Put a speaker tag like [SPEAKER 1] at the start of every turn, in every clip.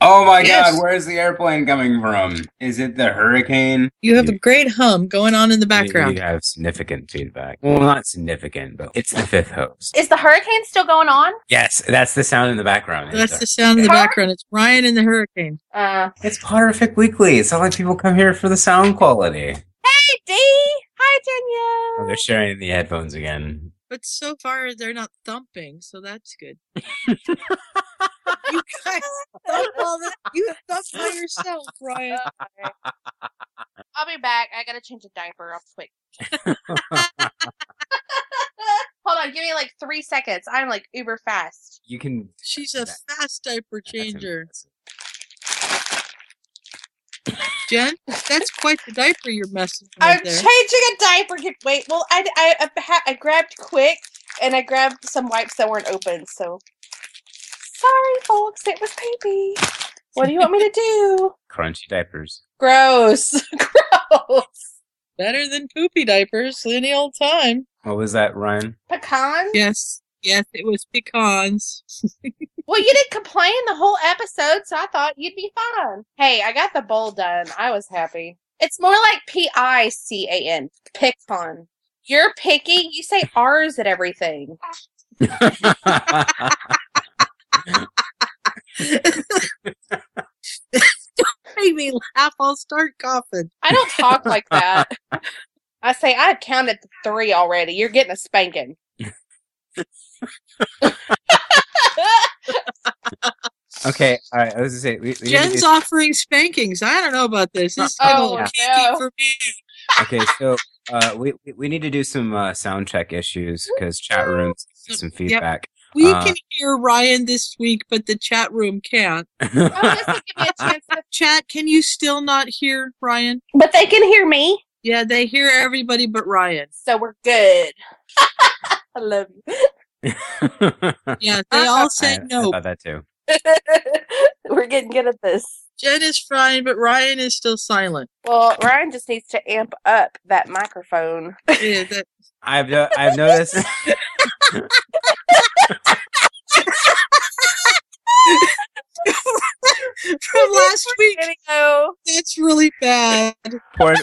[SPEAKER 1] Oh my
[SPEAKER 2] Yes.
[SPEAKER 1] god, where's the airplane coming from? Is it the hurricane?
[SPEAKER 2] You have a great hum going on in the
[SPEAKER 3] We-
[SPEAKER 2] background.
[SPEAKER 3] We have significant feedback. Well, not significant, but it's the fifth host.
[SPEAKER 4] Is the hurricane still going on?
[SPEAKER 3] Yes, that's the sound in the background.
[SPEAKER 2] That's the sound in the
[SPEAKER 4] Car-
[SPEAKER 2] background. It's Ryan and the Hurricane.
[SPEAKER 4] Uh,
[SPEAKER 3] It's Potterfic Weekly. It's not like people come here for the sound quality.
[SPEAKER 4] hey, D. Hi,
[SPEAKER 3] Oh,
[SPEAKER 4] Danielle.
[SPEAKER 3] they're sharing the headphones again.
[SPEAKER 2] But so far they're not thumping, so that's good. you guys thump all the, you thump by yourself, Ryan.
[SPEAKER 4] Okay. I'll be back. I gotta change a diaper real quick. Hold on, give me like three seconds. I'm like uber fast.
[SPEAKER 3] You can.
[SPEAKER 2] She's a
[SPEAKER 3] That-
[SPEAKER 2] fast diaper
[SPEAKER 3] that's im-
[SPEAKER 2] changer.
[SPEAKER 3] that's-
[SPEAKER 2] Jen, that's quite the diaper you're messing with
[SPEAKER 4] I'm
[SPEAKER 2] there.
[SPEAKER 4] changing a diaper. Get- Wait, well, I, I, I, ha- I grabbed quick and I grabbed some wipes that weren't open, so. Sorry, folks, it was creepy. What do you want me to do?
[SPEAKER 3] Crunchy diapers.
[SPEAKER 4] Gross. Gross.
[SPEAKER 2] Better than poopy diapers any old time.
[SPEAKER 3] What was that, Ryan?
[SPEAKER 4] Pecan?
[SPEAKER 2] Yes. Yes, it was pecans.
[SPEAKER 4] Well, you didn't complain the whole episode, so I thought you'd be fine. Hey, I got the bowl done. I was happy. It's more like P I C A N, pick fun. You're picky. You say R's at everything.
[SPEAKER 2] Make me laugh. I'll start coughing.
[SPEAKER 4] I don't talk like that. I say I had counted to three already. You're getting a spanking.
[SPEAKER 3] okay, all right. I was gonna say. We, we need to
[SPEAKER 2] Jen's
[SPEAKER 3] do-
[SPEAKER 2] offering spankings. I don't know about this. This is a little
[SPEAKER 4] Oh,
[SPEAKER 2] kinky
[SPEAKER 4] no.
[SPEAKER 2] for me.
[SPEAKER 3] okay, so uh, we we- we need to do some uh, sound check issues because chat rooms need some feedback.
[SPEAKER 2] We
[SPEAKER 3] Uh,
[SPEAKER 2] can hear Ryan this week, but the chat room can't.
[SPEAKER 4] Oh, this would give me a chance to-
[SPEAKER 2] Chat, can you still not hear Ryan?
[SPEAKER 4] but they can hear me,
[SPEAKER 2] Yeah, they hear everybody but Ryan.
[SPEAKER 4] so we're good. I love you.
[SPEAKER 2] Yeah, they all say
[SPEAKER 3] I- I
[SPEAKER 2] no.
[SPEAKER 3] thought that too.
[SPEAKER 4] we're getting good at this.
[SPEAKER 2] Jen is fine, but Ryan is still silent.
[SPEAKER 4] Well, Ryan just needs to amp up that microphone.
[SPEAKER 2] Yeah, that,
[SPEAKER 3] I've no- I've noticed.
[SPEAKER 2] from last week,
[SPEAKER 4] Video.
[SPEAKER 2] that's really bad.
[SPEAKER 3] poor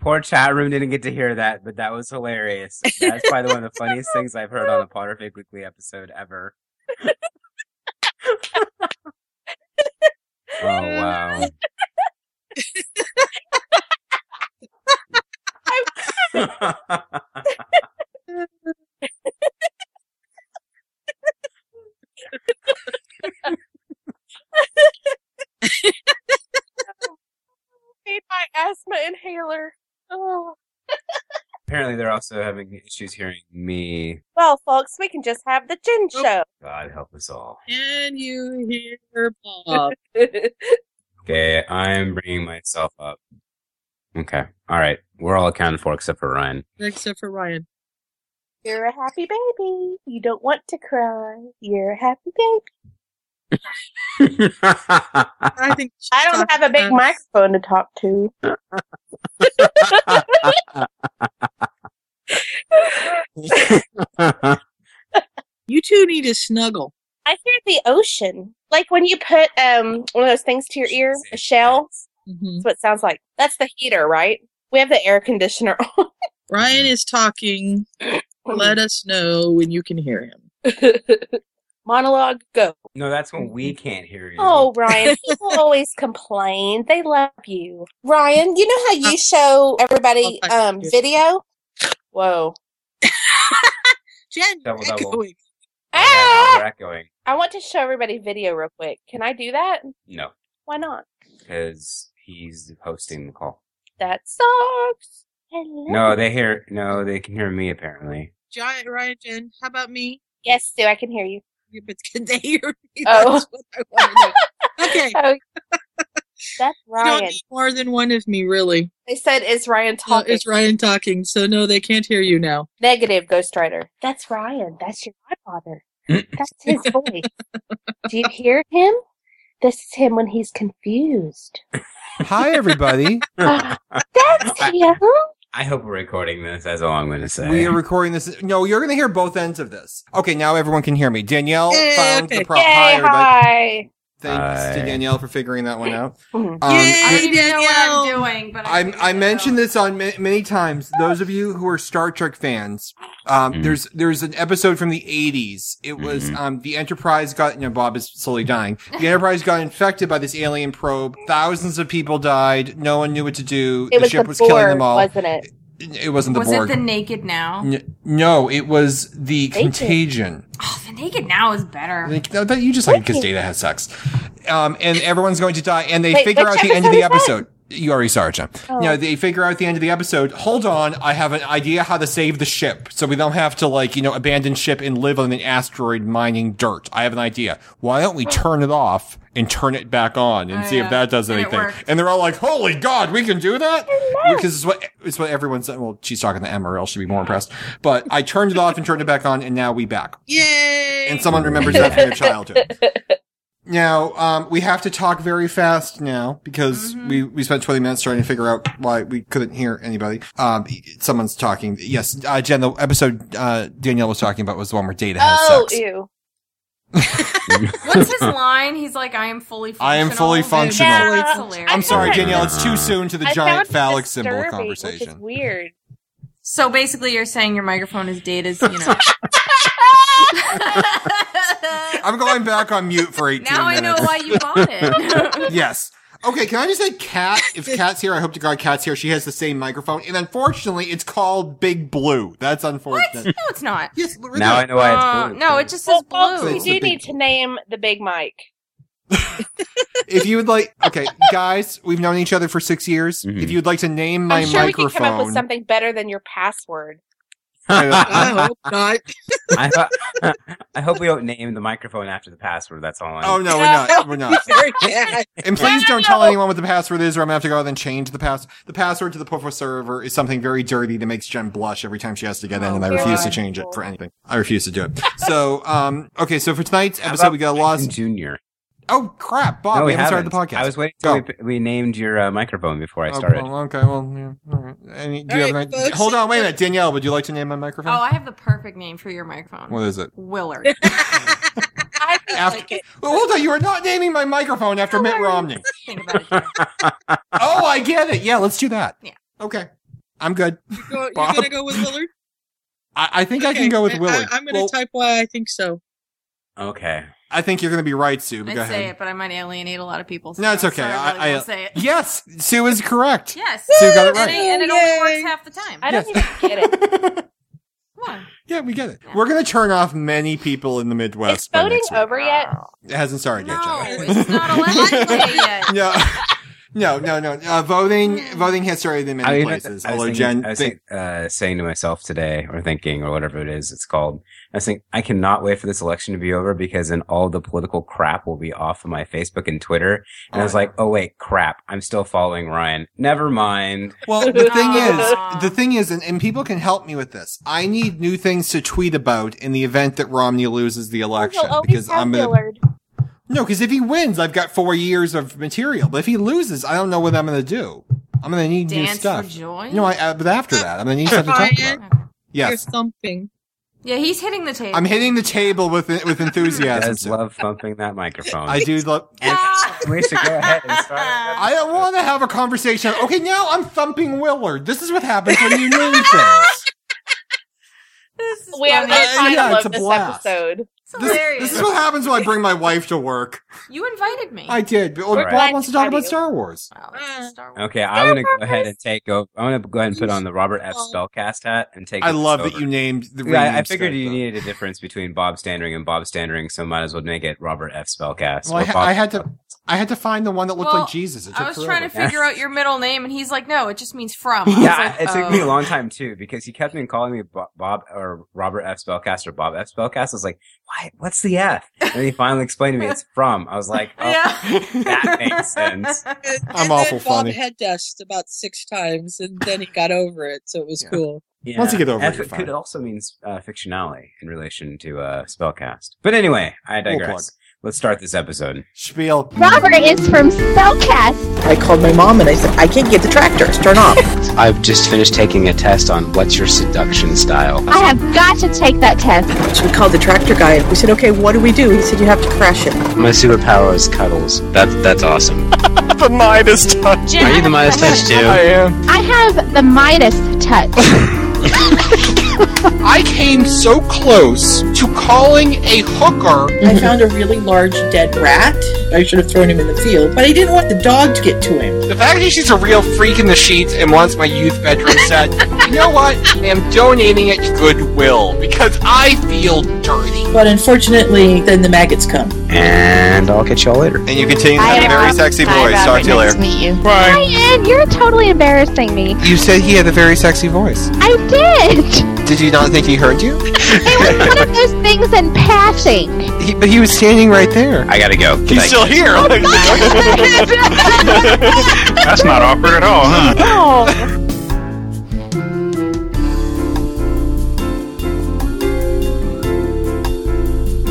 [SPEAKER 3] poor chat room didn't get to hear that, but that was hilarious. That's probably one of the funniest things I've heard on a Potterfic Weekly episode ever. oh wow!
[SPEAKER 4] Need my asthma inhaler. Oh.
[SPEAKER 3] Apparently, they're also having issues hearing me.
[SPEAKER 4] Well, folks, we can just have the gin
[SPEAKER 2] Oh.
[SPEAKER 4] show.
[SPEAKER 3] God help us all.
[SPEAKER 2] Can you hear Bob?
[SPEAKER 3] Okay, I'm bringing myself up. Okay, all right, we're all accounted for except for Ryan.
[SPEAKER 2] Except for Ryan.
[SPEAKER 4] You're a happy baby. You don't want to cry. You're a happy baby.
[SPEAKER 2] I think
[SPEAKER 4] I don't have a big microphone to talk to.
[SPEAKER 2] You two need to snuggle.
[SPEAKER 4] I hear the ocean. Like when you put um one of those things to your ear, a shell.
[SPEAKER 2] Mhm.
[SPEAKER 4] That's what it sounds like. That's the heater, right? We have the air conditioner on.
[SPEAKER 2] Ryan
[SPEAKER 3] Mm.
[SPEAKER 2] is talking. Let us know when you can hear him.
[SPEAKER 4] Monologue, go.
[SPEAKER 3] no, that's when we can't hear you.
[SPEAKER 4] Oh, Ryan, people always complain. They love you. Ryan, you know how you show everybody
[SPEAKER 2] Okay.
[SPEAKER 4] um video? Whoa.
[SPEAKER 2] Jen,
[SPEAKER 3] Double,
[SPEAKER 2] you're
[SPEAKER 3] double.
[SPEAKER 2] echoing.
[SPEAKER 3] Yeah,
[SPEAKER 5] eh?
[SPEAKER 4] Ah!
[SPEAKER 3] we're echoing.
[SPEAKER 4] I want to show everybody video real quick. Can I do that?
[SPEAKER 3] No,
[SPEAKER 4] Why not?
[SPEAKER 3] because he's hosting the call.
[SPEAKER 4] That sucks. Hello.
[SPEAKER 3] No, they hear. No, they can hear me apparently.
[SPEAKER 2] Giant Ryan, Jen, how about me?
[SPEAKER 4] Yes, Sue, I can hear you.
[SPEAKER 2] Yeah, But can they hear me?
[SPEAKER 4] Oh.
[SPEAKER 2] That's what I want to know. Okay.
[SPEAKER 4] Oh, that's
[SPEAKER 2] You don't
[SPEAKER 4] Ryan.
[SPEAKER 2] need more than one of me, really.
[SPEAKER 4] They said, "Is
[SPEAKER 2] No,
[SPEAKER 4] Ryan talking?"
[SPEAKER 2] it's Ryan talking, so no, they can't hear you now.
[SPEAKER 4] Negative ghostwriter. That's Ryan. That's your godfather. That's his voice. Do you hear him? This is him when he's confused.
[SPEAKER 6] Hi, everybody.
[SPEAKER 4] Ah,
[SPEAKER 3] I
[SPEAKER 4] That's him.
[SPEAKER 3] hope we're recording this. That's all I'm going to say.
[SPEAKER 6] we are recording this. No, you're going to hear both ends of this. Okay, now everyone can hear me. Danielle
[SPEAKER 2] Yay,
[SPEAKER 6] found
[SPEAKER 2] okay.
[SPEAKER 6] the
[SPEAKER 4] Yay!
[SPEAKER 6] problem.
[SPEAKER 4] hi.
[SPEAKER 6] Thanks to
[SPEAKER 3] I-
[SPEAKER 6] Danielle for figuring that one out.
[SPEAKER 4] Mhm.
[SPEAKER 6] Um,
[SPEAKER 5] I
[SPEAKER 2] Yay,
[SPEAKER 5] don't even know what
[SPEAKER 2] Danielle.
[SPEAKER 5] I'm doing, but
[SPEAKER 6] I,
[SPEAKER 5] figured
[SPEAKER 6] I
[SPEAKER 5] it
[SPEAKER 6] mentioned
[SPEAKER 5] out.
[SPEAKER 6] this on ma- many times. Those of you who are Star Trek fans, um,
[SPEAKER 3] Mhm.
[SPEAKER 6] there's there's an episode from the 80s. It was
[SPEAKER 3] Mhm.
[SPEAKER 6] um, the Enterprise got you know Bob is slowly dying. The Enterprise got infected by this alien probe. Thousands of people died. No one knew what to do.
[SPEAKER 4] It
[SPEAKER 6] the
[SPEAKER 4] was
[SPEAKER 6] ship
[SPEAKER 4] the
[SPEAKER 6] was killing
[SPEAKER 4] board,
[SPEAKER 6] them all.
[SPEAKER 4] wasn't it?
[SPEAKER 6] it wasn't the
[SPEAKER 5] Was
[SPEAKER 6] Borg.
[SPEAKER 5] it the naked now?
[SPEAKER 6] N- no, it was
[SPEAKER 4] They
[SPEAKER 6] the
[SPEAKER 4] did.
[SPEAKER 6] Contagion.
[SPEAKER 5] Oh, the naked now is better.
[SPEAKER 6] Like, no, that you just like because Data has sex, um, and everyone's going to die. And they
[SPEAKER 4] Wait,
[SPEAKER 6] figure
[SPEAKER 4] which
[SPEAKER 6] out the end of the
[SPEAKER 4] episode is that?
[SPEAKER 6] episode. You already saw it, John.
[SPEAKER 4] Oh.
[SPEAKER 6] You know, they figure out the end of the episode. Hold on, I have an idea how to save the ship, so we don't have to like you know abandon ship and live on an asteroid mining dirt. I have an idea. Why don't we
[SPEAKER 4] Oh.
[SPEAKER 6] turn it off and turn it back on and
[SPEAKER 5] I
[SPEAKER 6] see if
[SPEAKER 5] know.
[SPEAKER 6] that does
[SPEAKER 5] And it
[SPEAKER 6] anything?
[SPEAKER 5] worked.
[SPEAKER 6] And they're all like, "Holy God, we can do that!" Because it's what it's what everyone said. Well, she's talking to Emma, or else she'd be more impressed. But I turned it off and turned it back on, and now we back
[SPEAKER 2] Yay!
[SPEAKER 6] and someone remembers that from their childhood. Now um, we have to talk very fast now because
[SPEAKER 4] Mm-hmm.
[SPEAKER 5] Mhm.
[SPEAKER 6] we, we spent twenty minutes trying to figure out why we couldn't hear anybody. Um, someone's talking. Yes, uh, Jen, the episode uh, Danielle was talking about was the one where Data has
[SPEAKER 4] Oh,
[SPEAKER 6] sex.
[SPEAKER 4] ew.
[SPEAKER 5] What's his line? He's like, "I am fully functional."
[SPEAKER 6] I am fully functional.
[SPEAKER 4] Yeah.
[SPEAKER 5] That's hilarious.
[SPEAKER 6] I'm sorry,
[SPEAKER 4] I-
[SPEAKER 6] Danielle. It's too soon to the
[SPEAKER 4] I found
[SPEAKER 6] giant
[SPEAKER 4] it
[SPEAKER 6] phallic symbol
[SPEAKER 4] disturbing, Which is
[SPEAKER 6] conversation.
[SPEAKER 4] weird.
[SPEAKER 5] So basically, you're saying your microphone is dated. You know.
[SPEAKER 6] I'm going back on mute for 18
[SPEAKER 5] now I
[SPEAKER 6] minutes.
[SPEAKER 5] know why you bought it.
[SPEAKER 6] yes. Okay, can I just say Kat? If Kat's here, I hope to God Kat's here. She has the same microphone, and unfortunately, it's called Big Blue. That's unfortunate.
[SPEAKER 5] no, it's not.
[SPEAKER 6] Yes, really.
[SPEAKER 3] Now I know why
[SPEAKER 5] Uh,
[SPEAKER 3] it's blue.
[SPEAKER 5] no, it just
[SPEAKER 4] Well,
[SPEAKER 5] says
[SPEAKER 4] folks,
[SPEAKER 5] blue.
[SPEAKER 6] It's
[SPEAKER 4] we
[SPEAKER 6] the
[SPEAKER 4] do
[SPEAKER 6] big-
[SPEAKER 4] need to name the big mic.
[SPEAKER 6] if you would like, okay, guys, we've known each other for six years.
[SPEAKER 3] Mhm.
[SPEAKER 6] If you'd like to name my
[SPEAKER 4] I'm sure
[SPEAKER 6] microphone,
[SPEAKER 4] we could come up with something better than your password.
[SPEAKER 2] I
[SPEAKER 3] I,
[SPEAKER 2] hope not.
[SPEAKER 3] ho- I hope we don't name the microphone after the password. That's all. I
[SPEAKER 6] oh no, we're not, we're not.
[SPEAKER 2] Very bad.
[SPEAKER 6] And please
[SPEAKER 4] No,
[SPEAKER 6] don't tell
[SPEAKER 4] no.
[SPEAKER 6] anyone what the password is, or I'm gonna have to go out and change the pass. The password to the Puffo server is something very dirty that makes Jen blush every time she has to get in,
[SPEAKER 5] Oh,
[SPEAKER 6] and I refuse to
[SPEAKER 5] God.
[SPEAKER 6] change it for anything. I refuse to do it. So, um, okay, so for tonight's
[SPEAKER 3] How
[SPEAKER 6] episode,
[SPEAKER 3] about
[SPEAKER 6] we got
[SPEAKER 3] Jason
[SPEAKER 6] lost.
[SPEAKER 3] Junior.
[SPEAKER 6] Oh crap,
[SPEAKER 3] no,
[SPEAKER 6] Bob, we,
[SPEAKER 3] we,
[SPEAKER 6] haven't, started the podcast.
[SPEAKER 3] I was waiting till we,
[SPEAKER 6] Go.
[SPEAKER 3] p- we named your uh, microphone before I
[SPEAKER 6] Oh,
[SPEAKER 3] started.
[SPEAKER 6] well, okay, well, yeah, all right. Any- do you
[SPEAKER 2] All
[SPEAKER 6] have an
[SPEAKER 2] right,
[SPEAKER 6] idea-
[SPEAKER 2] folks.
[SPEAKER 6] Hold on, wait a minute, Danielle. Would you like to name my
[SPEAKER 5] Oh,
[SPEAKER 6] microphone?
[SPEAKER 5] I have the perfect name for your microphone.
[SPEAKER 6] what is it?
[SPEAKER 5] Willard.
[SPEAKER 4] I think
[SPEAKER 6] After-
[SPEAKER 4] like it.
[SPEAKER 6] Well, hold on, you are not naming my microphone after Mitt Romney.
[SPEAKER 5] Think about it.
[SPEAKER 6] oh, I get it. Yeah, let's do that.
[SPEAKER 5] Yeah.
[SPEAKER 6] Okay. I'm good.
[SPEAKER 2] You're, go- you're
[SPEAKER 6] Bob?
[SPEAKER 2] gonna go with Willard.
[SPEAKER 6] I, I think I can go with
[SPEAKER 2] I-
[SPEAKER 6] Willard.
[SPEAKER 2] I, am gonna
[SPEAKER 6] Well,
[SPEAKER 2] type why I think so.
[SPEAKER 3] Okay.
[SPEAKER 6] I think you're going to be right, Sue. But go
[SPEAKER 5] I'd say
[SPEAKER 6] ahead.
[SPEAKER 5] it, but I might alienate a lot of people.
[SPEAKER 6] No, it's okay.
[SPEAKER 5] Sorry,
[SPEAKER 6] I-
[SPEAKER 5] I, really
[SPEAKER 6] I-
[SPEAKER 5] won't say it.
[SPEAKER 6] Yes, Sue is correct.
[SPEAKER 5] Yes.
[SPEAKER 6] Sue got it
[SPEAKER 5] And,
[SPEAKER 6] right.
[SPEAKER 5] it, and it
[SPEAKER 2] Yay.
[SPEAKER 5] only works half the time.
[SPEAKER 4] I don't even get it.
[SPEAKER 5] Come on.
[SPEAKER 6] Yeah, we get it. We're going to turn off many people in the Midwest.
[SPEAKER 4] Is
[SPEAKER 6] by
[SPEAKER 4] voting
[SPEAKER 6] next week.
[SPEAKER 4] over yet?
[SPEAKER 6] It hasn't started yet,
[SPEAKER 5] No,
[SPEAKER 6] John.
[SPEAKER 5] it's not election day yet.
[SPEAKER 6] no. No, no, no. Uh, voting voting has started in many
[SPEAKER 3] I mean,
[SPEAKER 6] places.
[SPEAKER 3] I was,
[SPEAKER 6] Although
[SPEAKER 3] thinking,
[SPEAKER 6] Jen,
[SPEAKER 3] I was
[SPEAKER 6] think-
[SPEAKER 3] think- uh, saying to myself today, or thinking, or whatever it is it's called, I was thinking, I cannot wait for this election to be over because then all the political crap will be off of my Facebook and Twitter. And I was like, oh, wait, crap. I'm still following Ryan. Never mind.
[SPEAKER 6] Well, the thing
[SPEAKER 5] Aw.
[SPEAKER 6] is, the thing is, and, and people can help me with this. I need new things to tweet about in the event that Romney loses the election
[SPEAKER 4] He'll always
[SPEAKER 6] because
[SPEAKER 4] have
[SPEAKER 6] I'm gonna
[SPEAKER 4] Willard.
[SPEAKER 6] no, because if he wins, I've got four years of material. But if he loses, I don't know what I'm gonna do. I'm gonna need new
[SPEAKER 5] Dance for
[SPEAKER 6] stuff.
[SPEAKER 5] joy.
[SPEAKER 6] No, I. Uh, but after that, I'm gonna need something to talk
[SPEAKER 2] Ryan.
[SPEAKER 6] about.
[SPEAKER 5] Okay.
[SPEAKER 2] You're
[SPEAKER 6] Yes,
[SPEAKER 2] thumping.
[SPEAKER 5] Yeah, he's hitting the table.
[SPEAKER 6] I'm hitting the table with with
[SPEAKER 3] I
[SPEAKER 6] enthusiasm.
[SPEAKER 3] just
[SPEAKER 6] Sue.
[SPEAKER 3] love thumping that microphone.
[SPEAKER 6] I do love.
[SPEAKER 5] Ah!
[SPEAKER 3] we should go ahead and start. our
[SPEAKER 6] I don't want to have a conversation. Okay, now I'm thumping Willard. This is what happens when you name things.
[SPEAKER 5] This is
[SPEAKER 4] We have
[SPEAKER 5] funny.
[SPEAKER 4] no
[SPEAKER 6] Uh, yeah,
[SPEAKER 4] title
[SPEAKER 6] it's a
[SPEAKER 4] of this
[SPEAKER 6] blast.
[SPEAKER 4] episode.
[SPEAKER 5] It's
[SPEAKER 6] This,
[SPEAKER 5] hilarious.
[SPEAKER 6] this is what happens when I bring my wife to work.
[SPEAKER 5] you invited me.
[SPEAKER 6] I did. But
[SPEAKER 3] Alright.
[SPEAKER 6] Bob wants to talk about
[SPEAKER 4] Glad to
[SPEAKER 6] Star Wars.
[SPEAKER 5] Wow, that's a Star Wars.
[SPEAKER 3] Okay, I'm gonna go ahead and take over. I'm gonna go ahead and put on the Robert F. Spellcast hat and take.
[SPEAKER 6] I
[SPEAKER 3] this
[SPEAKER 6] love that
[SPEAKER 3] over.
[SPEAKER 6] you named the.
[SPEAKER 3] Yeah, I- I
[SPEAKER 6] renamed
[SPEAKER 3] figured
[SPEAKER 6] Skype,
[SPEAKER 3] you
[SPEAKER 6] though.
[SPEAKER 3] needed a difference between Bob Standering and Bob Standering, so might as well make it Robert F. Spellcast.
[SPEAKER 6] Well, I,
[SPEAKER 3] or
[SPEAKER 6] ha-
[SPEAKER 3] Bob-
[SPEAKER 6] I had to. I had to find the one that looked
[SPEAKER 5] Well,
[SPEAKER 6] like Jesus. It took
[SPEAKER 5] I was
[SPEAKER 6] forever.
[SPEAKER 5] trying to
[SPEAKER 3] Yeah.
[SPEAKER 5] figure out your middle name, and he's like, "No, it just means from." I was
[SPEAKER 3] Yeah,
[SPEAKER 5] like,
[SPEAKER 3] it took me a
[SPEAKER 5] "Oh."
[SPEAKER 3] long time too because he kept on calling me Bo- Bob or Robert F. Spellcast or Bob F. Spellcast. I was like, "Why? What's the F?" And then he finally explained to me it's from. I was like, "Oh,
[SPEAKER 5] Yeah,
[SPEAKER 3] that makes sense."
[SPEAKER 2] And,
[SPEAKER 6] I'm
[SPEAKER 2] and then
[SPEAKER 6] awful
[SPEAKER 2] Bob
[SPEAKER 6] funny.
[SPEAKER 2] head dushed about six times, and then he got over it, so it was
[SPEAKER 6] Yeah.
[SPEAKER 2] cool.
[SPEAKER 3] Yeah.
[SPEAKER 6] Once you get over it,
[SPEAKER 3] F
[SPEAKER 6] you're
[SPEAKER 3] could
[SPEAKER 6] fine.
[SPEAKER 3] also means uh, fictionality in relation to uh, spellcast. But anyway, I
[SPEAKER 6] We'll
[SPEAKER 3] digress. Let's start this episode.
[SPEAKER 6] Spiel.
[SPEAKER 7] Robert is from Spellcast.
[SPEAKER 8] I called my mom and I said, I can't get the tractors. Turn off.
[SPEAKER 3] I've just finished taking a test on what's your seduction style.
[SPEAKER 7] I have got to take that test.
[SPEAKER 8] So we called the tractor guy and we said, okay, what do we do? He said, you have to crash it.
[SPEAKER 3] My superpower is cuddles. That's that's awesome.
[SPEAKER 9] The Midas touch.
[SPEAKER 7] Jen, I have
[SPEAKER 9] I am.
[SPEAKER 7] I have the Midas touch.
[SPEAKER 9] I came so close to calling a hooker.
[SPEAKER 8] I found a really large dead rat. I should have thrown him in the field, but I didn't want the dog to get to him.
[SPEAKER 9] The fact that she's a real freak in the sheets and wants my youth bedroom set, you know what? I am donating it to Goodwill because I feel dirty.
[SPEAKER 8] But unfortunately, then the maggots come.
[SPEAKER 3] And I'll catch y'all later.
[SPEAKER 10] And you continue to
[SPEAKER 7] I
[SPEAKER 10] have a
[SPEAKER 7] am
[SPEAKER 10] very sexy voice. Talk to you later.
[SPEAKER 7] meet you. Brian, you're totally embarrassing me.
[SPEAKER 10] You said he had a very sexy voice.
[SPEAKER 7] I did.
[SPEAKER 10] Did you not think he heard you?
[SPEAKER 7] It was one of those things in passing.
[SPEAKER 10] He, but he was standing right there.
[SPEAKER 3] I gotta go.
[SPEAKER 9] He's still here.
[SPEAKER 11] That's not awkward at all, huh?
[SPEAKER 7] oh.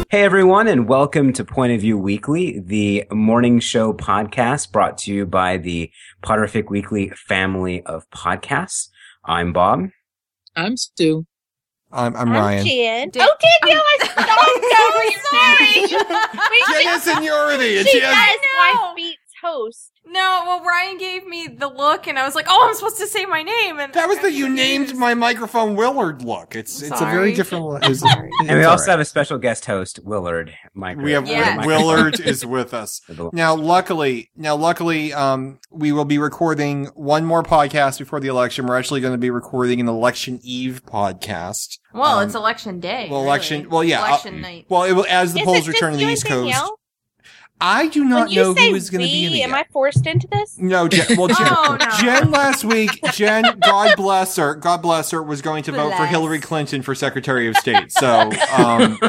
[SPEAKER 3] Hey everyone, and welcome to Point of View Weekly, the morning show podcast brought to you by the Potterfic Weekly family of podcasts. I'm Bob.
[SPEAKER 2] I'm Stu.
[SPEAKER 6] I'm, I'm Ryan.
[SPEAKER 4] Jen.
[SPEAKER 5] Did-
[SPEAKER 4] Oh, did you? I stomped over you. Sorry. We
[SPEAKER 6] Jen
[SPEAKER 4] should-
[SPEAKER 6] has seniority.
[SPEAKER 4] she
[SPEAKER 6] She has-
[SPEAKER 4] does
[SPEAKER 5] No.
[SPEAKER 4] wife beat toast.
[SPEAKER 5] No, well, Ryan gave me the look, and I was like, "Oh, I'm supposed to say my name." And
[SPEAKER 6] that was the
[SPEAKER 5] I'm
[SPEAKER 6] you named
[SPEAKER 5] confused.
[SPEAKER 6] my microphone Willard look. It's
[SPEAKER 5] I'm
[SPEAKER 6] it's a very
[SPEAKER 5] sorry.
[SPEAKER 6] different look. It's- it's
[SPEAKER 3] And we
[SPEAKER 6] all
[SPEAKER 3] also
[SPEAKER 6] right.
[SPEAKER 3] have a special guest host, Willard. Mike.
[SPEAKER 6] we have
[SPEAKER 5] Yes.
[SPEAKER 6] Willard is with us. Now, luckily, now luckily, um, we will be recording one more podcast before the election. We're actually going to be recording an election eve podcast.
[SPEAKER 5] Well,
[SPEAKER 6] Um,
[SPEAKER 5] it's election day.
[SPEAKER 6] well,
[SPEAKER 5] really.
[SPEAKER 6] election- well, yeah, mm,
[SPEAKER 5] election
[SPEAKER 3] uh,
[SPEAKER 5] night.
[SPEAKER 6] Well, it will, as the
[SPEAKER 4] Is
[SPEAKER 6] polls
[SPEAKER 4] it
[SPEAKER 6] return
[SPEAKER 4] just
[SPEAKER 6] to the
[SPEAKER 4] you
[SPEAKER 6] East
[SPEAKER 4] and
[SPEAKER 6] Coast.
[SPEAKER 4] Danielle?
[SPEAKER 6] I do not
[SPEAKER 4] When you
[SPEAKER 6] know
[SPEAKER 4] say
[SPEAKER 6] who is going to be in
[SPEAKER 4] we,
[SPEAKER 6] it.
[SPEAKER 4] am
[SPEAKER 6] yet.
[SPEAKER 4] I forced into this?
[SPEAKER 6] No, Jen. Well, Jen,
[SPEAKER 5] Oh, no.
[SPEAKER 6] Jen last week, Jen, God bless her, God bless her, was going to vote for
[SPEAKER 5] Bless.
[SPEAKER 6] Hillary Clinton for Secretary of State. So, um,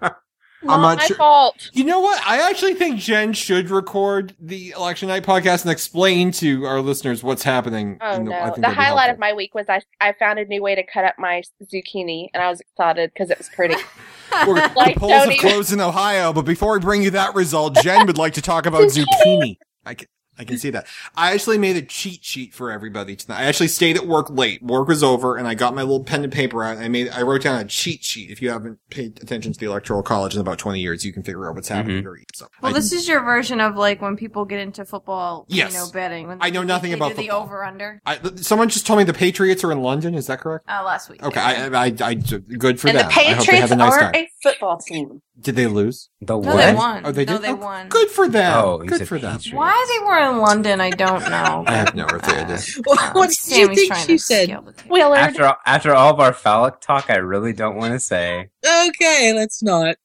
[SPEAKER 4] Not
[SPEAKER 6] not
[SPEAKER 4] my
[SPEAKER 6] sure-
[SPEAKER 4] fault.
[SPEAKER 6] you know what? I actually think Jen should record the election night podcast and explain to our listeners what's happening.
[SPEAKER 4] Oh
[SPEAKER 6] and I
[SPEAKER 4] no!
[SPEAKER 6] think
[SPEAKER 4] The
[SPEAKER 6] that'd be
[SPEAKER 4] highlight of
[SPEAKER 6] helpful.
[SPEAKER 4] my week was I I found a new way to cut up my zucchini, and I was excited because it was pretty.
[SPEAKER 6] We're-
[SPEAKER 4] like,
[SPEAKER 6] the polls
[SPEAKER 4] don't
[SPEAKER 6] have
[SPEAKER 4] even-
[SPEAKER 6] closed in Ohio, but before we bring you that result, Jen would like to talk about zucchini. I can, I can see that. I actually made a cheat sheet for everybody tonight. I actually stayed at work late. Work was over, and I got my little pen and paper out. And I made, I wrote down a cheat sheet. If you haven't paid attention to the Electoral College in about twenty years, you can figure out what's happening
[SPEAKER 3] Mhm.
[SPEAKER 6] here. So,
[SPEAKER 5] Well,
[SPEAKER 6] I-
[SPEAKER 5] this is your version of like when people get into football,
[SPEAKER 6] Yes.
[SPEAKER 5] you know, betting. When
[SPEAKER 6] I know
[SPEAKER 5] they-
[SPEAKER 6] nothing
[SPEAKER 5] they
[SPEAKER 6] about
[SPEAKER 5] do the
[SPEAKER 6] football.
[SPEAKER 5] over under
[SPEAKER 6] I, someone just told me the Patriots are in London. Is that correct?
[SPEAKER 5] uh, last week.
[SPEAKER 6] Okay, I, I, I, I- good for
[SPEAKER 4] and
[SPEAKER 6] them.
[SPEAKER 4] the
[SPEAKER 6] I hope they have
[SPEAKER 4] Patriots
[SPEAKER 6] a nice
[SPEAKER 4] aren't
[SPEAKER 6] time.
[SPEAKER 4] a football team.
[SPEAKER 6] Did they lose?
[SPEAKER 3] the
[SPEAKER 5] no,
[SPEAKER 3] what?
[SPEAKER 5] they won.
[SPEAKER 6] Oh, they
[SPEAKER 5] no,
[SPEAKER 6] did?
[SPEAKER 5] they
[SPEAKER 6] Oh,
[SPEAKER 5] won.
[SPEAKER 6] Good for them.
[SPEAKER 3] Oh, you
[SPEAKER 6] good
[SPEAKER 3] said
[SPEAKER 6] for them.
[SPEAKER 3] Patriots.
[SPEAKER 5] Why they were in London, I don't know. Uh,
[SPEAKER 6] I have no idea. This-
[SPEAKER 8] Oh,
[SPEAKER 2] what did you
[SPEAKER 5] Sammy's
[SPEAKER 2] think
[SPEAKER 5] trying
[SPEAKER 2] she
[SPEAKER 5] to
[SPEAKER 2] said?
[SPEAKER 5] scale the table.
[SPEAKER 4] Willard.
[SPEAKER 3] After all, after all of our phallic talk, I really don't want to say.
[SPEAKER 2] Okay, let's not.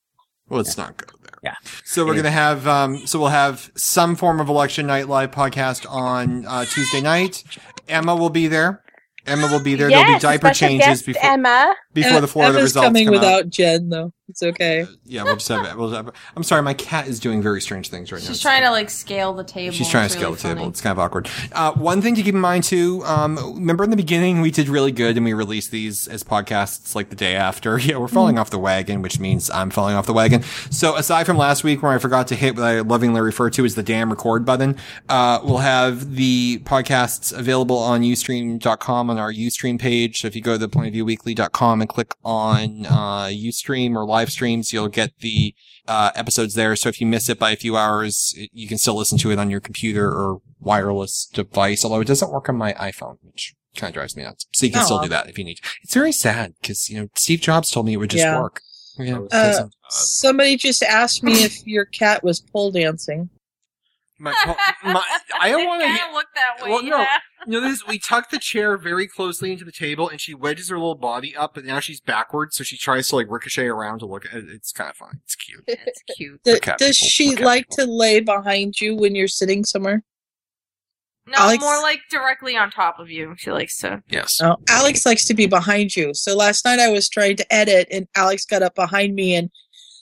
[SPEAKER 6] Well, let's not go there.
[SPEAKER 3] Yeah.
[SPEAKER 6] So we're
[SPEAKER 3] Yeah.
[SPEAKER 6] gonna have um. So we'll have some form of election night live podcast on uh, Tuesday night. Emma will be there. Emma will be there. There'll be
[SPEAKER 4] Yes,
[SPEAKER 6] diaper
[SPEAKER 4] special
[SPEAKER 6] changes
[SPEAKER 4] guest
[SPEAKER 6] before
[SPEAKER 4] Emma.
[SPEAKER 6] before the Florida
[SPEAKER 2] E- Emma's
[SPEAKER 6] results
[SPEAKER 2] coming
[SPEAKER 6] come out. Uh,
[SPEAKER 2] without Jen, though. It's okay.
[SPEAKER 6] Yeah, we'll just have it. We'll just have, I'm sorry, my cat is doing very strange things right now.
[SPEAKER 5] She's trying to like scale the table.
[SPEAKER 6] She's trying to
[SPEAKER 5] It's
[SPEAKER 6] scale
[SPEAKER 5] really
[SPEAKER 6] the table.
[SPEAKER 5] funny.
[SPEAKER 6] It's kind of awkward. Uh, one thing to keep in mind too. Um, remember in the beginning we did really good and we released these as podcasts like the day after. Yeah, we're
[SPEAKER 5] Mm.
[SPEAKER 6] falling off the wagon, which means I'm falling off the wagon. So aside from last week where I forgot to hit what I lovingly refer to as the damn record button, uh, we'll have the podcasts available on ustream.com on our ustream page. So if you go to pointofviewweekly.com and click on uh, ustream or live streams, you'll get the uh, episodes there. So if you miss it by a few hours, it, you can still listen to it on your computer or wireless device. Although it doesn't work on my iPhone, which kind of drives me nuts. So you can still
[SPEAKER 2] Aw.
[SPEAKER 6] do that if you need. It's very sad because you know Steve Jobs told me it would just
[SPEAKER 2] Yeah.
[SPEAKER 6] work. Yeah.
[SPEAKER 3] Uh,
[SPEAKER 6] Oh, doesn't-
[SPEAKER 2] Somebody just asked me if your cat was pole dancing.
[SPEAKER 6] my, my, I don't want to.
[SPEAKER 5] Kinda look that way.
[SPEAKER 6] Well, no.
[SPEAKER 5] yeah.
[SPEAKER 6] You know, this we tuck the chair very closely into the table, and she wedges her little body up. But now she's backwards, so she tries to like ricochet around to look. at it. It's kind of fun. It's cute.
[SPEAKER 5] It's cute.
[SPEAKER 2] Th-
[SPEAKER 6] cat
[SPEAKER 2] does
[SPEAKER 6] people,
[SPEAKER 2] she
[SPEAKER 6] for cat
[SPEAKER 2] like
[SPEAKER 6] people.
[SPEAKER 2] to lay behind you when you're sitting somewhere?
[SPEAKER 5] No,
[SPEAKER 2] Alex-
[SPEAKER 5] more like directly on top of you. She likes to.
[SPEAKER 6] Yes.
[SPEAKER 2] Oh, Alex likes to be behind you. So last night I was trying to edit, and Alex got up behind me, and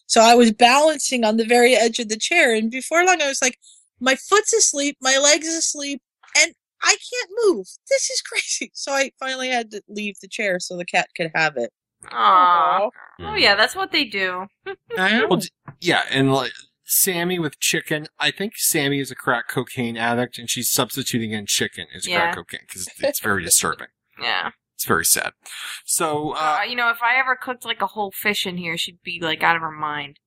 [SPEAKER 2] so I was balancing on the very edge of the chair. And before long, I was like, "My foot's asleep, my legs asleep, and I can't move. This is crazy." So I finally had to leave the chair so the cat could have it.
[SPEAKER 5] Aww. Oh yeah, that's what they do.
[SPEAKER 2] I
[SPEAKER 6] Well, d- yeah, and like Sammy with chicken. I think Sammy is a crack cocaine addict, and she's substituting in chicken as
[SPEAKER 5] Yeah.
[SPEAKER 6] crack cocaine because it's very disturbing.
[SPEAKER 5] Yeah.
[SPEAKER 6] It's very sad. So,
[SPEAKER 5] Uh, you know, if I ever cooked like a whole fish in here, she'd be like out of her mind.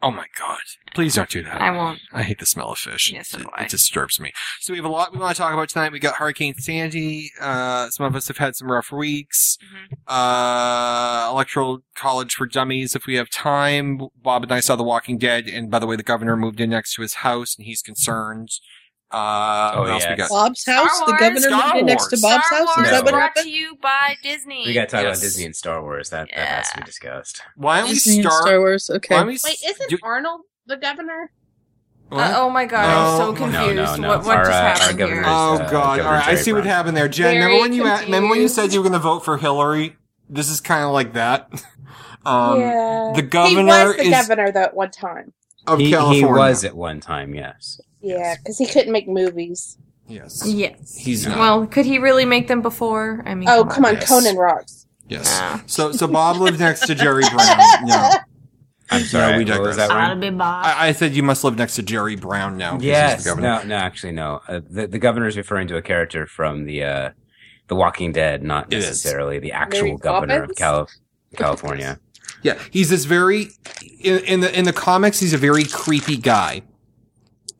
[SPEAKER 6] oh my god, please don't do that.
[SPEAKER 5] I won't.
[SPEAKER 6] I hate the smell of fish.
[SPEAKER 5] Yes,
[SPEAKER 6] it, it disturbs me. So we have a lot we want to talk about tonight. We got Hurricane Sandy. Uh, some of us have had some rough weeks.
[SPEAKER 4] Mm-hmm.
[SPEAKER 6] Uh, Electoral College for Dummies. If we have time, Bob and I saw The Walking Dead. And by the way, the governor moved in next to his house, and he's concerned. Uh,
[SPEAKER 3] Oh,
[SPEAKER 6] what else we
[SPEAKER 3] yes.
[SPEAKER 6] got?
[SPEAKER 2] Bob's house? The
[SPEAKER 5] Wars?
[SPEAKER 2] governor
[SPEAKER 5] Star
[SPEAKER 2] lived in next to
[SPEAKER 5] Wars.
[SPEAKER 2] Bob's
[SPEAKER 5] Star
[SPEAKER 2] house?
[SPEAKER 5] Wars
[SPEAKER 2] Is that what
[SPEAKER 5] brought
[SPEAKER 2] happened?
[SPEAKER 5] to you by Disney.
[SPEAKER 3] We got to talk
[SPEAKER 6] Yes.
[SPEAKER 3] about Disney
[SPEAKER 5] Uh,
[SPEAKER 3] and Star Wars. That, that has to be discussed.
[SPEAKER 6] Why don't
[SPEAKER 2] Disney
[SPEAKER 6] we
[SPEAKER 2] and
[SPEAKER 6] start?
[SPEAKER 2] Star Wars? Okay.
[SPEAKER 6] Why don't we s-
[SPEAKER 4] Wait, isn't
[SPEAKER 6] do-
[SPEAKER 4] Arnold the governor?
[SPEAKER 5] Uh, oh my god, I'm so confused. What, what just happened here?
[SPEAKER 6] Oh
[SPEAKER 3] uh,
[SPEAKER 6] god! All right, I see what happened there, Jen.
[SPEAKER 5] Very
[SPEAKER 6] remember when you a- remember when you said you were going to vote for Hillary? This is kind of like that. Um, The governor
[SPEAKER 4] he was the
[SPEAKER 6] is
[SPEAKER 4] governor though at one time.
[SPEAKER 6] of
[SPEAKER 3] he, he
[SPEAKER 6] California.
[SPEAKER 3] was at one time, yes.
[SPEAKER 4] Yeah, because he couldn't make movies.
[SPEAKER 6] Yes.
[SPEAKER 5] Yes.
[SPEAKER 6] He's not.
[SPEAKER 5] Well, could he really make them before? I mean,
[SPEAKER 4] Oh come on,
[SPEAKER 6] Yes.
[SPEAKER 4] Conan rocks.
[SPEAKER 6] Yes.
[SPEAKER 3] Ah.
[SPEAKER 6] So so Bob lived next to Jerry Brown. No,
[SPEAKER 3] I'm sorry.
[SPEAKER 6] we
[SPEAKER 3] what was
[SPEAKER 6] digress.
[SPEAKER 3] that one?
[SPEAKER 5] be Bob.
[SPEAKER 6] I, I said you must live next to Jerry Brown now. 'cause he's
[SPEAKER 3] Yes.
[SPEAKER 6] the governor.
[SPEAKER 3] No, no, actually, no. Uh, the, the governor is referring to a character from the uh, The Walking Dead, not
[SPEAKER 6] It is.
[SPEAKER 3] necessarily the actual
[SPEAKER 4] Mary
[SPEAKER 3] governor of
[SPEAKER 4] Poppins?
[SPEAKER 3] Cali- California.
[SPEAKER 6] Yeah, he's this very in, in the in the comics. He's a very creepy guy.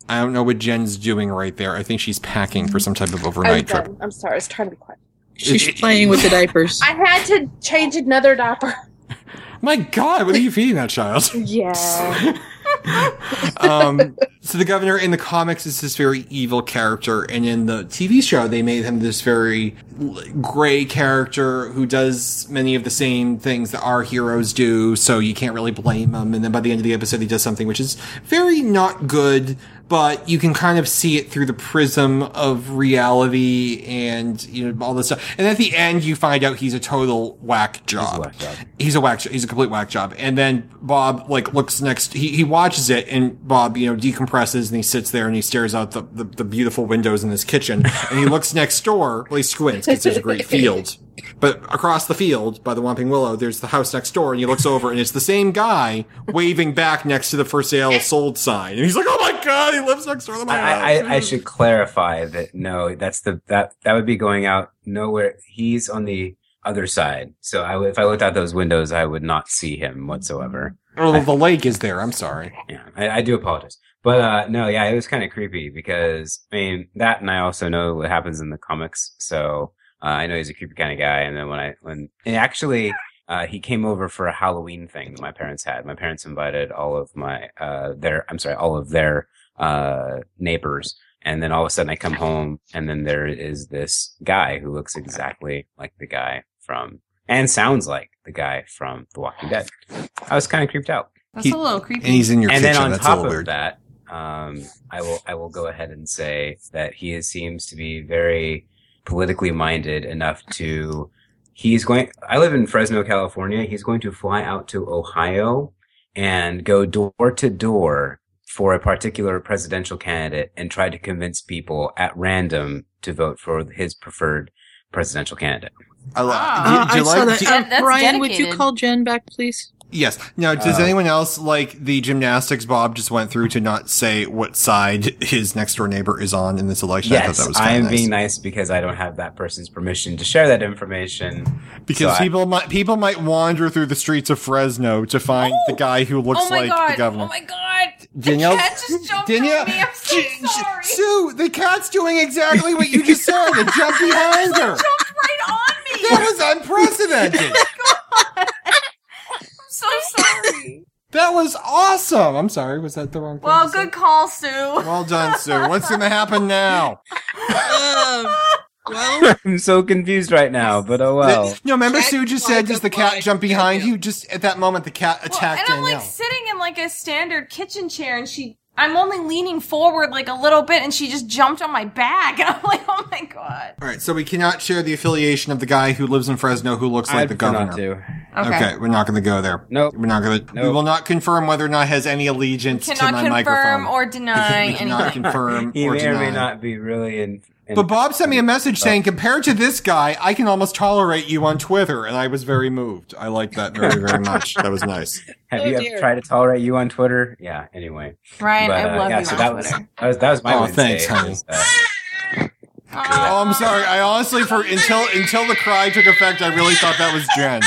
[SPEAKER 6] I don't know what Jen's doing right there. I think she's packing for some type of
[SPEAKER 4] I'm
[SPEAKER 6] overnight trip.
[SPEAKER 4] done. I'm sorry. I was trying to be quiet.
[SPEAKER 2] She's playing with the diapers.
[SPEAKER 4] I had to change another diaper.
[SPEAKER 6] My God, what are you feeding that child?
[SPEAKER 4] Yeah.
[SPEAKER 6] um, so the governor in the comics is this very evil character, and in the TV show they made him this very l- gray character who does many of the same things that our heroes do. So you can't really blame him. And then by the end of the episode, he does something which is very not good, but you can kind of see it through the prism of reality and you know all this stuff. And at the end, you find out he's a total whack job
[SPEAKER 3] Black Dog.
[SPEAKER 6] he's a whack he's a complete whack job and then bob like looks next he, he watches it and bob you know decompresses and he sits there and he stares out the, the, the beautiful windows in his kitchen and he looks next door well he squints because there's a great field but across the field by the Whomping Willow, there's the house next door, and he looks over, and it's the same guy waving back next to the for sale sold sign. And he's like, oh my God, he lives next door to my house.
[SPEAKER 3] I,
[SPEAKER 4] hmm.
[SPEAKER 3] I, I should clarify that no, that's the that that would be going out nowhere. He's on the other side, so I, would- if I looked out those windows, I would not see him whatsoever.
[SPEAKER 6] oh, the, the lake is there. I'm sorry.
[SPEAKER 3] Yeah, I, I do apologize, but uh, no, yeah, it was kind of creepy because I mean that, and I also know what happens in the comics, so uh, I know he's a creepy kind of guy. And then when I when and actually. Uh, he came over for a Halloween thing that my parents had. My parents invited all of my uh, their I'm sorry, all of their uh, neighbors. And then all of a sudden I come home and then there is this guy who looks exactly like the guy from and sounds like the guy from The Walking Dead. I was kind of creeped out.
[SPEAKER 5] That's a little creepy.
[SPEAKER 6] And he's in your
[SPEAKER 3] and
[SPEAKER 6] kitchen.
[SPEAKER 3] then on
[SPEAKER 6] That's a
[SPEAKER 3] top
[SPEAKER 6] little
[SPEAKER 3] of
[SPEAKER 6] weird.
[SPEAKER 3] that, um, I will I will go ahead and say that he is, seems to be very politically minded enough to he's going I live in Fresno, California. He's going to fly out to Ohio and go door to door for a particular presidential candidate and try to convince people at random to vote for his preferred presidential candidate.
[SPEAKER 6] I love.
[SPEAKER 5] Ah.
[SPEAKER 6] do you- do
[SPEAKER 2] I
[SPEAKER 6] you
[SPEAKER 2] saw
[SPEAKER 6] like-
[SPEAKER 2] that.
[SPEAKER 6] do you-
[SPEAKER 2] Uh,
[SPEAKER 5] That- that's
[SPEAKER 2] Brian, would you
[SPEAKER 5] dedicated.
[SPEAKER 2] call Jen back, please?
[SPEAKER 6] Yes. Now, does
[SPEAKER 3] Uh,
[SPEAKER 6] anyone else like the gymnastics Bob just went through to not say what side his next door neighbor is on in this election?
[SPEAKER 3] Yes, I,
[SPEAKER 6] kinda
[SPEAKER 3] am
[SPEAKER 6] nice.
[SPEAKER 3] being nice because I don't have that person's permission to share that information.
[SPEAKER 6] because
[SPEAKER 3] so I-
[SPEAKER 6] people might people might wander through the streets of Fresno to find the guy who looks
[SPEAKER 5] oh my
[SPEAKER 6] like
[SPEAKER 5] god.
[SPEAKER 6] the governor.
[SPEAKER 5] Oh my god.
[SPEAKER 6] Danielle-
[SPEAKER 5] The cat just jumped
[SPEAKER 6] Danielle-
[SPEAKER 5] on me. I'm so
[SPEAKER 6] J- J-
[SPEAKER 5] sorry.
[SPEAKER 6] Sue, the cat's doing exactly what you just said. It jumped behind her.
[SPEAKER 5] jumped right on me.
[SPEAKER 6] That was unprecedented.
[SPEAKER 5] I'm so sorry.
[SPEAKER 6] That was awesome. I'm sorry. Was that the wrong? thing
[SPEAKER 5] Well,
[SPEAKER 6] to say?
[SPEAKER 5] good call, Sue.
[SPEAKER 6] Well done, Sue. What's going to happen now?
[SPEAKER 2] Um, well,
[SPEAKER 3] I'm so confused right now, but oh well.
[SPEAKER 6] no, remember
[SPEAKER 2] Jack
[SPEAKER 6] Sue just
[SPEAKER 2] Black
[SPEAKER 6] said, does the
[SPEAKER 2] of
[SPEAKER 6] cat
[SPEAKER 2] Black
[SPEAKER 6] jump behind
[SPEAKER 2] Danielle.
[SPEAKER 6] you? Just at that moment, the cat
[SPEAKER 5] Well,
[SPEAKER 6] attacked
[SPEAKER 5] and I'm like
[SPEAKER 6] Danielle.
[SPEAKER 5] sitting in like a standard kitchen chair, and she, I'm only leaning forward like a little bit, and she just jumped on my back, and I'm like, oh my god.
[SPEAKER 6] All right, so we cannot share the affiliation of the guy who lives in Fresno who looks like
[SPEAKER 3] I'd
[SPEAKER 6] the
[SPEAKER 3] prefer not
[SPEAKER 6] governor.
[SPEAKER 3] to.
[SPEAKER 6] Okay, we're not going to go there. No, we're not going to. We will not confirm whether or not has any allegiance to my
[SPEAKER 5] Cannot confirm
[SPEAKER 6] microphone.
[SPEAKER 5] or deny
[SPEAKER 6] Cannot
[SPEAKER 5] anything.
[SPEAKER 6] confirm
[SPEAKER 3] He
[SPEAKER 6] or
[SPEAKER 3] may or
[SPEAKER 6] deny.
[SPEAKER 3] may not be really in. in
[SPEAKER 6] But Bob sent me a message saying, compared to this guy, I can almost tolerate you on Twitter, and I was very moved. I liked that very, very much. That was nice.
[SPEAKER 3] Have you ever tried to tolerate you on Twitter? Yeah. Anyway,
[SPEAKER 5] Oh, Ryan, I love
[SPEAKER 3] uh, yeah,
[SPEAKER 5] you
[SPEAKER 3] So
[SPEAKER 5] on
[SPEAKER 3] that was,
[SPEAKER 5] Twitter.
[SPEAKER 3] that was that was my
[SPEAKER 6] Oh,
[SPEAKER 3] Wednesday.
[SPEAKER 6] thanks, honey.
[SPEAKER 3] Was, uh,
[SPEAKER 6] Oh, I'm sorry. I honestly, for until until the cry took effect, I really thought that was Jen.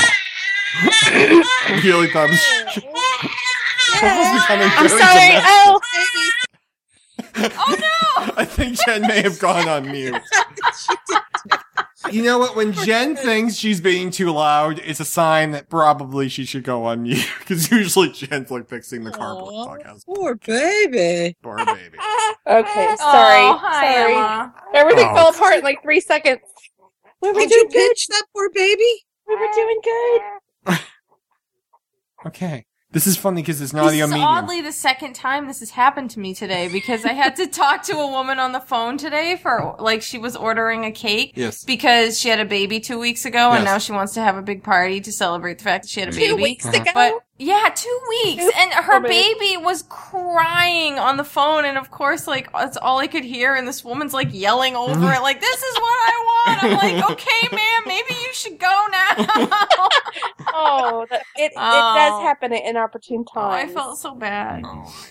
[SPEAKER 6] really thought.
[SPEAKER 4] I'm sorry. Oh,
[SPEAKER 5] Oh,
[SPEAKER 6] I think Jen may have gone on mute. You know what? When Jen thinks she's being too loud, it's a sign that probably she should go on mute. Because usually Jen's like fixing the cardboard.
[SPEAKER 2] Poor baby.
[SPEAKER 6] Poor baby.
[SPEAKER 4] okay. Sorry.
[SPEAKER 5] Oh, hi,
[SPEAKER 4] sorry.
[SPEAKER 5] Emma.
[SPEAKER 4] Everything
[SPEAKER 6] Oh.
[SPEAKER 4] fell apart in like three seconds. We were
[SPEAKER 2] Did you
[SPEAKER 4] doing good.
[SPEAKER 2] pitch that poor baby?
[SPEAKER 4] We were doing good.
[SPEAKER 6] Okay, this is funny because it's an
[SPEAKER 5] This
[SPEAKER 6] audio
[SPEAKER 5] is
[SPEAKER 6] medium.
[SPEAKER 5] oddly the second time this has happened to me today because I had to talk to a woman on the phone today for like she was ordering a cake
[SPEAKER 6] Yes.
[SPEAKER 5] because she had a baby two weeks ago
[SPEAKER 6] Yes.
[SPEAKER 5] and now she wants to have a big party to celebrate the fact that she had a
[SPEAKER 4] Two
[SPEAKER 5] baby. Uh-huh.
[SPEAKER 4] weeks ago?
[SPEAKER 5] But yeah, two weeks, and her
[SPEAKER 4] Oh, man.
[SPEAKER 5] baby was crying on the phone, and of course, like that's all I could hear, and this woman's like yelling
[SPEAKER 6] Mm.
[SPEAKER 5] over it, like this is what I want. I'm like, okay, ma'am, maybe you should go now.
[SPEAKER 4] Oh, that, it,
[SPEAKER 5] Oh.
[SPEAKER 4] it does happen at inopportune
[SPEAKER 5] I
[SPEAKER 4] times.
[SPEAKER 5] felt so bad.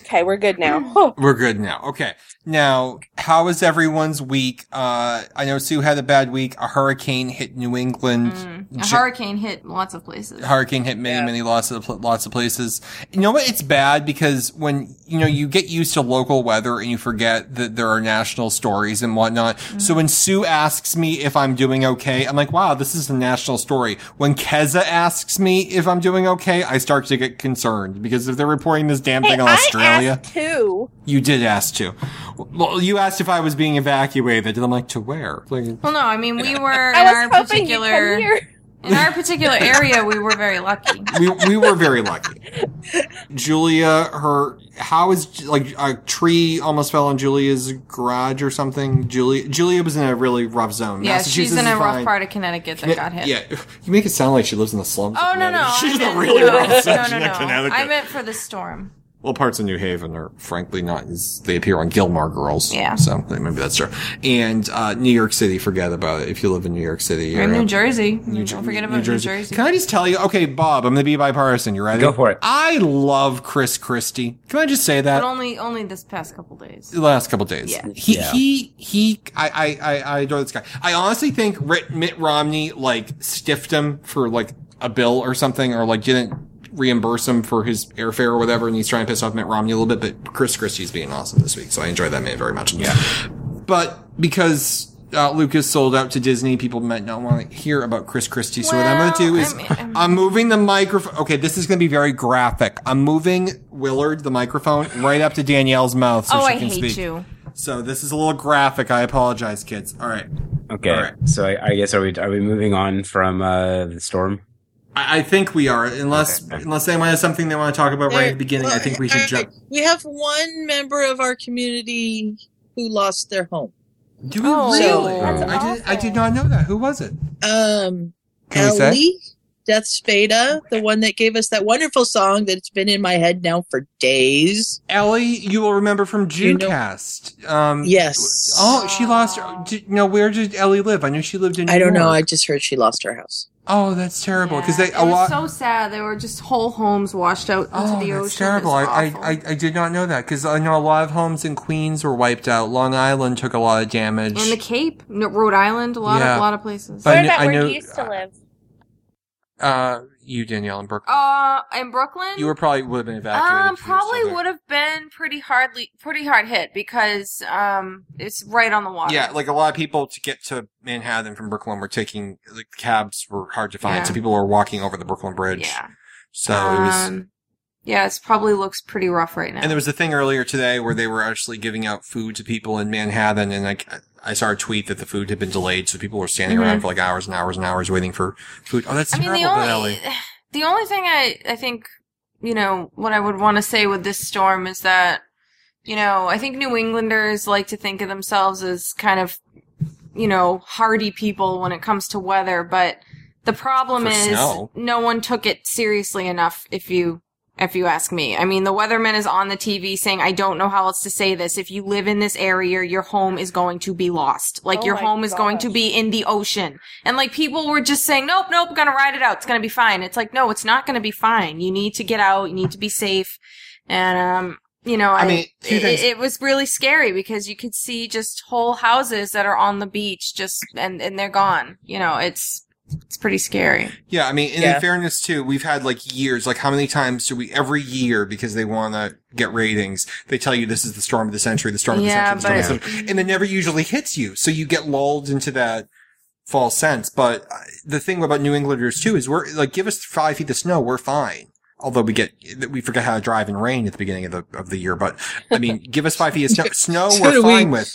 [SPEAKER 4] okay, we're good now.
[SPEAKER 6] We're good now. Okay. Now, how is everyone's week? Uh, I know Sue had a bad week. A hurricane hit New England.
[SPEAKER 5] Mm. A
[SPEAKER 6] J-
[SPEAKER 5] hurricane hit lots of places.
[SPEAKER 6] hurricane hit many, many lots of pl- lots of places. You know what? It's bad because when you know you get used to local weather and you forget that there are national stories and whatnot. So when Sue asks me if I'm doing okay, I'm like, wow, this is a national story. When Keza asks me if I'm doing okay, I start to get concerned because if they're reporting this damn thing on Australia,
[SPEAKER 4] too.
[SPEAKER 6] you did ask too. Well, you asked if I was being evacuated, and I'm like, to where? Like,
[SPEAKER 5] Well, no, I mean we were in
[SPEAKER 4] I was
[SPEAKER 5] our
[SPEAKER 4] hoping you'd
[SPEAKER 5] particular
[SPEAKER 4] come here.
[SPEAKER 5] in our particular area. We were very lucky.
[SPEAKER 6] we we were very lucky. Julia, her how is like a tree almost fell on Julia's garage or something. Julia Julia was in a really rough zone.
[SPEAKER 5] Yeah, she's
[SPEAKER 6] Massachusetts
[SPEAKER 5] in a
[SPEAKER 6] is
[SPEAKER 5] rough
[SPEAKER 6] fine.
[SPEAKER 5] part of Connecticut that got hit.
[SPEAKER 6] Yeah, you make it sound like she lives in the slums. of
[SPEAKER 5] Oh no no!
[SPEAKER 6] Connecticut.
[SPEAKER 5] I
[SPEAKER 6] she's in
[SPEAKER 5] meant-
[SPEAKER 6] a really
[SPEAKER 5] no,
[SPEAKER 6] rough
[SPEAKER 5] no, no,
[SPEAKER 6] section of
[SPEAKER 5] no.
[SPEAKER 6] Connecticut.
[SPEAKER 5] I meant for the storm.
[SPEAKER 6] well, parts of New Haven are frankly not as they appear on Gilmore Girls.
[SPEAKER 5] Yeah.
[SPEAKER 6] so maybe that's true. And uh, New York City, forget about it. If you live in New York City,
[SPEAKER 5] Or
[SPEAKER 6] or-
[SPEAKER 5] New Jersey. Don't forget about New Jersey.
[SPEAKER 6] Can I just tell you? Okay, Bob, I'm going to be bipartisan. You ready?
[SPEAKER 3] Go for it.
[SPEAKER 6] I love Chris Christie. Can I just say
[SPEAKER 5] But
[SPEAKER 6] that?
[SPEAKER 5] only only this past couple days.
[SPEAKER 6] The last couple days,
[SPEAKER 5] Yeah.
[SPEAKER 6] he
[SPEAKER 3] Yeah.
[SPEAKER 6] he he. I, I I I adore this guy. I honestly think Rit- Mitt Romney like stiffed him for like a bill or something, or like didn't reimburse him for his airfare or whatever, and he's trying to piss off Mitt Romney a little bit. But Chris Christie's being awesome this week, so I enjoyed that man very much. Yeah, but because. Uh, Lucas sold out to Disney. People might not want to hear about Chris Christie. So what I'm going to do
[SPEAKER 5] Well,
[SPEAKER 6] is
[SPEAKER 5] I mean, I'm-
[SPEAKER 6] I'm moving the microphone. Okay, this is going to be very graphic. I'm moving Willard, the microphone, right up to Danielle's mouth so
[SPEAKER 5] oh,
[SPEAKER 6] she
[SPEAKER 5] I
[SPEAKER 6] can
[SPEAKER 5] hate
[SPEAKER 6] speak.
[SPEAKER 5] you.
[SPEAKER 6] So this is a little graphic. I apologize, kids. All right.
[SPEAKER 3] okay.
[SPEAKER 6] All right.
[SPEAKER 3] So I, I guess are we are we moving on from uh, the storm?
[SPEAKER 6] I, I think we are, unless unless anyone has something they want to talk about right
[SPEAKER 5] Uh,
[SPEAKER 6] at the beginning. I think we should jump.
[SPEAKER 2] We have one member of our community who lost their home.
[SPEAKER 6] Do we
[SPEAKER 5] Oh,
[SPEAKER 6] really?
[SPEAKER 5] that's
[SPEAKER 6] I did. I did not know that. Who was it?
[SPEAKER 2] Um,
[SPEAKER 6] Can we say?
[SPEAKER 2] Ellie, Death Spada, the one that gave us that wonderful song that's been in my head now for days.
[SPEAKER 6] Ellie, you will remember from
[SPEAKER 2] You know-
[SPEAKER 6] Junecast. um,
[SPEAKER 2] Yes.
[SPEAKER 6] Oh, she lost. her- Did, no, where did Ellie live? I knew she lived in. New
[SPEAKER 2] I don't know. I
[SPEAKER 6] York.
[SPEAKER 2] just heard she lost her house.
[SPEAKER 6] Oh, that's terrible. Because
[SPEAKER 5] Yeah.
[SPEAKER 6] they
[SPEAKER 5] it
[SPEAKER 6] a lot.
[SPEAKER 5] was so sad. There were just whole homes washed out into
[SPEAKER 6] Oh,
[SPEAKER 5] the ocean.
[SPEAKER 6] that's terrible. I,
[SPEAKER 5] It was
[SPEAKER 6] I,
[SPEAKER 5] awful.
[SPEAKER 6] I, I did not know that because I know a lot of homes in Queens were wiped out. Long Island took a lot of damage.
[SPEAKER 5] and the Cape, no- Rhode Island, a lot
[SPEAKER 6] Yeah.
[SPEAKER 5] of lot of places.
[SPEAKER 6] But-
[SPEAKER 4] What
[SPEAKER 6] I kn-
[SPEAKER 4] about
[SPEAKER 6] I
[SPEAKER 4] where
[SPEAKER 6] know-
[SPEAKER 4] you used to live?
[SPEAKER 6] uh, you, Danielle, and Brooklyn.
[SPEAKER 5] uh, in Brooklyn,
[SPEAKER 6] you were probably would have been evacuated.
[SPEAKER 5] Um,
[SPEAKER 6] if you were still
[SPEAKER 5] probably
[SPEAKER 6] there.
[SPEAKER 5] would have been pretty hardly pretty hard hit because um, it's right on the water.
[SPEAKER 6] Yeah, like a lot of people to get to Manhattan from Brooklyn were taking like cabs were hard to find,
[SPEAKER 5] Yeah.
[SPEAKER 6] so people were walking over the Brooklyn Bridge.
[SPEAKER 5] yeah.
[SPEAKER 6] So it was.
[SPEAKER 5] Um, yeah, it's probably looks pretty rough right now.
[SPEAKER 6] And there was a thing earlier today where they were actually giving out food to people in Manhattan, and like I saw a tweet that the food had been delayed, so people were standing around for like hours and hours and hours waiting for food. Oh, that's
[SPEAKER 5] Mm-hmm. I mean,
[SPEAKER 6] terrible,
[SPEAKER 5] the
[SPEAKER 6] Ellie.
[SPEAKER 5] only the only thing I I think you know what I would want to say with this storm is that you know I think New Englanders like to think of themselves as kind of you know hardy people when it comes to weather, but The problem
[SPEAKER 6] For
[SPEAKER 5] is
[SPEAKER 6] snow.
[SPEAKER 5] no one took it seriously enough if you if you ask me. I mean, the weatherman is on the TV saying, "I don't know how else to say this. If you live in this area, your home is going to be lost. Like
[SPEAKER 4] Oh
[SPEAKER 5] your
[SPEAKER 4] my
[SPEAKER 5] home is going to
[SPEAKER 4] gosh.
[SPEAKER 5] be in the ocean." And like people were just saying, "Nope, nope, going to ride it out. It's going to be fine." It's like, "No, it's not going to be fine. You need to get out. You need to be safe." And um you know,
[SPEAKER 6] I
[SPEAKER 5] I,
[SPEAKER 6] mean, two
[SPEAKER 5] it,
[SPEAKER 6] things.
[SPEAKER 5] it was really scary because you could see just whole houses that are on the beach, just and and they're gone. You know, it's it's pretty scary.
[SPEAKER 6] Yeah, I mean, and
[SPEAKER 5] Yeah.
[SPEAKER 6] in fairness too, we've had like years. Like, how many times do we every year because they want to get ratings? They tell you this is the storm of the century, the storm
[SPEAKER 5] Yeah,
[SPEAKER 6] of the century, the storm of
[SPEAKER 5] but-
[SPEAKER 6] the century, and it never usually hits you. So you get lulled into that false sense. But uh, the thing about New Englanders too is we're like, give us five feet of snow, we're fine. Although we get we forget how to drive in rain at the beginning of the of the year, but I mean, give us five feet of snow, snow
[SPEAKER 2] So
[SPEAKER 6] we're
[SPEAKER 2] do we.
[SPEAKER 6] fine with.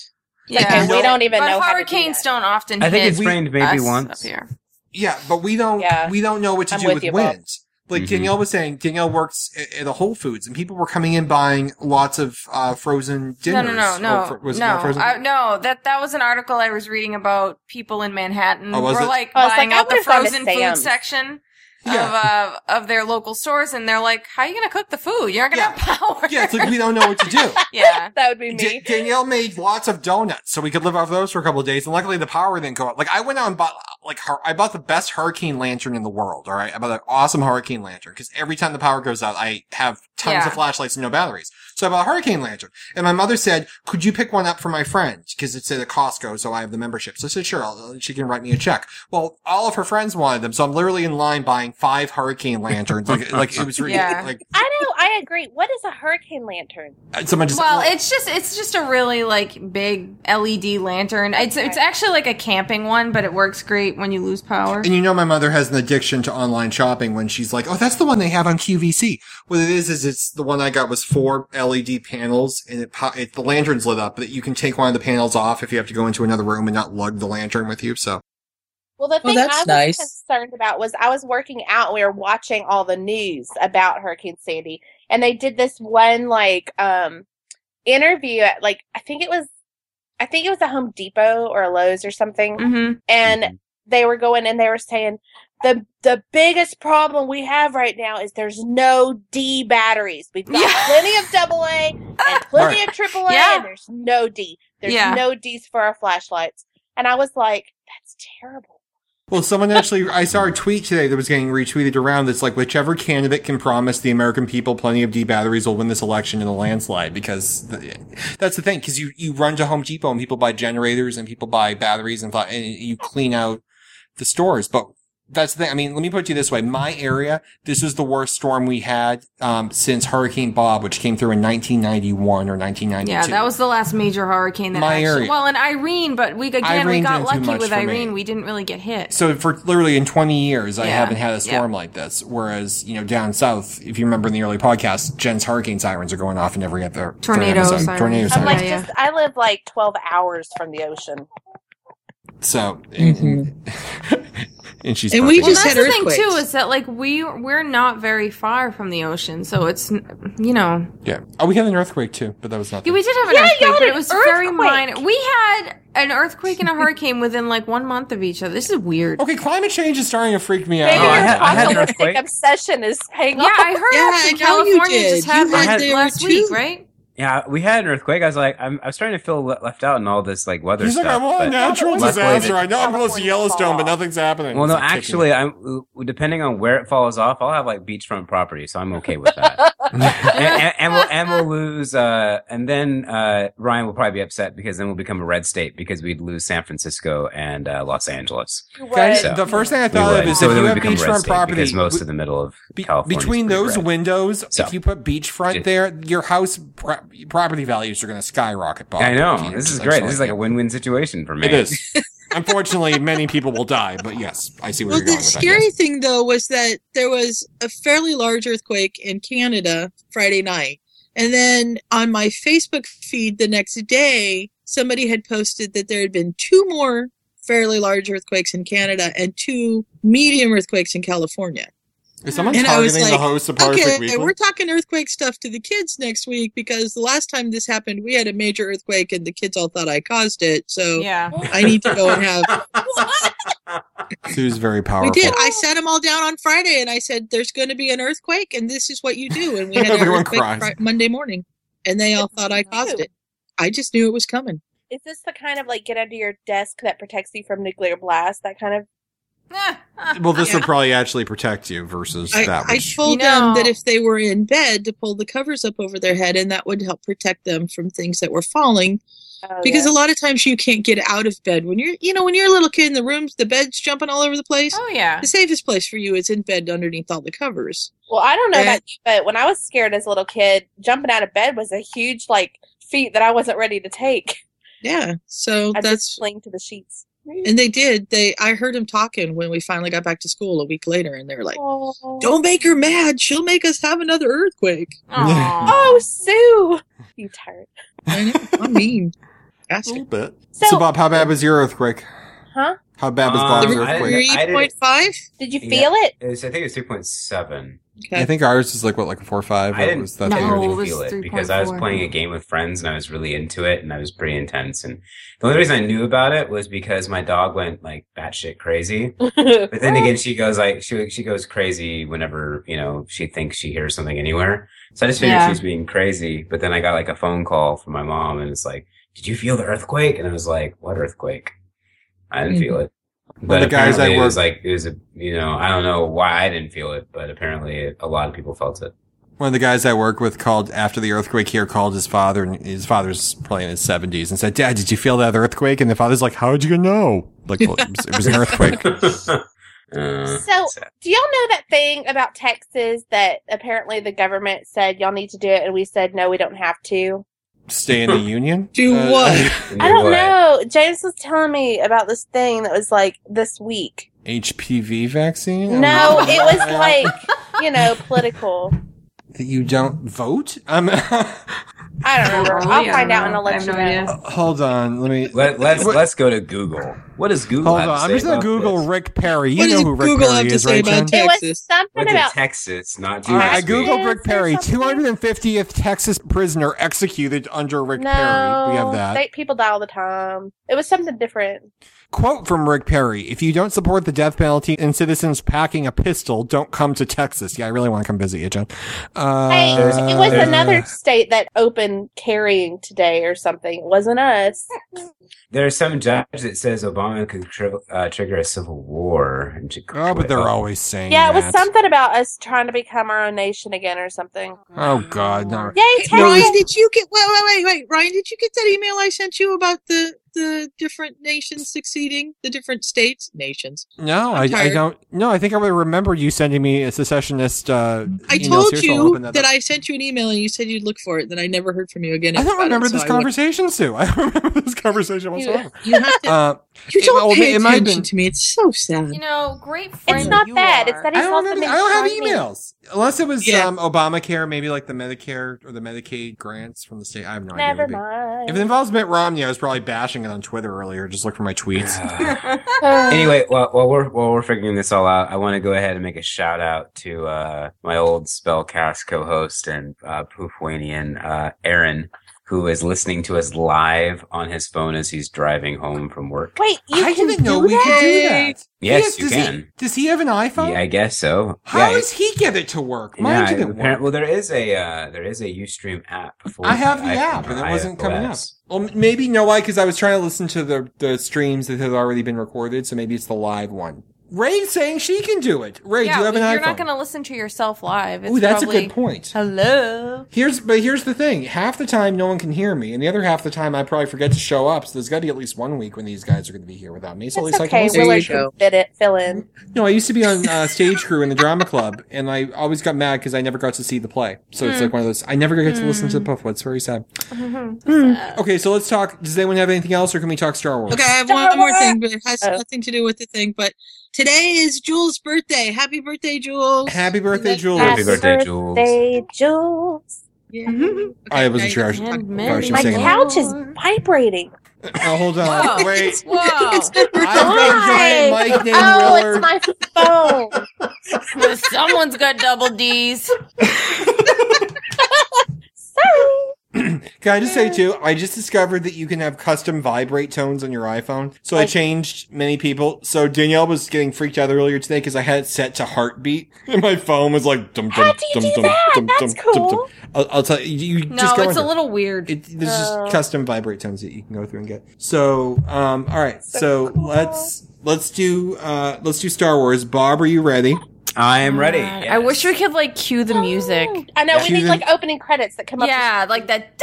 [SPEAKER 5] Yeah,
[SPEAKER 4] we don't even
[SPEAKER 5] but
[SPEAKER 4] know how to do
[SPEAKER 5] hurricanes don't often.
[SPEAKER 6] I think
[SPEAKER 5] hit
[SPEAKER 6] it's rained maybe
[SPEAKER 5] us
[SPEAKER 6] once.
[SPEAKER 5] up here.
[SPEAKER 6] Yeah, but we don't we don't know what to
[SPEAKER 4] I'm
[SPEAKER 6] do
[SPEAKER 4] with
[SPEAKER 6] with,
[SPEAKER 4] you, Bob.
[SPEAKER 6] wind. Like Danielle was saying, Danielle works a- at a Whole Foods, and people were coming in buying lots of uh, frozen
[SPEAKER 5] No,
[SPEAKER 6] dinners.
[SPEAKER 5] no, no,
[SPEAKER 6] Or
[SPEAKER 5] no,
[SPEAKER 6] fro- was it
[SPEAKER 5] no,
[SPEAKER 6] not frozen?
[SPEAKER 5] I- no. That that was an article I was reading about people in Manhattan
[SPEAKER 6] Oh, was
[SPEAKER 5] were
[SPEAKER 6] it?
[SPEAKER 5] like
[SPEAKER 4] I was
[SPEAKER 5] buying
[SPEAKER 4] like, I
[SPEAKER 5] out the
[SPEAKER 4] would've gone to
[SPEAKER 5] frozen food
[SPEAKER 4] Sam's.
[SPEAKER 5] section
[SPEAKER 6] Yeah.
[SPEAKER 5] of uh, of their local stores, and they're like, "How are you going to cook the food? You're not going to have power."
[SPEAKER 6] yeah, it's like we don't know what to do.
[SPEAKER 5] yeah,
[SPEAKER 4] that would be me.
[SPEAKER 6] D- Danielle made lots of donuts, so we could live off those for a couple of days. And luckily, the power didn't go out. Like I went out and bought like hur- I bought the best hurricane lantern in the world. All right, I bought an awesome hurricane lantern because every time the power goes out, I have tons
[SPEAKER 5] Yeah.
[SPEAKER 6] of flashlights and no batteries. So I bought a hurricane lantern, and my mother said, "Could you pick one up for my friend?" Because it's at a Costco, so I have the membership. So I said, "Sure." I'll, she can write me a check. Well, all of her friends wanted them, so I'm literally in line buying five hurricane lanterns. like, like it was really
[SPEAKER 5] Yeah.
[SPEAKER 6] like
[SPEAKER 4] I know. I agree. What is a hurricane lantern?
[SPEAKER 6] someone just
[SPEAKER 5] well, it's just it's just a really like big LED lantern. It's it's actually like a camping one, but it works great when you lose power.
[SPEAKER 6] And you know, my mother has an addiction to online shopping when she's like, oh, that's the one they have on QVC. What it is, is it's the one I got was four LED panels and it, po- it the lantern's lit up, but you can take one of the panels off if you have to go into another room and not lug the lantern with you. So
[SPEAKER 4] Well, the
[SPEAKER 2] Well,
[SPEAKER 4] thing
[SPEAKER 2] that's
[SPEAKER 4] I was
[SPEAKER 2] nice.
[SPEAKER 4] concerned about was I was working out and we were watching all the news about Hurricane Sandy, and they did this one like um interview at like I think it was I think it was a Home Depot or a Lowe's or something,
[SPEAKER 5] Mhm.
[SPEAKER 4] and they were going and they were saying the the biggest problem we have right now is there's no D batteries. We've got plenty of double A and plenty
[SPEAKER 6] Right.
[SPEAKER 4] of triple A,
[SPEAKER 5] Yeah.
[SPEAKER 4] and there's no D. There's
[SPEAKER 5] Yeah.
[SPEAKER 4] no D's for our flashlights, and I was like, that's terrible.
[SPEAKER 6] Well, someone actually, I saw a tweet today that was getting retweeted around that's like, whichever candidate can promise the American people plenty of D batteries will win this election in a landslide because th- that's the thing. Cause you, you run to Home Depot and people buy generators and people buy batteries and, fi- and you clean out the stores. But that's the thing. I mean, let me put it to you this way. My area, this was the worst storm we had, um, since Hurricane Bob, which came through in 1991 or 1992.
[SPEAKER 5] Yeah, that was the last major hurricane that
[SPEAKER 6] My
[SPEAKER 5] actually.
[SPEAKER 6] area.
[SPEAKER 5] Well, and Irene, but we again we
[SPEAKER 6] Irene
[SPEAKER 5] got
[SPEAKER 6] didn't do
[SPEAKER 5] lucky
[SPEAKER 6] much
[SPEAKER 5] with
[SPEAKER 6] for me.
[SPEAKER 5] Irene. We didn't really get hit.
[SPEAKER 6] So for literally in 20 years, I
[SPEAKER 5] Yeah.
[SPEAKER 6] haven't had a storm
[SPEAKER 5] Yeah.
[SPEAKER 6] like this. Whereas, you know, down south, if you remember in the early podcast, Jen's hurricane sirens are going off in every other third
[SPEAKER 5] Tornado
[SPEAKER 6] episode.
[SPEAKER 5] sirens.
[SPEAKER 6] Tornado
[SPEAKER 4] I'm
[SPEAKER 6] sirens.
[SPEAKER 4] like just I live like twelve hours from the ocean.
[SPEAKER 6] so, and,
[SPEAKER 3] Mm-hmm.
[SPEAKER 6] and she's
[SPEAKER 2] And we
[SPEAKER 6] perfect.
[SPEAKER 2] just
[SPEAKER 5] that's
[SPEAKER 2] had
[SPEAKER 5] the thing too
[SPEAKER 2] earthquakes.
[SPEAKER 5] is that like we we're not very far from the ocean, so it's n- you know
[SPEAKER 6] yeah. Oh, we had an earthquake too, but that was not.
[SPEAKER 5] Yeah, we did have an
[SPEAKER 4] Yeah,
[SPEAKER 5] earthquake,
[SPEAKER 4] y'all had
[SPEAKER 5] but it
[SPEAKER 4] an
[SPEAKER 5] was very
[SPEAKER 4] earthquake.
[SPEAKER 5] minor. We had an earthquake and a hurricane within like one month of each other. This is weird.
[SPEAKER 6] okay, climate change is starting to freak me out.
[SPEAKER 4] Maybe
[SPEAKER 3] I
[SPEAKER 4] your
[SPEAKER 3] had- I had an
[SPEAKER 4] apocalyptic
[SPEAKER 3] earthquake.
[SPEAKER 4] obsession is paying
[SPEAKER 5] Yeah,
[SPEAKER 4] off.
[SPEAKER 5] I heard
[SPEAKER 2] Yeah,
[SPEAKER 5] that's in
[SPEAKER 2] I know you
[SPEAKER 5] California
[SPEAKER 2] did.
[SPEAKER 5] just happened
[SPEAKER 2] You were
[SPEAKER 5] like,
[SPEAKER 2] there
[SPEAKER 5] last
[SPEAKER 2] too.
[SPEAKER 5] week, right?
[SPEAKER 3] Yeah, we had an earthquake. I was like, I'm, I was starting to feel le- left out in all this like weather
[SPEAKER 6] He's
[SPEAKER 3] stuff.
[SPEAKER 6] like, I'm on a
[SPEAKER 3] but-
[SPEAKER 6] natural
[SPEAKER 3] luckily-
[SPEAKER 6] disaster. I know I'm close to Yellowstone, but nothing's happening.
[SPEAKER 3] Well, no,
[SPEAKER 6] It's like kicking-
[SPEAKER 3] actually, I'm depending on where it falls off. I'll have like beachfront property, so I'm okay with that. and, and, and we'll and we'll lose, uh, and then uh, Ryan will probably be upset because then we'll become a red state because we'd lose San Francisco and uh, Los Angeles.
[SPEAKER 6] Guys,
[SPEAKER 3] uh,
[SPEAKER 6] the first thing I
[SPEAKER 3] we
[SPEAKER 6] thought
[SPEAKER 3] would.
[SPEAKER 6] of is
[SPEAKER 3] so
[SPEAKER 6] if
[SPEAKER 3] then
[SPEAKER 6] you
[SPEAKER 3] we
[SPEAKER 6] have
[SPEAKER 3] become a red
[SPEAKER 6] beachfront
[SPEAKER 3] state
[SPEAKER 6] property,
[SPEAKER 3] because most
[SPEAKER 6] we-
[SPEAKER 3] of the middle of
[SPEAKER 6] Be-
[SPEAKER 3] California
[SPEAKER 6] between those windows,
[SPEAKER 3] So-
[SPEAKER 6] if you put beachfront
[SPEAKER 3] It-
[SPEAKER 6] there, your house pro- property values are going to skyrocket. Bob.
[SPEAKER 3] I
[SPEAKER 6] If
[SPEAKER 3] know
[SPEAKER 6] you-
[SPEAKER 3] this is
[SPEAKER 6] I'm
[SPEAKER 3] great.
[SPEAKER 6] sorry.
[SPEAKER 3] This is like a win-win situation for me.
[SPEAKER 6] It is. Unfortunately, many people will die, but yes, I see where
[SPEAKER 2] Well,
[SPEAKER 6] you're going
[SPEAKER 2] the
[SPEAKER 6] with that. yes.
[SPEAKER 2] scary thing though was that there was a fairly large earthquake in Canada Friday night, and then on my Facebook feed the next day, somebody had posted that there had been two more fairly large earthquakes in Canada and two medium earthquakes in California.
[SPEAKER 6] Is someone
[SPEAKER 2] and I was
[SPEAKER 6] targeting the
[SPEAKER 2] like,
[SPEAKER 6] host of Perfect
[SPEAKER 2] Okay,
[SPEAKER 6] Weekly?
[SPEAKER 2] we're talking earthquake stuff to the kids next week because the last time this happened, we had a major earthquake and the kids all thought I caused it. So
[SPEAKER 5] Yeah.
[SPEAKER 2] I need to go and have
[SPEAKER 6] Sue's very powerful.
[SPEAKER 2] We did. I sat them all down on Friday and I said, "There's going to be an earthquake, and this is what you do." And we had an
[SPEAKER 6] Everyone
[SPEAKER 2] earthquake
[SPEAKER 6] cries.
[SPEAKER 2] Fri- Monday morning, and they all thought I caused it. I just knew it was coming.
[SPEAKER 4] Is this the kind of like get under your desk that protects you from nuclear blast? That kind of.
[SPEAKER 6] Well, this will probably actually protect you versus
[SPEAKER 2] I,
[SPEAKER 6] that.
[SPEAKER 2] I
[SPEAKER 6] Which,
[SPEAKER 2] told
[SPEAKER 4] You know-
[SPEAKER 2] them that if they were in bed, to pull the covers up over their head, and that would help protect them from things that were falling. because
[SPEAKER 4] oh, yeah.
[SPEAKER 2] a lot of times you can't get out of bed when you're, you know, when you're a little kid in the rooms, the bed's jumping all over the place.
[SPEAKER 5] Oh yeah.
[SPEAKER 2] the safest place for you is in bed underneath all the covers.
[SPEAKER 4] Well, I don't know
[SPEAKER 2] Yeah.
[SPEAKER 4] about you, but when I was scared as a little kid, jumping out of bed was a huge like feat that I wasn't ready to take.
[SPEAKER 2] Yeah, so
[SPEAKER 4] I
[SPEAKER 2] that's
[SPEAKER 4] just cling to the sheets.
[SPEAKER 2] And they did. They I heard them talking when we finally got back to school a week later, and they were like, "Don't make her mad. She'll make us have another earthquake."
[SPEAKER 4] Oh, Sue, you tired?
[SPEAKER 2] I know. I mean,
[SPEAKER 6] a little
[SPEAKER 2] bastard.
[SPEAKER 6] bit.
[SPEAKER 4] So-
[SPEAKER 6] So, Bob, how bad was your earthquake?
[SPEAKER 4] Huh?
[SPEAKER 6] How bad was
[SPEAKER 3] Um,
[SPEAKER 6] Bob's
[SPEAKER 3] I-
[SPEAKER 6] earthquake?
[SPEAKER 3] I
[SPEAKER 2] Three
[SPEAKER 3] did-
[SPEAKER 2] point five.
[SPEAKER 4] Did you
[SPEAKER 3] Yeah.
[SPEAKER 4] feel it?
[SPEAKER 3] It was, I think it was three point seven.
[SPEAKER 6] I think ours was like what, like a four or five.
[SPEAKER 3] I
[SPEAKER 6] Or
[SPEAKER 3] didn't,
[SPEAKER 6] was that
[SPEAKER 3] I
[SPEAKER 6] the
[SPEAKER 3] didn't
[SPEAKER 6] other-
[SPEAKER 3] really
[SPEAKER 5] this
[SPEAKER 3] feel
[SPEAKER 5] is
[SPEAKER 3] it because I was
[SPEAKER 5] 3.4.
[SPEAKER 3] playing a game with friends and I was really into it and I was pretty intense. And the only reason I knew about it was because my dog went like batshit crazy. But then again, she goes like she she goes crazy whenever you know she thinks she hears something anywhere. So I just figured
[SPEAKER 5] Yeah.
[SPEAKER 3] she was being crazy. But then I got like a phone call from my mom, and it's like, "Did you feel the earthquake?" And I was like, "What earthquake?" I didn't feel it. But
[SPEAKER 6] One of Mm-hmm. the guys
[SPEAKER 3] apparently
[SPEAKER 6] I
[SPEAKER 3] it was
[SPEAKER 6] work-
[SPEAKER 3] like it was a you know I don't know why I didn't feel it, but apparently it, a lot of people felt it.
[SPEAKER 6] One of the guys I work with called after the earthquake here, called his father, and his father's probably in his 70s, and said, Dad, did you feel that earthquake? And the father's like, How would you know? Like, well, it was- it was an earthquake.
[SPEAKER 3] Uh,
[SPEAKER 4] So, do y'all know that thing about Texas that apparently the government said y'all need to do it, and we said no, we don't have to?
[SPEAKER 6] Stay in the union?
[SPEAKER 2] Do
[SPEAKER 6] Uh,
[SPEAKER 2] what?
[SPEAKER 4] I don't know. James was telling me about this thing that was like this week.
[SPEAKER 6] HPV vaccine?
[SPEAKER 4] No, it was like, you know, political.
[SPEAKER 6] That you don't vote? Um,
[SPEAKER 4] I don't remember. I'll find out and I'll
[SPEAKER 5] Oh, I
[SPEAKER 4] let
[SPEAKER 5] have
[SPEAKER 4] you
[SPEAKER 5] no
[SPEAKER 4] know.
[SPEAKER 5] idea.
[SPEAKER 6] hold on. Let me.
[SPEAKER 3] Let, let's
[SPEAKER 6] What-
[SPEAKER 3] let's go to Google. What does Google?
[SPEAKER 6] Hold
[SPEAKER 3] have
[SPEAKER 6] on.
[SPEAKER 3] to
[SPEAKER 6] I'm
[SPEAKER 3] say
[SPEAKER 6] just going
[SPEAKER 3] about
[SPEAKER 6] to Google
[SPEAKER 3] this?
[SPEAKER 6] Rick Perry. You
[SPEAKER 2] What
[SPEAKER 6] know
[SPEAKER 2] does
[SPEAKER 6] who Rick
[SPEAKER 2] Google
[SPEAKER 6] Perry
[SPEAKER 2] have to
[SPEAKER 6] is,
[SPEAKER 2] say
[SPEAKER 6] right,
[SPEAKER 2] about
[SPEAKER 6] Jen?
[SPEAKER 2] Texas?
[SPEAKER 4] It was something
[SPEAKER 3] Went to
[SPEAKER 4] about
[SPEAKER 3] Texas, not
[SPEAKER 6] All right, I
[SPEAKER 3] Judas.
[SPEAKER 6] googled
[SPEAKER 4] Texas
[SPEAKER 6] Rick
[SPEAKER 4] or
[SPEAKER 6] Perry,
[SPEAKER 4] something?
[SPEAKER 6] 250th Texas prisoner executed under Rick
[SPEAKER 4] no.
[SPEAKER 6] Perry. We have that.
[SPEAKER 4] They, people die all the time. It was something different.
[SPEAKER 6] Quote from Rick Perry If you don't support the death penalty and citizens packing a pistol, don't come to Texas. Yeah, I really want to come visit you, John. Uh,
[SPEAKER 4] Hey, it was
[SPEAKER 6] uh,
[SPEAKER 4] another state that opened carrying today or something. It wasn't us.
[SPEAKER 3] There's some judge that says Obama could tri- uh, trigger a civil war. And she-
[SPEAKER 6] Oh, but they're always saying
[SPEAKER 4] Yeah, it was
[SPEAKER 6] that.
[SPEAKER 4] something about us trying to become our own nation again or something.
[SPEAKER 6] Oh, God. No.
[SPEAKER 4] Yay, Texas!
[SPEAKER 2] Ryan, did you get? Wait, wait, wait, wait. Ryan, did you get that email I sent you about the the different nations succeeding, the different states, nations?
[SPEAKER 6] No, I,
[SPEAKER 2] I'm
[SPEAKER 6] I
[SPEAKER 2] tired.
[SPEAKER 6] don't. No, I think I would remember you sending me a secessionist. Uh,
[SPEAKER 2] I
[SPEAKER 6] emails
[SPEAKER 2] told
[SPEAKER 6] here, so I'll
[SPEAKER 2] you
[SPEAKER 6] open
[SPEAKER 2] that,
[SPEAKER 6] up.
[SPEAKER 2] I sent you an email and you said you'd look for it. Then I never heard from you again.
[SPEAKER 6] I don't
[SPEAKER 2] about it,
[SPEAKER 6] remember
[SPEAKER 2] so
[SPEAKER 6] this
[SPEAKER 2] I went-
[SPEAKER 6] conversation, Sue. I don't remember this conversation
[SPEAKER 4] You-
[SPEAKER 6] whatsoever.
[SPEAKER 2] You have to.
[SPEAKER 6] Uh,
[SPEAKER 2] You
[SPEAKER 6] it-
[SPEAKER 2] don't
[SPEAKER 6] well, it
[SPEAKER 2] pay
[SPEAKER 6] may- it might have
[SPEAKER 2] attention
[SPEAKER 6] been-
[SPEAKER 2] to me. It's so sad.
[SPEAKER 5] You know, great friend.
[SPEAKER 4] It's not
[SPEAKER 5] you
[SPEAKER 4] that.
[SPEAKER 5] are.
[SPEAKER 4] It's that he
[SPEAKER 6] I
[SPEAKER 4] saw
[SPEAKER 6] don't, remember,
[SPEAKER 4] something
[SPEAKER 6] I don't
[SPEAKER 4] shiny.
[SPEAKER 6] have emails unless it was
[SPEAKER 2] Yeah.
[SPEAKER 6] um, Obamacare, maybe like the Medicare or the Medicaid grants from the state. I have no idea.
[SPEAKER 4] Never
[SPEAKER 6] Maybe.
[SPEAKER 4] mind.
[SPEAKER 6] If it involves Mitt Romney, I was probably bashing it on Twitter earlier. Just look for my tweets.
[SPEAKER 3] Uh,
[SPEAKER 4] Uh,
[SPEAKER 3] anyway, while, while we're while we're figuring this all out, I want to go ahead and make a shout out to uh, my old Spellcast co-host and uh, Poofwanian, uh Aaron, who is listening to us live on his phone as he's driving home from work.
[SPEAKER 4] Wait, you
[SPEAKER 6] I
[SPEAKER 4] can
[SPEAKER 6] didn't know
[SPEAKER 4] do
[SPEAKER 6] we
[SPEAKER 4] that?
[SPEAKER 6] could do that.
[SPEAKER 3] Yes,
[SPEAKER 6] He
[SPEAKER 3] you
[SPEAKER 6] has- does
[SPEAKER 3] can.
[SPEAKER 6] He, does he have an iPhone?
[SPEAKER 3] Yeah, I guess so.
[SPEAKER 6] How
[SPEAKER 3] yeah,
[SPEAKER 6] does he get it to work? Mine
[SPEAKER 3] yeah,
[SPEAKER 6] didn't
[SPEAKER 3] apparent-
[SPEAKER 6] work.
[SPEAKER 3] well, there is a uh, there is a UStream app. For
[SPEAKER 6] I have the
[SPEAKER 3] iPhone
[SPEAKER 6] app, and
[SPEAKER 3] or
[SPEAKER 6] it wasn't coming up.
[SPEAKER 3] iOS.
[SPEAKER 6] Well, m- maybe you know why? Because I was trying to listen to the the streams that had already been recorded, so maybe it's the live one. Ray's saying she can do it. Ray,
[SPEAKER 5] yeah,
[SPEAKER 6] do you have an
[SPEAKER 5] but
[SPEAKER 6] iPhone?
[SPEAKER 5] you're not going to listen to yourself live. It's
[SPEAKER 6] Ooh, that's
[SPEAKER 5] probably,
[SPEAKER 6] a good point.
[SPEAKER 5] Hello.
[SPEAKER 6] Here's but here's the thing. Half the time no one can hear me, and the other half the time I probably forget to show up. So there's got to be at least one week when these guys are going to be here without me. So at
[SPEAKER 4] It's
[SPEAKER 6] least
[SPEAKER 4] okay.
[SPEAKER 6] I can.
[SPEAKER 4] Willard
[SPEAKER 6] Listen.
[SPEAKER 2] go.
[SPEAKER 4] can fit it, fill in.
[SPEAKER 6] No, I used to be on uh, stage crew in the drama club, and I always got mad because I never got to see the play. So it's like one of those. I never get to listen to the puff. It's very sad. Mm-hmm. Okay, so let's talk. Does anyone have anything else, or can we talk Star Wars?
[SPEAKER 2] Okay, I have
[SPEAKER 4] Star
[SPEAKER 2] one more
[SPEAKER 4] Wars!
[SPEAKER 2] thing, but it has
[SPEAKER 4] Oh.
[SPEAKER 2] nothing to do with the thing. But today is Jules' birthday. Happy birthday, Jules!
[SPEAKER 6] Happy birthday, Jules.
[SPEAKER 3] Happy birthday, Jules.
[SPEAKER 4] birthday, Jules.
[SPEAKER 2] Yeah.
[SPEAKER 5] Mhm.
[SPEAKER 6] I
[SPEAKER 2] Okay,
[SPEAKER 6] wasn't
[SPEAKER 2] now you
[SPEAKER 6] sure I
[SPEAKER 2] can
[SPEAKER 6] was-
[SPEAKER 2] talk
[SPEAKER 5] And
[SPEAKER 2] about
[SPEAKER 6] I was
[SPEAKER 5] Mary
[SPEAKER 6] just
[SPEAKER 4] My
[SPEAKER 6] saying-
[SPEAKER 4] couch is vibrating.
[SPEAKER 6] Oh, hold on.
[SPEAKER 5] Whoa.
[SPEAKER 6] Wait.
[SPEAKER 5] Whoa.
[SPEAKER 2] It's her birthday.
[SPEAKER 6] I've
[SPEAKER 4] Why?
[SPEAKER 6] got a giant mic named
[SPEAKER 4] Oh,
[SPEAKER 6] Willard.
[SPEAKER 4] it's my phone.
[SPEAKER 5] Someone's got double D's.
[SPEAKER 4] Sorry.
[SPEAKER 6] Can Can I just say too? I just discovered that you can have custom vibrate tones on your iPhone. So I changed many people. So Danielle was getting freaked out earlier today because I had it set to heartbeat, and my phone was like dum dum dum dum dum dum dum. I'll, I'll tell you. you
[SPEAKER 5] No,
[SPEAKER 6] just go
[SPEAKER 5] it's
[SPEAKER 6] into
[SPEAKER 5] a
[SPEAKER 6] it.
[SPEAKER 5] little weird.
[SPEAKER 6] There's just custom vibrate tones that you can go through and get. So, um, all right. So, let's let's do uh let's do Star Wars. Bob, are you ready?
[SPEAKER 3] I am ready.
[SPEAKER 5] Uh, I wish we could like cue the music.
[SPEAKER 4] I know we
[SPEAKER 6] Cue
[SPEAKER 4] need
[SPEAKER 6] the-
[SPEAKER 4] like opening credits that come up.
[SPEAKER 5] Yeah, like that.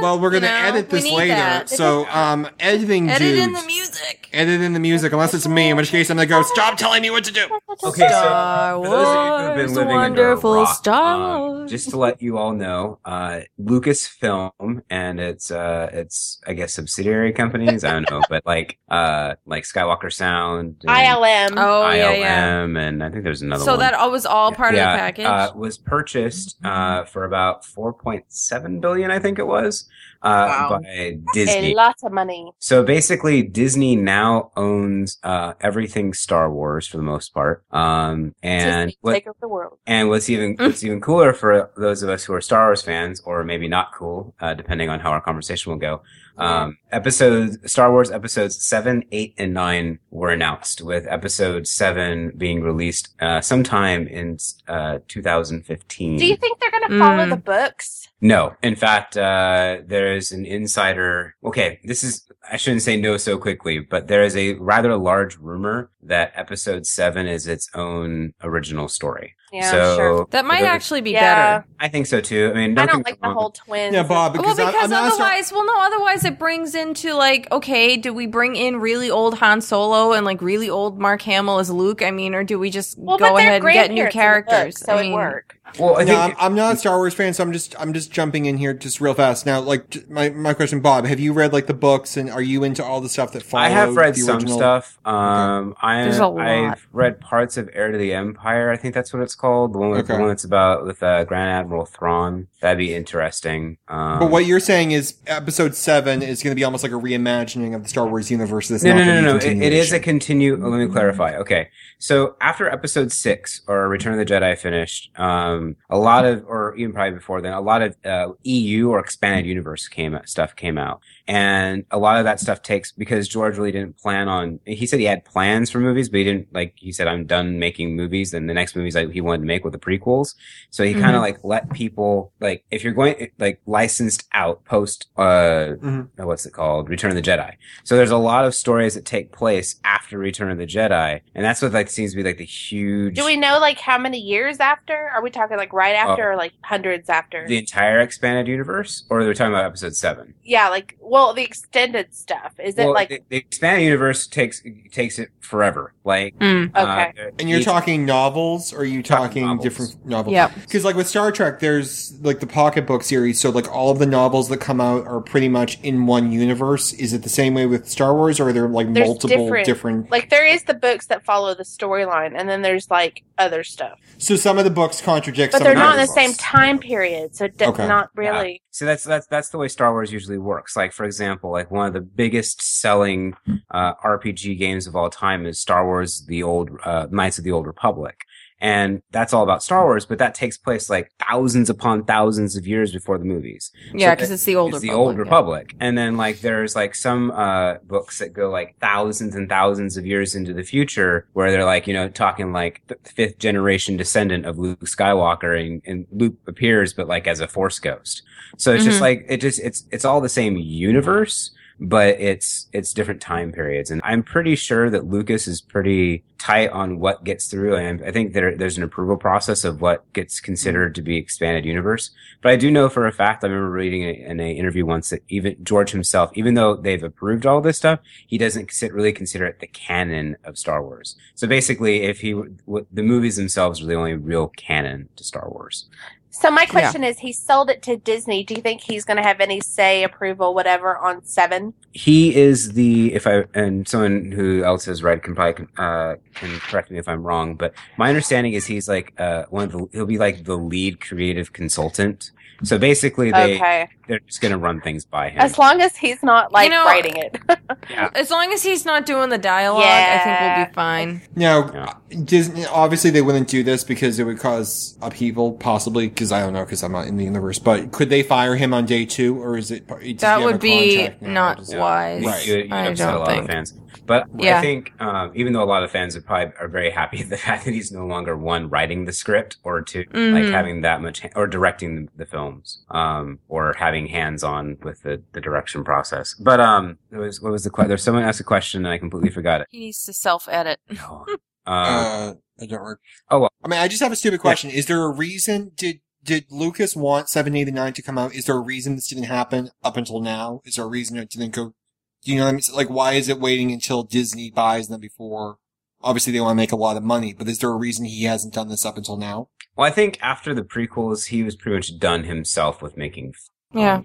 [SPEAKER 6] Well, we're gonna
[SPEAKER 5] You know,
[SPEAKER 6] edit
[SPEAKER 5] we
[SPEAKER 6] this
[SPEAKER 5] need
[SPEAKER 6] later.
[SPEAKER 5] that.
[SPEAKER 6] So, um, editing
[SPEAKER 5] Edit
[SPEAKER 6] dudes.
[SPEAKER 5] in the music.
[SPEAKER 6] Edit in the music, unless it's me, in which case I'm gonna go. Stop telling me what to do.
[SPEAKER 3] Okay, so
[SPEAKER 5] Star
[SPEAKER 3] for those of you who have been
[SPEAKER 5] Wars,
[SPEAKER 3] living under a
[SPEAKER 5] wonderful
[SPEAKER 3] rock,
[SPEAKER 5] Star
[SPEAKER 3] um, just to let you all know, uh, Lucasfilm and its uh, its I guess subsidiary companies. I don't know, but like uh, like Skywalker Sound, and
[SPEAKER 4] ILM.
[SPEAKER 5] Oh
[SPEAKER 3] ILM,
[SPEAKER 5] yeah, yeah.
[SPEAKER 3] and I think there's another
[SPEAKER 5] So
[SPEAKER 3] one.
[SPEAKER 5] that all was all Oh, part
[SPEAKER 3] yeah,
[SPEAKER 5] of the package.
[SPEAKER 3] Uh, was purchased uh, for about 4.7 billion, I think it was, uh, by Disney.
[SPEAKER 4] A lot of money.
[SPEAKER 3] So basically, Disney now owns uh, everything Star Wars for the most part. Um, and
[SPEAKER 4] Disney,
[SPEAKER 3] what-
[SPEAKER 4] take over the world.
[SPEAKER 3] and what's even
[SPEAKER 5] Mm.
[SPEAKER 3] what's even cooler for those of us who are Star Wars fans, or maybe not cool, uh, depending on how our conversation will go. Um, episodes Star Wars episodes seven, eight, and nine were announced, with episode seven being released uh, sometime in uh, 2015.
[SPEAKER 4] Do
[SPEAKER 6] Mm.
[SPEAKER 4] you think they're gonna follow the books?
[SPEAKER 3] No. In fact, uh, there is an insider. Okay, this is, I shouldn't say no so quickly, but there is a rather large rumor that episode seven is its own original story.
[SPEAKER 5] Yeah,
[SPEAKER 3] so
[SPEAKER 5] sure. That might
[SPEAKER 3] there-
[SPEAKER 5] actually be Yeah. better.
[SPEAKER 3] I think so too. I mean, don't
[SPEAKER 5] I don't
[SPEAKER 3] get me
[SPEAKER 5] like the
[SPEAKER 3] wrong.
[SPEAKER 5] whole twins.
[SPEAKER 6] Yeah, Bob,
[SPEAKER 5] well,
[SPEAKER 6] because, I-
[SPEAKER 5] because
[SPEAKER 6] I'm not a Star-
[SPEAKER 5] otherwise, well, no, otherwise it brings into like, okay, do we bring in really old Han Solo and like really old Mark Hamill as Luke? I mean, or do we just go
[SPEAKER 4] but they're
[SPEAKER 5] ahead and get
[SPEAKER 4] grandparents in
[SPEAKER 5] new
[SPEAKER 4] the book,
[SPEAKER 5] characters?
[SPEAKER 4] so
[SPEAKER 5] I
[SPEAKER 4] it
[SPEAKER 5] mean,
[SPEAKER 4] worked.
[SPEAKER 3] Well,
[SPEAKER 6] no, I'm, I'm not a Star Wars fan, so I'm just I'm just jumping in here just real fast. Now, like j- my my question, Bob, have you read like the books and are you into all the stuff that followed?
[SPEAKER 3] I have read
[SPEAKER 6] the
[SPEAKER 3] some
[SPEAKER 6] original?
[SPEAKER 3] stuff. Um, I,
[SPEAKER 6] There's a lot.
[SPEAKER 3] I've read parts of Heir to the Empire. I think that's what it's called. The one, with, the
[SPEAKER 6] Okay.
[SPEAKER 3] one that's about with uh, Grand Admiral Thrawn. That'd be interesting. Um,
[SPEAKER 6] But what you're saying is episode seven is going to be almost like a reimagining of the Star Wars universe. This
[SPEAKER 3] no, no, no, no. It, it is a continue. Let me clarify. Okay, so after episode six or Return of the Jedi finished, um, a lot of, or even probably before then, a lot of uh, EU or expanded universe came stuff came out, and a lot of that stuff takes because George really didn't plan on. He said he had plans for movies, but he didn't like. He said, "I'm done making movies." Then the next movies that he wanted to make were the prequels, so he kind
[SPEAKER 9] Mhm.
[SPEAKER 3] of like let people like if you're going like licensed out post uh
[SPEAKER 6] Mhm.
[SPEAKER 3] uh, what's it called return of the jedi so there's a lot of stories that take place after return of the jedi and that's what like seems to be like the huge
[SPEAKER 4] Do we know like how many years after? Are we talking like right
[SPEAKER 5] Uh,
[SPEAKER 4] after
[SPEAKER 3] Oh.
[SPEAKER 4] or like hundreds after?
[SPEAKER 3] the entire expanded universe or they're talking about episode 7
[SPEAKER 4] yeah, like well, the extended stuff. Is it
[SPEAKER 3] well,
[SPEAKER 4] like
[SPEAKER 3] the, the expanded universe takes takes it forever like
[SPEAKER 4] Hmm,
[SPEAKER 3] uh,
[SPEAKER 6] and you're
[SPEAKER 3] each-
[SPEAKER 6] talking novels, or are you talking, different novels?
[SPEAKER 5] Yep.
[SPEAKER 6] Because like with Star Trek, there's like the pocketbook series, so like all of the novels that come out are pretty much in one universe. Is it the same way with Star Wars, or are there like
[SPEAKER 4] there's
[SPEAKER 6] multiple
[SPEAKER 4] different,
[SPEAKER 6] different?
[SPEAKER 4] Like there is the books that follow the storyline, and then there's like other stuff,
[SPEAKER 6] so some of the books contradict,
[SPEAKER 4] but
[SPEAKER 6] some
[SPEAKER 4] they're
[SPEAKER 6] of the
[SPEAKER 4] not in
[SPEAKER 6] other
[SPEAKER 4] the same
[SPEAKER 6] books.
[SPEAKER 4] time period, so d-
[SPEAKER 3] Okay.
[SPEAKER 4] not
[SPEAKER 3] Yeah.
[SPEAKER 4] really.
[SPEAKER 3] So that's that's that's the way Star Wars usually works. Like for example, like one of the biggest selling uh, RPG games of all time is Star Wars: The Old uh, Knights of the Old Republic, and that's all about Star Wars. But that takes place like thousands upon thousands of years before the movies.
[SPEAKER 5] Yeah,
[SPEAKER 3] So
[SPEAKER 5] 'cause
[SPEAKER 3] that-
[SPEAKER 5] it's the Old
[SPEAKER 3] it's the
[SPEAKER 5] Republic,
[SPEAKER 3] Old
[SPEAKER 5] yeah.
[SPEAKER 3] Republic, and then like there's like some uh, books that go like thousands and thousands of years into the future, where they're like you know talking like the fifth generation descendant of Luke Skywalker, and, and Luke appears but like as a Force ghost. So it's
[SPEAKER 9] Mhm.
[SPEAKER 3] just like it just it's it's all the same universe, but it's it's different time periods. And I'm pretty sure that Lucas is pretty tight on what gets through. And I think there there's an approval process of what gets considered to be expanded universe. But I do know for a fact I remember reading a, in an interview once that even George himself, even though they've approved all this stuff, he doesn't consi- really consider it the canon of Star Wars. So basically, if he w- w- the movies themselves are the only real canon to Star Wars.
[SPEAKER 4] So my
[SPEAKER 3] Yeah.
[SPEAKER 4] question is, he sold it to Disney. Do you think he's going to have any say, approval, whatever on Seven?
[SPEAKER 3] he is the if I and someone who else is right can probably uh, can correct me if I'm wrong, but my understanding is he's like uh, one of the he'll be like the lead creative consultant, So basically, they
[SPEAKER 4] Okay.
[SPEAKER 3] they're just going to run things by him.
[SPEAKER 4] As long as he's not like
[SPEAKER 5] You know-
[SPEAKER 4] writing it.
[SPEAKER 5] As long as he's not doing the dialogue, I think we'll be fine.
[SPEAKER 6] Now, Disney, obviously they wouldn't do this because it would cause upheaval, possibly, because I don't know, because I'm not in the universe, but could they fire him on day two, or is it, does
[SPEAKER 5] That
[SPEAKER 6] he have a
[SPEAKER 5] would be
[SPEAKER 6] contract now?
[SPEAKER 5] not wise.
[SPEAKER 3] Right. You, you
[SPEAKER 5] I
[SPEAKER 3] upset a
[SPEAKER 5] don't
[SPEAKER 3] lot
[SPEAKER 5] think.
[SPEAKER 3] of fans. But
[SPEAKER 5] Yeah.
[SPEAKER 3] I think um, even though a lot of fans are probably are very happy the fact that he's no longer one writing the script or 2
[SPEAKER 5] Mhm.
[SPEAKER 3] like having that much or directing the, the films um, or having hands on with the, the direction process. But um, it was what was the question? There's someone asked a question and I completely forgot it. Um,
[SPEAKER 5] He needs to self edit.
[SPEAKER 6] Uh, I don't work.
[SPEAKER 3] Oh, well.
[SPEAKER 6] I mean, I just have a stupid question. Is there a reason, did, did Lucas want 789 to come out? Is there a reason this didn't happen up until now? Is there a reason it didn't go, do you know what I mean? So, Like, why is it waiting until Disney buys them before? Obviously they want to make a lot of money, but is there a reason he hasn't done this up until now?
[SPEAKER 3] Well, I think after the prequels, he was pretty much done himself with making.
[SPEAKER 5] Yeah.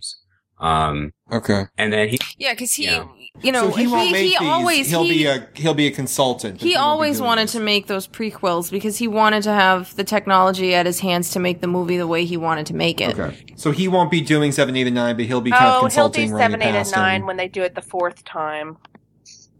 [SPEAKER 3] Um,
[SPEAKER 6] okay.
[SPEAKER 3] And then he
[SPEAKER 5] Yeah, because he,
[SPEAKER 3] Yeah.
[SPEAKER 5] you know,
[SPEAKER 6] so he,
[SPEAKER 5] he,
[SPEAKER 6] won't
[SPEAKER 5] he,
[SPEAKER 6] make these.
[SPEAKER 5] always
[SPEAKER 6] he'll
[SPEAKER 5] he,
[SPEAKER 6] be a he'll be a consultant.
[SPEAKER 5] he always wanted to make those prequels because he wanted to have the technology at his hands to make the movie the way he wanted to make it.
[SPEAKER 6] Okay. So he won't be doing seven eight and nine, but he'll be kind of
[SPEAKER 4] Oh, he'll do
[SPEAKER 6] consulting. running
[SPEAKER 4] seven, eight, and
[SPEAKER 6] past him.
[SPEAKER 4] nine when they do it the fourth time.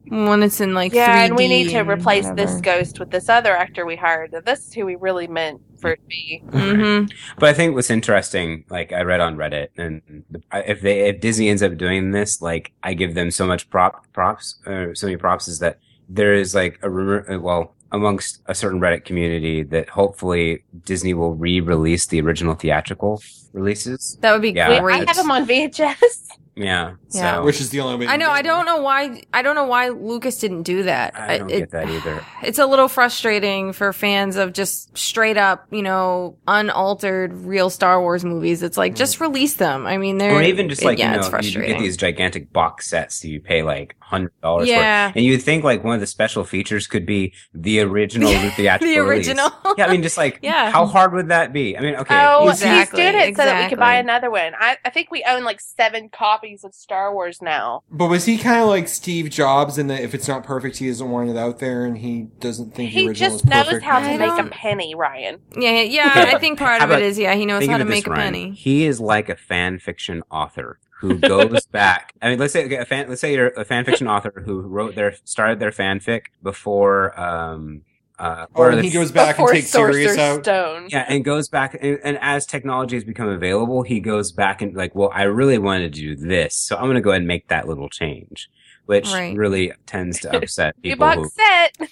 [SPEAKER 5] When it's in like
[SPEAKER 4] yeah, and we
[SPEAKER 5] 3D
[SPEAKER 4] need to
[SPEAKER 5] and
[SPEAKER 4] replace this
[SPEAKER 5] whatever.
[SPEAKER 4] ghost with this other actor we hired. This is who we really meant for it to be.
[SPEAKER 5] Mm-hmm.
[SPEAKER 3] But I think what's interesting, like I read on Reddit, and the- I- if they if Disney ends up doing this, like I give them so much prop props, or so many props, is that there is like a rumor, uh, well, amongst a certain Reddit community that hopefully Disney will re-release the original theatrical releases.
[SPEAKER 5] That would be
[SPEAKER 3] Yeah.
[SPEAKER 4] I
[SPEAKER 5] great.
[SPEAKER 4] have him on VHS.
[SPEAKER 3] Yeah,
[SPEAKER 5] Yeah.
[SPEAKER 3] so
[SPEAKER 6] which is the only way.
[SPEAKER 5] I know. I don't know why. I don't know why Lucas didn't do that.
[SPEAKER 3] I don't
[SPEAKER 5] it,
[SPEAKER 3] get that either.
[SPEAKER 5] it's a little frustrating for fans of just straight up, you know, unaltered real Star Wars movies. It's like just release them. I mean, they're
[SPEAKER 3] or even just like
[SPEAKER 5] yeah,
[SPEAKER 3] you know,
[SPEAKER 5] it's
[SPEAKER 3] you, you
[SPEAKER 5] frustrating.
[SPEAKER 3] get these gigantic box sets that you pay like hundred dollars
[SPEAKER 5] Yeah.
[SPEAKER 3] for, and you'd think like one of the special features could be the original theatrical.
[SPEAKER 5] the
[SPEAKER 3] release.
[SPEAKER 5] original.
[SPEAKER 3] Yeah, I mean, just like
[SPEAKER 5] Yeah.
[SPEAKER 3] how hard would that be? I mean, okay,
[SPEAKER 4] oh,
[SPEAKER 5] Exactly,
[SPEAKER 4] he's doing it so that we could buy
[SPEAKER 5] exactly.
[SPEAKER 4] another one. I, I think we own like seven copies of Star Wars now.
[SPEAKER 6] But was he kind of like Steve Jobs in that if it's not perfect, he doesn't want it out there, and he doesn't think the
[SPEAKER 4] He
[SPEAKER 6] original
[SPEAKER 4] just
[SPEAKER 6] is
[SPEAKER 4] knows
[SPEAKER 6] perfect?
[SPEAKER 4] how to
[SPEAKER 5] I
[SPEAKER 4] make a
[SPEAKER 5] don't-
[SPEAKER 4] penny, Ryan.
[SPEAKER 5] yeah, yeah.
[SPEAKER 3] Okay,
[SPEAKER 5] I
[SPEAKER 3] but
[SPEAKER 5] think part
[SPEAKER 3] how
[SPEAKER 5] of it
[SPEAKER 3] about-
[SPEAKER 5] is yeah, he knows
[SPEAKER 3] think
[SPEAKER 5] how
[SPEAKER 3] of
[SPEAKER 5] to
[SPEAKER 3] it this,
[SPEAKER 5] make a
[SPEAKER 3] Ryan.
[SPEAKER 5] penny.
[SPEAKER 3] He is like a fan fiction author who goes back. I mean, let's say okay, a fan. Let's say you're a fan fiction author who wrote their started their fanfic before. Um, uh,
[SPEAKER 6] Or
[SPEAKER 3] the-
[SPEAKER 6] he goes back Oh, and
[SPEAKER 4] Before
[SPEAKER 6] takes Sirius
[SPEAKER 4] Sorcerer's
[SPEAKER 6] out.
[SPEAKER 4] Stone.
[SPEAKER 3] Yeah, and goes back, and, and as technology has become available, he goes back and like, well, I really wanted to do this, so I'm going to go ahead and make that little change, which
[SPEAKER 5] Right.
[SPEAKER 3] really tends to upset
[SPEAKER 4] You
[SPEAKER 3] people. who,
[SPEAKER 4] box set.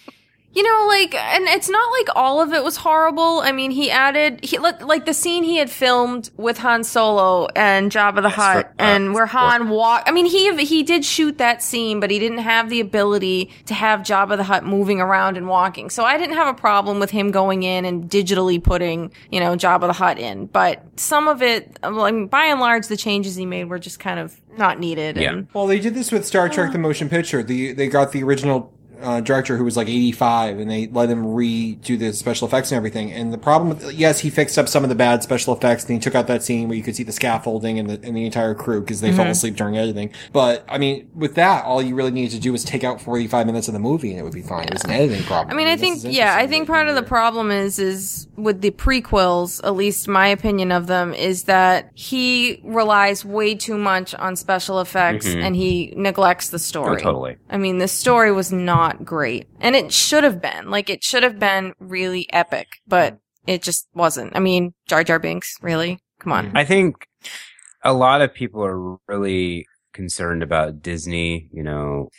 [SPEAKER 5] You know, like, and it's not like all of it was horrible. I mean, he added, he like, like the scene he had filmed with Han Solo and Jabba the
[SPEAKER 3] Yes,
[SPEAKER 5] Hutt,
[SPEAKER 3] for- uh,
[SPEAKER 5] and where
[SPEAKER 3] for-
[SPEAKER 5] Han walked. I mean, he he did shoot that scene, but he didn't have the ability to have Jabba the Hutt moving around and walking. So I didn't have a problem with him going in and digitally putting, you know, Jabba the Hutt in. But some of it, like, by and large, the changes he made were just kind of not needed.
[SPEAKER 3] Yeah.
[SPEAKER 5] And,
[SPEAKER 6] Well, they did this with Star Trek: The Motion Picture. The they got the original uh, director who was like 85, and they let him redo the special effects and everything. And the problem, with, yes, he fixed up some of the bad special effects, and he took out that scene where you could see the scaffolding and the and the entire crew because they fell
[SPEAKER 5] Mhm.
[SPEAKER 6] asleep during editing. But I mean, with that, all you really needed to do was take out 45 minutes of the movie, and it would be fine. It was an editing problem.
[SPEAKER 5] I mean, I
[SPEAKER 6] this
[SPEAKER 5] think
[SPEAKER 6] is
[SPEAKER 5] yeah, I think part of the problem is is with the prequels, at least my opinion of them is that he relies way too much on special effects
[SPEAKER 3] Mhm.
[SPEAKER 5] and he neglects the
[SPEAKER 3] oh,
[SPEAKER 5] story.
[SPEAKER 3] totally.
[SPEAKER 5] I mean, the story was not great, and it should have been like it should have been really epic, but it just wasn't. I mean, Jar Jar Binks, really? Come on.
[SPEAKER 3] I think a lot of people are really concerned about Disney. You know,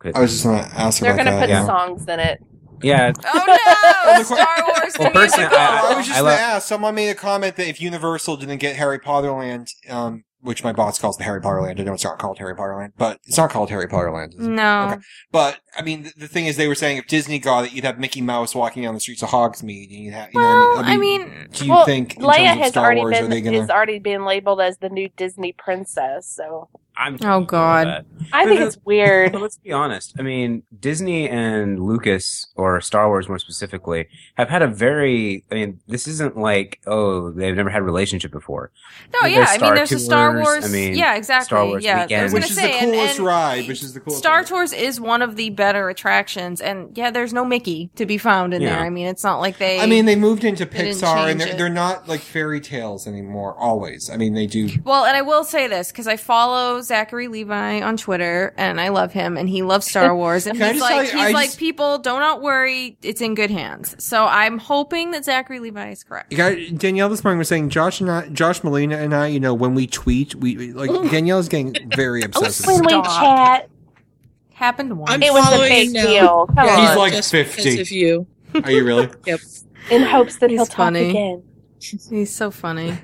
[SPEAKER 3] could-
[SPEAKER 6] I was just going to ask
[SPEAKER 4] They're
[SPEAKER 6] about
[SPEAKER 4] gonna
[SPEAKER 6] that.
[SPEAKER 4] put
[SPEAKER 3] yeah.
[SPEAKER 4] songs in it.
[SPEAKER 3] yeah.
[SPEAKER 5] Oh no, Star Wars the
[SPEAKER 3] Well, personally,
[SPEAKER 5] musical.
[SPEAKER 6] uh, I was just
[SPEAKER 3] I
[SPEAKER 6] going
[SPEAKER 3] love-
[SPEAKER 6] to ask. Someone made a comment that if Universal didn't get Harry Potter Land, um, which my boss calls the Harry Potter Land, I know it's not called Harry Potter Land, but it's not called Harry Potter Land. is it?
[SPEAKER 5] no.
[SPEAKER 6] Okay. But I mean, the, the thing is, they were saying if Disney got it, you'd have Mickey Mouse walking down the streets of Hogsmeade, and you'd have. You know,
[SPEAKER 5] Well,
[SPEAKER 6] what
[SPEAKER 5] I mean,
[SPEAKER 6] do you
[SPEAKER 4] well,
[SPEAKER 6] think in
[SPEAKER 4] Leia
[SPEAKER 6] terms of
[SPEAKER 4] has
[SPEAKER 6] Star
[SPEAKER 4] already
[SPEAKER 6] Wars, are
[SPEAKER 4] been
[SPEAKER 6] they gonna?
[SPEAKER 4] is already being labeled as the new Disney princess? So
[SPEAKER 3] I'm
[SPEAKER 5] Oh God.
[SPEAKER 4] I think it's weird.
[SPEAKER 3] Let's be honest. I mean, Disney and Lucas, or Star Wars more specifically, have had a very. I mean, this isn't like oh they've never had a relationship before.
[SPEAKER 5] No, Oh, yeah, I mean, there's a Star Wars- yeah, exactly,
[SPEAKER 3] Star Wars
[SPEAKER 5] yeah, I
[SPEAKER 3] weekends.
[SPEAKER 5] was gonna Which is the say, and- coolest and-
[SPEAKER 6] ride, which is the coolest.
[SPEAKER 5] Star Tours is one of the better attractions, and yeah, there's no Mickey to be found in
[SPEAKER 6] Yeah.
[SPEAKER 5] there. I mean, it's not like they.
[SPEAKER 6] I mean, they moved into
[SPEAKER 5] they didn't
[SPEAKER 6] Pixar, and
[SPEAKER 5] change
[SPEAKER 6] they're,
[SPEAKER 5] it.
[SPEAKER 6] they're not like fairy tales anymore. Always, I mean, they do.
[SPEAKER 5] Well, and I will say this because I follow Zachary Levi on Twitter, and I love him, and he loves Star Wars, and
[SPEAKER 4] Can I
[SPEAKER 5] he's
[SPEAKER 4] just tell
[SPEAKER 5] like,
[SPEAKER 4] you,
[SPEAKER 5] he's
[SPEAKER 4] I
[SPEAKER 5] like,
[SPEAKER 4] just-
[SPEAKER 5] people, do not worry, it's in good hands. So I'm hoping that Zachary Levi is correct.
[SPEAKER 6] You got, Danielle this morning was saying Josh and I, Josh Molina and I, you know, when we tweet, we- we like Danielle's getting very obsessed. with this.
[SPEAKER 4] chat.
[SPEAKER 5] Happened once.
[SPEAKER 2] I'm following now. Yeah,
[SPEAKER 6] He's like
[SPEAKER 2] just because
[SPEAKER 6] fifty.
[SPEAKER 2] of you.
[SPEAKER 6] Are you really?
[SPEAKER 2] Yep.
[SPEAKER 4] In hopes that
[SPEAKER 5] He's
[SPEAKER 4] he'll
[SPEAKER 5] funny.
[SPEAKER 4] talk again.
[SPEAKER 5] He's so funny.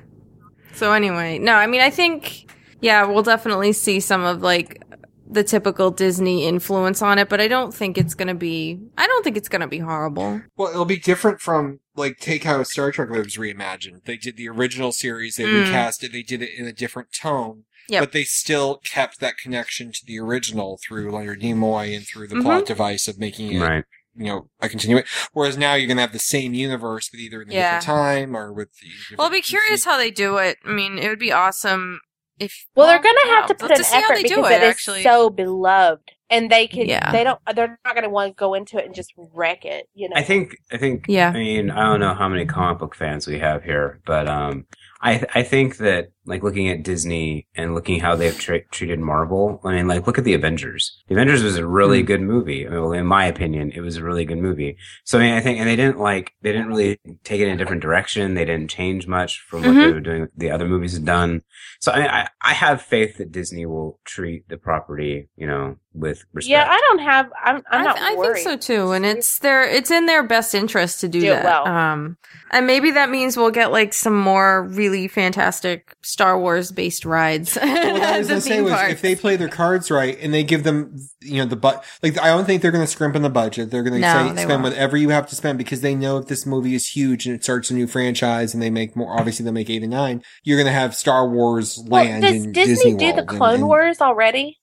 [SPEAKER 5] So anyway, no, I mean, I think, yeah, we'll definitely see some of like the typical Disney influence on it, but I don't think it's gonna be. I don't think it's gonna be horrible.
[SPEAKER 6] Well, it'll be different from like take how Star Trek was reimagined. They did the original series, they
[SPEAKER 5] Mm.
[SPEAKER 6] recast it, they did it in a different tone,
[SPEAKER 5] Yep.
[SPEAKER 6] but they still kept that connection to the original through Leonard Nimoy and through the
[SPEAKER 5] Mhm.
[SPEAKER 6] plot device of making it,
[SPEAKER 3] Right.
[SPEAKER 6] you know, a continuation. Whereas now you're going to have the same universe, but either in a
[SPEAKER 5] Yeah.
[SPEAKER 6] different time or with the
[SPEAKER 5] Well, I'll be curious how they do it. I mean, it would be awesome if.
[SPEAKER 4] Well, they're gonna have
[SPEAKER 5] yeah,
[SPEAKER 4] to put
[SPEAKER 5] let's
[SPEAKER 4] in
[SPEAKER 5] just see how
[SPEAKER 4] effort
[SPEAKER 5] they do
[SPEAKER 4] because
[SPEAKER 5] it,
[SPEAKER 4] it is
[SPEAKER 5] actually.
[SPEAKER 4] so beloved, and they can.
[SPEAKER 3] Yeah.
[SPEAKER 4] They don't. They're not gonna want to go into it and just wreck it. You know.
[SPEAKER 3] I think I think
[SPEAKER 5] Yeah.
[SPEAKER 3] I mean, I don't know how many comic book fans we have here, but um I I think that like looking at Disney and looking how they've tra- treated Marvel, I mean like look at the Avengers. The Avengers was a really good movie. I mean, well, in my opinion, it was a really good movie. So I mean, I think and they didn't like they didn't really take it in a different direction. They didn't change much from what they
[SPEAKER 5] Mhm.
[SPEAKER 3] were doing the other movies had done. So I mean, I I have faith that Disney will treat the property, you know, with respect.
[SPEAKER 4] Yeah, I don't have. I'm. I'm not
[SPEAKER 5] I
[SPEAKER 4] worried.
[SPEAKER 5] think so too, and it's their it's in their best interest to do,
[SPEAKER 4] Do it
[SPEAKER 5] that.
[SPEAKER 4] well.
[SPEAKER 5] Um, and maybe that means we'll get like some more really fantastic Star Wars based rides.
[SPEAKER 6] Well, what I was
[SPEAKER 5] The
[SPEAKER 6] going to say
[SPEAKER 5] theme
[SPEAKER 6] was
[SPEAKER 5] park.
[SPEAKER 6] if they play their cards right and they give them, you know, the but like I don't think they're going to scrimp on the budget. They're going to
[SPEAKER 5] No,
[SPEAKER 6] say
[SPEAKER 5] they
[SPEAKER 6] spend
[SPEAKER 5] won't.
[SPEAKER 6] whatever you have to spend because they know if this movie is huge and it starts a new franchise and they make more. Obviously, they make eight and nine. You're going to have Star Wars land.
[SPEAKER 4] Does
[SPEAKER 6] and
[SPEAKER 4] Disney,
[SPEAKER 6] Disney
[SPEAKER 4] do the
[SPEAKER 6] World and-
[SPEAKER 4] Clone
[SPEAKER 6] and-
[SPEAKER 4] Wars already?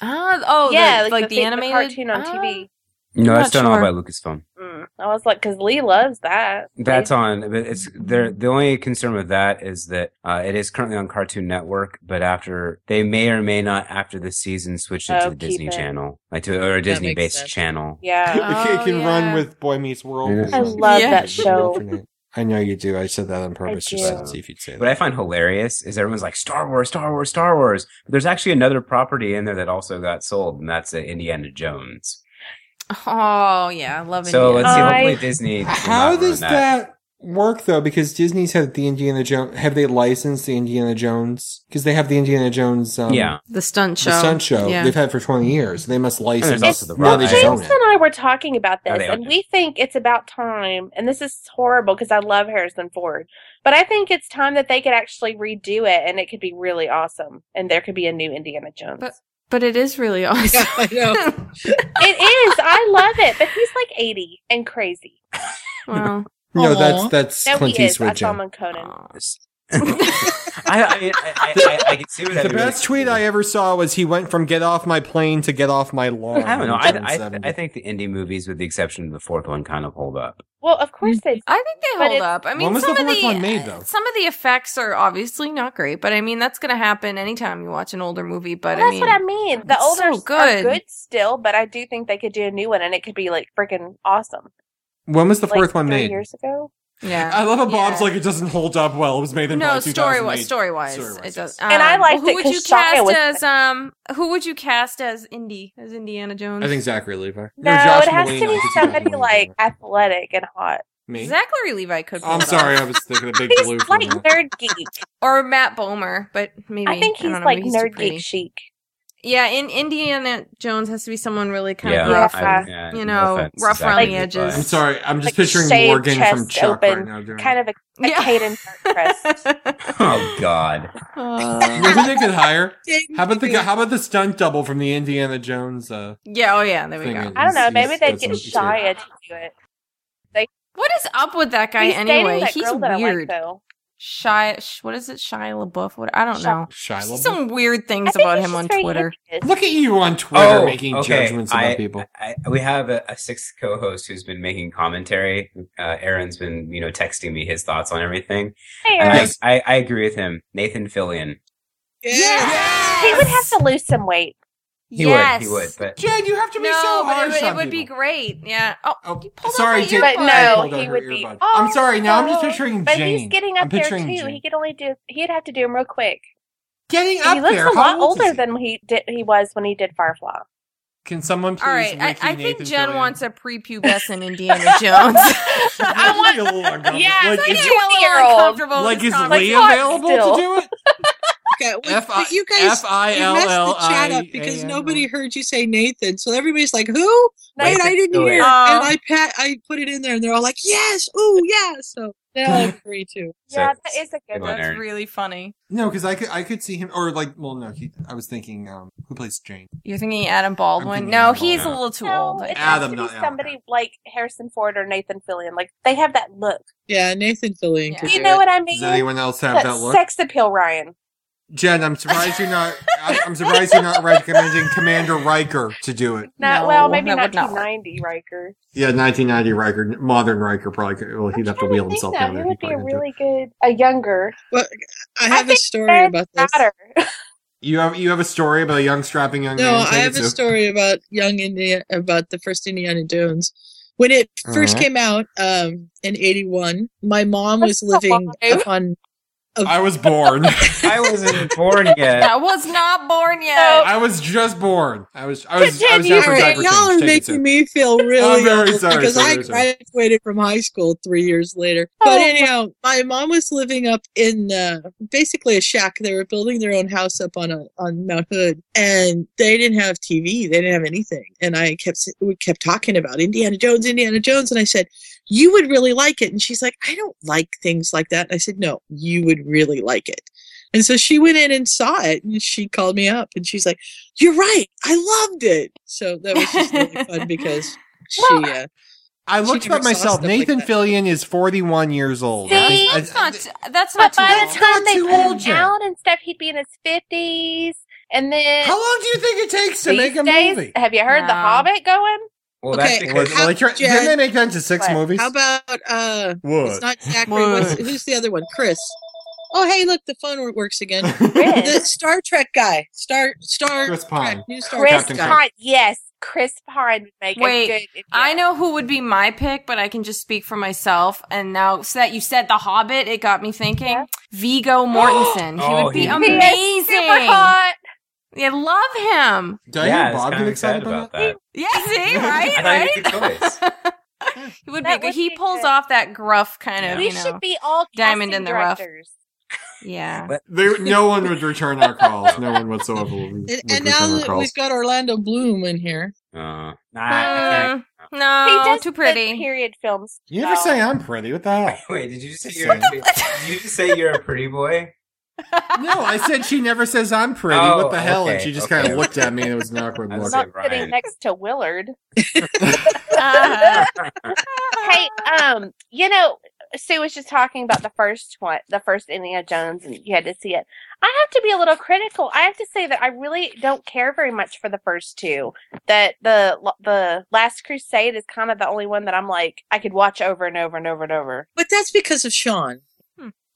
[SPEAKER 5] Ah, oh,
[SPEAKER 4] yeah,
[SPEAKER 5] the- like the
[SPEAKER 4] thing-
[SPEAKER 5] animated- uh?
[SPEAKER 4] cartoon on TV.
[SPEAKER 3] no,
[SPEAKER 5] I'm
[SPEAKER 3] that's
[SPEAKER 5] not
[SPEAKER 3] done all by
[SPEAKER 5] sure.
[SPEAKER 3] Lucasfilm.
[SPEAKER 4] Mm. I was like, because Lee loves that.
[SPEAKER 3] That's on. but It's there. The only concern with that is that uh, it is currently on Cartoon Network, but after they may or may not after this season switch it to
[SPEAKER 4] Oh,
[SPEAKER 3] the
[SPEAKER 4] keep
[SPEAKER 3] Disney
[SPEAKER 4] it.
[SPEAKER 3] Channel, like to or a Disney based channel.
[SPEAKER 4] Oh, Yeah.
[SPEAKER 6] it can run with Boy Meets World.
[SPEAKER 3] I
[SPEAKER 4] love Yeah. that show.
[SPEAKER 6] I know you do. I said that on purpose just to see if you'd say that.
[SPEAKER 3] What I find hilarious is everyone's like Star Wars, Star Wars, Star Wars. But there's actually another property in there that also got sold, and that's uh, Indiana Jones.
[SPEAKER 5] oh yeah, I love it.
[SPEAKER 3] So let's see.
[SPEAKER 6] I-
[SPEAKER 3] Hopefully, Disney. will
[SPEAKER 6] How
[SPEAKER 3] not ruin
[SPEAKER 6] does that. work though? Because Disney's have the Indiana Jones. Have they licensed the Indiana Jones? Because they have the Indiana Jones. Um,
[SPEAKER 3] Yeah.
[SPEAKER 5] the stunt show.
[SPEAKER 6] the Sun Show
[SPEAKER 5] Yeah.
[SPEAKER 6] they've had for 20 years. They must license
[SPEAKER 3] there's also the
[SPEAKER 6] now they
[SPEAKER 3] Rock
[SPEAKER 6] just own
[SPEAKER 4] James
[SPEAKER 6] it.
[SPEAKER 4] and I were talking about
[SPEAKER 6] No,
[SPEAKER 4] this,
[SPEAKER 6] they
[SPEAKER 4] and we think it's about time. And this is horrible because I love Harrison Ford, but I think it's time that they could actually redo it, and it could be really awesome. And there could be a new Indiana Jones.
[SPEAKER 5] But it is really awesome.
[SPEAKER 4] it is. I love it, but he's like eighty and crazy.
[SPEAKER 5] Wow.
[SPEAKER 6] No, that's that's
[SPEAKER 4] No,
[SPEAKER 6] Clint
[SPEAKER 4] he is. I
[SPEAKER 6] Eastwood.
[SPEAKER 4] saw him
[SPEAKER 6] Jim.
[SPEAKER 4] on Conan.
[SPEAKER 3] I, I, mean, I, I, I can see what
[SPEAKER 6] The
[SPEAKER 3] that'd be really
[SPEAKER 6] best tweet I ever saw was he went from "Get off my plane" to "Get off my lawn."
[SPEAKER 3] I don't know.
[SPEAKER 6] in
[SPEAKER 3] I, I,
[SPEAKER 6] 2007.
[SPEAKER 3] I think the indie movies, with the exception of the fourth one, kind of hold up.
[SPEAKER 4] Well, of course they.
[SPEAKER 5] Mm-hmm. I think they
[SPEAKER 4] But
[SPEAKER 5] hold
[SPEAKER 4] it's-
[SPEAKER 5] up. I mean,
[SPEAKER 3] When was
[SPEAKER 5] some
[SPEAKER 3] the
[SPEAKER 5] of
[SPEAKER 3] fourth
[SPEAKER 5] the
[SPEAKER 3] one made, though?
[SPEAKER 5] some of the effects are obviously not great, but I mean that's going to happen anytime you watch an older movie. But
[SPEAKER 4] Well,
[SPEAKER 5] I
[SPEAKER 4] that's
[SPEAKER 5] mean,
[SPEAKER 4] what I mean. The
[SPEAKER 5] it's
[SPEAKER 4] older
[SPEAKER 5] so
[SPEAKER 4] are
[SPEAKER 5] good.
[SPEAKER 4] good still, but I do think they could do a new one, and it could be like freaking awesome.
[SPEAKER 6] When was the
[SPEAKER 4] Like,
[SPEAKER 6] fourth one
[SPEAKER 4] three
[SPEAKER 6] made?
[SPEAKER 4] Years ago.
[SPEAKER 5] Yeah.
[SPEAKER 6] I love how Bob's like it doesn't hold up well. It was made in
[SPEAKER 5] no
[SPEAKER 6] probably
[SPEAKER 5] story
[SPEAKER 6] 2008.
[SPEAKER 5] wise, story wise, it does.
[SPEAKER 4] And I
[SPEAKER 5] um,
[SPEAKER 4] liked
[SPEAKER 5] who
[SPEAKER 4] it
[SPEAKER 5] would you
[SPEAKER 4] 'cause Shia
[SPEAKER 5] cast
[SPEAKER 4] was-
[SPEAKER 5] as um? Who would you cast as Indy as Indiana Jones?
[SPEAKER 6] I think Zachary Levi.
[SPEAKER 4] No,
[SPEAKER 6] Josh
[SPEAKER 4] it has to
[SPEAKER 6] Molina.
[SPEAKER 4] be somebody like athletic and hot.
[SPEAKER 6] Me?
[SPEAKER 5] Zachary Levi could. pull
[SPEAKER 6] I'm
[SPEAKER 5] it off.
[SPEAKER 6] sorry, I was thinking of Big
[SPEAKER 4] He's
[SPEAKER 6] Blue. for a
[SPEAKER 4] like
[SPEAKER 6] minute.
[SPEAKER 4] nerd geek.
[SPEAKER 5] Or Matt Bomer, but maybe
[SPEAKER 4] I think
[SPEAKER 5] don't
[SPEAKER 4] he's
[SPEAKER 5] know,
[SPEAKER 4] like
[SPEAKER 5] maybe too
[SPEAKER 4] nerd
[SPEAKER 5] pretty.
[SPEAKER 4] geek chic.
[SPEAKER 5] Yeah, in Indiana Jones has to be someone really kind
[SPEAKER 3] Yeah,
[SPEAKER 5] of rough, uh,
[SPEAKER 3] I- yeah, no
[SPEAKER 5] you know,
[SPEAKER 3] offense,
[SPEAKER 5] rough around
[SPEAKER 3] Zachary
[SPEAKER 5] the
[SPEAKER 3] Levi.
[SPEAKER 5] edges.
[SPEAKER 6] I'm sorry, I'm just
[SPEAKER 4] Like,
[SPEAKER 6] picturing
[SPEAKER 4] shaved,
[SPEAKER 6] Morgan from
[SPEAKER 4] chest
[SPEAKER 6] Chuck right
[SPEAKER 4] open,
[SPEAKER 6] now. Doing
[SPEAKER 4] Kind of a, a Caden press.
[SPEAKER 3] Oh God.
[SPEAKER 5] Uh,
[SPEAKER 6] Wasn't it good higher? How about the guy- how about the stunt double from the Indiana Jones? Uh,
[SPEAKER 5] yeah, oh yeah, there we
[SPEAKER 6] Thing
[SPEAKER 5] go.
[SPEAKER 6] is-
[SPEAKER 4] I don't know.
[SPEAKER 6] He's-
[SPEAKER 4] Maybe
[SPEAKER 6] he's
[SPEAKER 4] they'd
[SPEAKER 6] got
[SPEAKER 4] get
[SPEAKER 6] some
[SPEAKER 4] Shia to do it.
[SPEAKER 5] What is up with that guy
[SPEAKER 4] He's dating
[SPEAKER 5] anyway?
[SPEAKER 4] that
[SPEAKER 5] He's
[SPEAKER 4] girl that I like,
[SPEAKER 5] weird.
[SPEAKER 4] though.
[SPEAKER 5] Shia, Sh- what is it? Shia LaBeouf? What I don't
[SPEAKER 6] Shia-
[SPEAKER 5] know.
[SPEAKER 6] Shia
[SPEAKER 5] She said
[SPEAKER 6] LaBeouf?
[SPEAKER 5] Some weird things
[SPEAKER 6] think
[SPEAKER 5] about
[SPEAKER 6] it's
[SPEAKER 5] him
[SPEAKER 6] just
[SPEAKER 5] on
[SPEAKER 6] very
[SPEAKER 5] Twitter.
[SPEAKER 6] Look at you on Twitter
[SPEAKER 3] Oh,
[SPEAKER 6] making
[SPEAKER 3] okay.
[SPEAKER 6] judgments about
[SPEAKER 3] I-
[SPEAKER 6] people.
[SPEAKER 3] I, we have a, a sixth co-host who's been making commentary. Uh, Aaron's been, you know, texting me his thoughts on everything.
[SPEAKER 4] Hey,
[SPEAKER 3] And
[SPEAKER 4] Aaron.
[SPEAKER 3] I, I, I agree with him. Nathan Fillion.
[SPEAKER 4] He would have to lose some weight.
[SPEAKER 3] He would. He would. But
[SPEAKER 6] Jen, you have to
[SPEAKER 5] be so hard. It, would- it would be great. Yeah. Oh, you pulled
[SPEAKER 6] sorry,
[SPEAKER 5] out my
[SPEAKER 6] Jake,
[SPEAKER 5] earbud.
[SPEAKER 6] But no, I pulled out he her would be- earbud. I'm sorry, now I'm just picturing
[SPEAKER 4] But
[SPEAKER 6] Jane.
[SPEAKER 4] he's getting
[SPEAKER 6] I'm
[SPEAKER 4] up there
[SPEAKER 6] picturing
[SPEAKER 4] too.
[SPEAKER 6] Jane.
[SPEAKER 4] He could only do. He'd have to do him real quick.
[SPEAKER 6] Getting
[SPEAKER 4] he
[SPEAKER 6] up
[SPEAKER 4] looks
[SPEAKER 6] there,
[SPEAKER 4] a
[SPEAKER 6] how
[SPEAKER 4] lot
[SPEAKER 6] old is
[SPEAKER 4] older
[SPEAKER 6] he?
[SPEAKER 4] than he did. He was when he did Firefly.
[SPEAKER 6] Can someone please?
[SPEAKER 5] All right, I,
[SPEAKER 6] Wiki
[SPEAKER 5] I think
[SPEAKER 6] Nathan
[SPEAKER 5] Jen
[SPEAKER 6] Fillion?
[SPEAKER 5] wants a prepubescent Indiana Jones. I
[SPEAKER 6] want a little uncomfortable.
[SPEAKER 5] Yeah,
[SPEAKER 6] Like,
[SPEAKER 5] like,
[SPEAKER 6] is-
[SPEAKER 5] is, a little
[SPEAKER 4] Twenty-year-old.
[SPEAKER 5] uncomfortable. with
[SPEAKER 6] like
[SPEAKER 5] this
[SPEAKER 6] is
[SPEAKER 5] conversation.
[SPEAKER 6] Lee available to do it?
[SPEAKER 2] Okay, we,
[SPEAKER 6] F I-
[SPEAKER 2] but you guys you messed the chat up because
[SPEAKER 6] F-I-L-L-I-A-N.
[SPEAKER 2] nobody heard you say Nathan, so everybody's like, "Who?"
[SPEAKER 3] Nathan
[SPEAKER 2] Wait, I didn't
[SPEAKER 3] Fillion.
[SPEAKER 2] hear, and
[SPEAKER 5] Oh.
[SPEAKER 2] I pat, I put it in there, and they're all like, "Yes, ooh, yeah." So they all agree too.
[SPEAKER 5] Yeah,
[SPEAKER 3] So,
[SPEAKER 5] that is a
[SPEAKER 3] good one,
[SPEAKER 5] good one. That's
[SPEAKER 3] Aaron.
[SPEAKER 5] really funny.
[SPEAKER 6] No, because I could I could see him or like well no he, I was thinking um who plays Jane
[SPEAKER 5] You're thinking Adam Baldwin?
[SPEAKER 6] thinking
[SPEAKER 5] no,
[SPEAKER 6] Adam
[SPEAKER 5] he's
[SPEAKER 6] Baldwin.
[SPEAKER 5] a little too
[SPEAKER 4] No,
[SPEAKER 5] old. I
[SPEAKER 4] it
[SPEAKER 5] guess.
[SPEAKER 4] has
[SPEAKER 6] Adam,
[SPEAKER 4] to
[SPEAKER 6] not
[SPEAKER 4] be
[SPEAKER 6] Alan.
[SPEAKER 4] somebody like Harrison Ford or Nathan Fillion. Like they have that look.
[SPEAKER 2] Yeah, Nathan Fillion.
[SPEAKER 5] Yeah.
[SPEAKER 2] could
[SPEAKER 4] You
[SPEAKER 2] do
[SPEAKER 4] know
[SPEAKER 2] it.
[SPEAKER 4] what I mean?
[SPEAKER 6] Does anyone else have
[SPEAKER 4] That
[SPEAKER 6] that look?
[SPEAKER 4] sex appeal, Ryan.
[SPEAKER 6] Jen, I'm surprised you're not. I, I'm surprised you're not recommending Commander Riker to do it.
[SPEAKER 4] Not
[SPEAKER 5] No,
[SPEAKER 4] well, maybe
[SPEAKER 5] that would
[SPEAKER 4] not
[SPEAKER 5] not
[SPEAKER 4] two ninety Riker.
[SPEAKER 6] Yeah, 1990 Riker, modern Riker probably. Could, well, he'd
[SPEAKER 4] I'm
[SPEAKER 6] have to
[SPEAKER 4] trying
[SPEAKER 6] wheel
[SPEAKER 4] think
[SPEAKER 6] himself
[SPEAKER 4] now.
[SPEAKER 6] down
[SPEAKER 4] Who
[SPEAKER 6] there.
[SPEAKER 4] would
[SPEAKER 6] He
[SPEAKER 4] be a
[SPEAKER 6] probably couldn't do
[SPEAKER 4] really good, a younger
[SPEAKER 2] Well, I have a
[SPEAKER 4] think
[SPEAKER 2] story about this.
[SPEAKER 4] daughter?
[SPEAKER 6] it. You have you have a story about a young strapping young
[SPEAKER 2] No,
[SPEAKER 6] man.
[SPEAKER 2] I have a story about young India about the first Indiana Jones. When it 1st
[SPEAKER 6] Uh-huh.
[SPEAKER 2] came out um, in '81, my mom was living
[SPEAKER 4] alive.
[SPEAKER 2] on.
[SPEAKER 6] I was born.
[SPEAKER 3] I wasn't born yet.
[SPEAKER 5] I was not born yet.
[SPEAKER 4] No.
[SPEAKER 6] I was just born. I was. I was. I was
[SPEAKER 4] Continue.
[SPEAKER 6] down
[SPEAKER 2] All
[SPEAKER 6] for
[SPEAKER 2] right,
[SPEAKER 6] diaper
[SPEAKER 2] y'all are
[SPEAKER 6] change. Take it,
[SPEAKER 2] making
[SPEAKER 6] sir.
[SPEAKER 2] me feel really
[SPEAKER 6] very
[SPEAKER 2] old
[SPEAKER 6] sorry,
[SPEAKER 2] because
[SPEAKER 6] sorry,
[SPEAKER 2] I
[SPEAKER 6] very sorry.
[SPEAKER 2] graduated from high school three years later. But
[SPEAKER 4] Oh.
[SPEAKER 2] anyhow, my mom was living up in uh, basically a shack. They were building their own house up on a on Mount Hood, and they didn't have TV. They didn't have anything. And I kept s- we kept talking about Indiana Jones, Indiana Jones, and I said, "You would really like it." And she's like, "I don't like things like that." And I said, "No, you would really like it." And so she went in and saw it, and she called me up, and she's like, "You're right, I loved it." So that was just really fun because she.
[SPEAKER 4] Well,
[SPEAKER 2] uh,
[SPEAKER 6] I
[SPEAKER 2] She
[SPEAKER 6] looked
[SPEAKER 2] never
[SPEAKER 6] at
[SPEAKER 2] saw
[SPEAKER 6] myself.
[SPEAKER 2] stuff like
[SPEAKER 6] Nathan
[SPEAKER 2] that.
[SPEAKER 6] Fillion is 41 years old.
[SPEAKER 4] See?
[SPEAKER 6] I-
[SPEAKER 5] that's
[SPEAKER 6] I-
[SPEAKER 5] not. That's
[SPEAKER 4] But
[SPEAKER 5] not too
[SPEAKER 4] by
[SPEAKER 5] old.
[SPEAKER 4] the time they
[SPEAKER 6] too old
[SPEAKER 4] put him
[SPEAKER 6] yet.
[SPEAKER 4] out and stuff, he'd be in his fifties. And then
[SPEAKER 6] How long do you think it takes to
[SPEAKER 4] these
[SPEAKER 6] make a
[SPEAKER 4] days,
[SPEAKER 6] movie?
[SPEAKER 4] have you heard
[SPEAKER 5] No.
[SPEAKER 4] the Hobbit going?
[SPEAKER 3] Well,
[SPEAKER 2] Okay,
[SPEAKER 3] that's
[SPEAKER 6] Well,
[SPEAKER 3] because
[SPEAKER 2] how-
[SPEAKER 6] like, didn't
[SPEAKER 2] Jen-
[SPEAKER 6] they make that into six
[SPEAKER 4] What?
[SPEAKER 6] movies?
[SPEAKER 2] eh, How about uh? It's
[SPEAKER 6] what?
[SPEAKER 2] not Zachary. What's,
[SPEAKER 5] What?
[SPEAKER 2] who's the other one? Chris. Oh, hey, look, the phone wor- works again. the
[SPEAKER 4] Chris,
[SPEAKER 2] Star Trek guy, Star Star
[SPEAKER 6] Chris
[SPEAKER 2] Trek,
[SPEAKER 6] Pine.
[SPEAKER 2] new Star
[SPEAKER 4] Chris
[SPEAKER 6] Captain
[SPEAKER 2] Trek
[SPEAKER 6] Kirk.
[SPEAKER 2] guy.
[SPEAKER 4] Pine. Yes, Chris Pine would make
[SPEAKER 5] Wait,
[SPEAKER 4] a good.
[SPEAKER 5] I know who would be my pick, but I can just speak for myself. And now, so that you said The Hobbit, it got me thinking.
[SPEAKER 4] Yeah.
[SPEAKER 5] Vigo Mortensen. he
[SPEAKER 3] Oh,
[SPEAKER 5] would be
[SPEAKER 3] he would
[SPEAKER 4] be- Super
[SPEAKER 5] amazing.
[SPEAKER 4] hot.
[SPEAKER 5] I love him.
[SPEAKER 6] Diane
[SPEAKER 3] yeah, I was
[SPEAKER 6] Bob
[SPEAKER 3] kind
[SPEAKER 6] get
[SPEAKER 3] of
[SPEAKER 6] excited about
[SPEAKER 3] that.
[SPEAKER 6] that?
[SPEAKER 5] Yeah, see, right?
[SPEAKER 3] I thought you did
[SPEAKER 5] right?
[SPEAKER 3] choice.
[SPEAKER 5] he would
[SPEAKER 4] That
[SPEAKER 5] be.
[SPEAKER 4] would
[SPEAKER 5] He
[SPEAKER 4] be
[SPEAKER 5] pulls
[SPEAKER 4] good.
[SPEAKER 5] off that gruff kind of.
[SPEAKER 4] We
[SPEAKER 5] you know,
[SPEAKER 4] should be all
[SPEAKER 5] diamond
[SPEAKER 4] casting
[SPEAKER 5] in the rough.
[SPEAKER 4] directors.
[SPEAKER 5] Yeah.
[SPEAKER 6] There, no one would return our calls. No one whatsoever would,
[SPEAKER 2] And,
[SPEAKER 6] would return
[SPEAKER 2] and now
[SPEAKER 6] our
[SPEAKER 2] that
[SPEAKER 6] calls.
[SPEAKER 2] we've got Orlando Bloom in here,
[SPEAKER 3] Uh, nah, I
[SPEAKER 5] Mm, no, too
[SPEAKER 4] good
[SPEAKER 5] pretty.
[SPEAKER 4] period films.
[SPEAKER 6] you never
[SPEAKER 4] so-
[SPEAKER 6] say I'm pretty. What the hell?
[SPEAKER 3] can't. Wait, did you just say you're? did you just say you're a pretty boy?
[SPEAKER 6] No, I said she never says I'm pretty. what
[SPEAKER 3] Oh,
[SPEAKER 6] the hell? and
[SPEAKER 3] okay,
[SPEAKER 6] she just
[SPEAKER 3] okay.
[SPEAKER 6] kind of looked at me, and it was an awkward
[SPEAKER 3] I was
[SPEAKER 6] look.
[SPEAKER 3] like-
[SPEAKER 4] not
[SPEAKER 3] Okay, Ryan.
[SPEAKER 4] sitting next to Willard.
[SPEAKER 5] Uh,
[SPEAKER 4] hey, um, you know, Sue was just talking about the first one, the first Indiana Jones, and you had to see it. I have to be a little critical. I have to say that I really don't care very much for the first two. That the the Last Crusade is kind of the only one that I'm like I could watch over and over and over and over.
[SPEAKER 2] but that's because of Sean.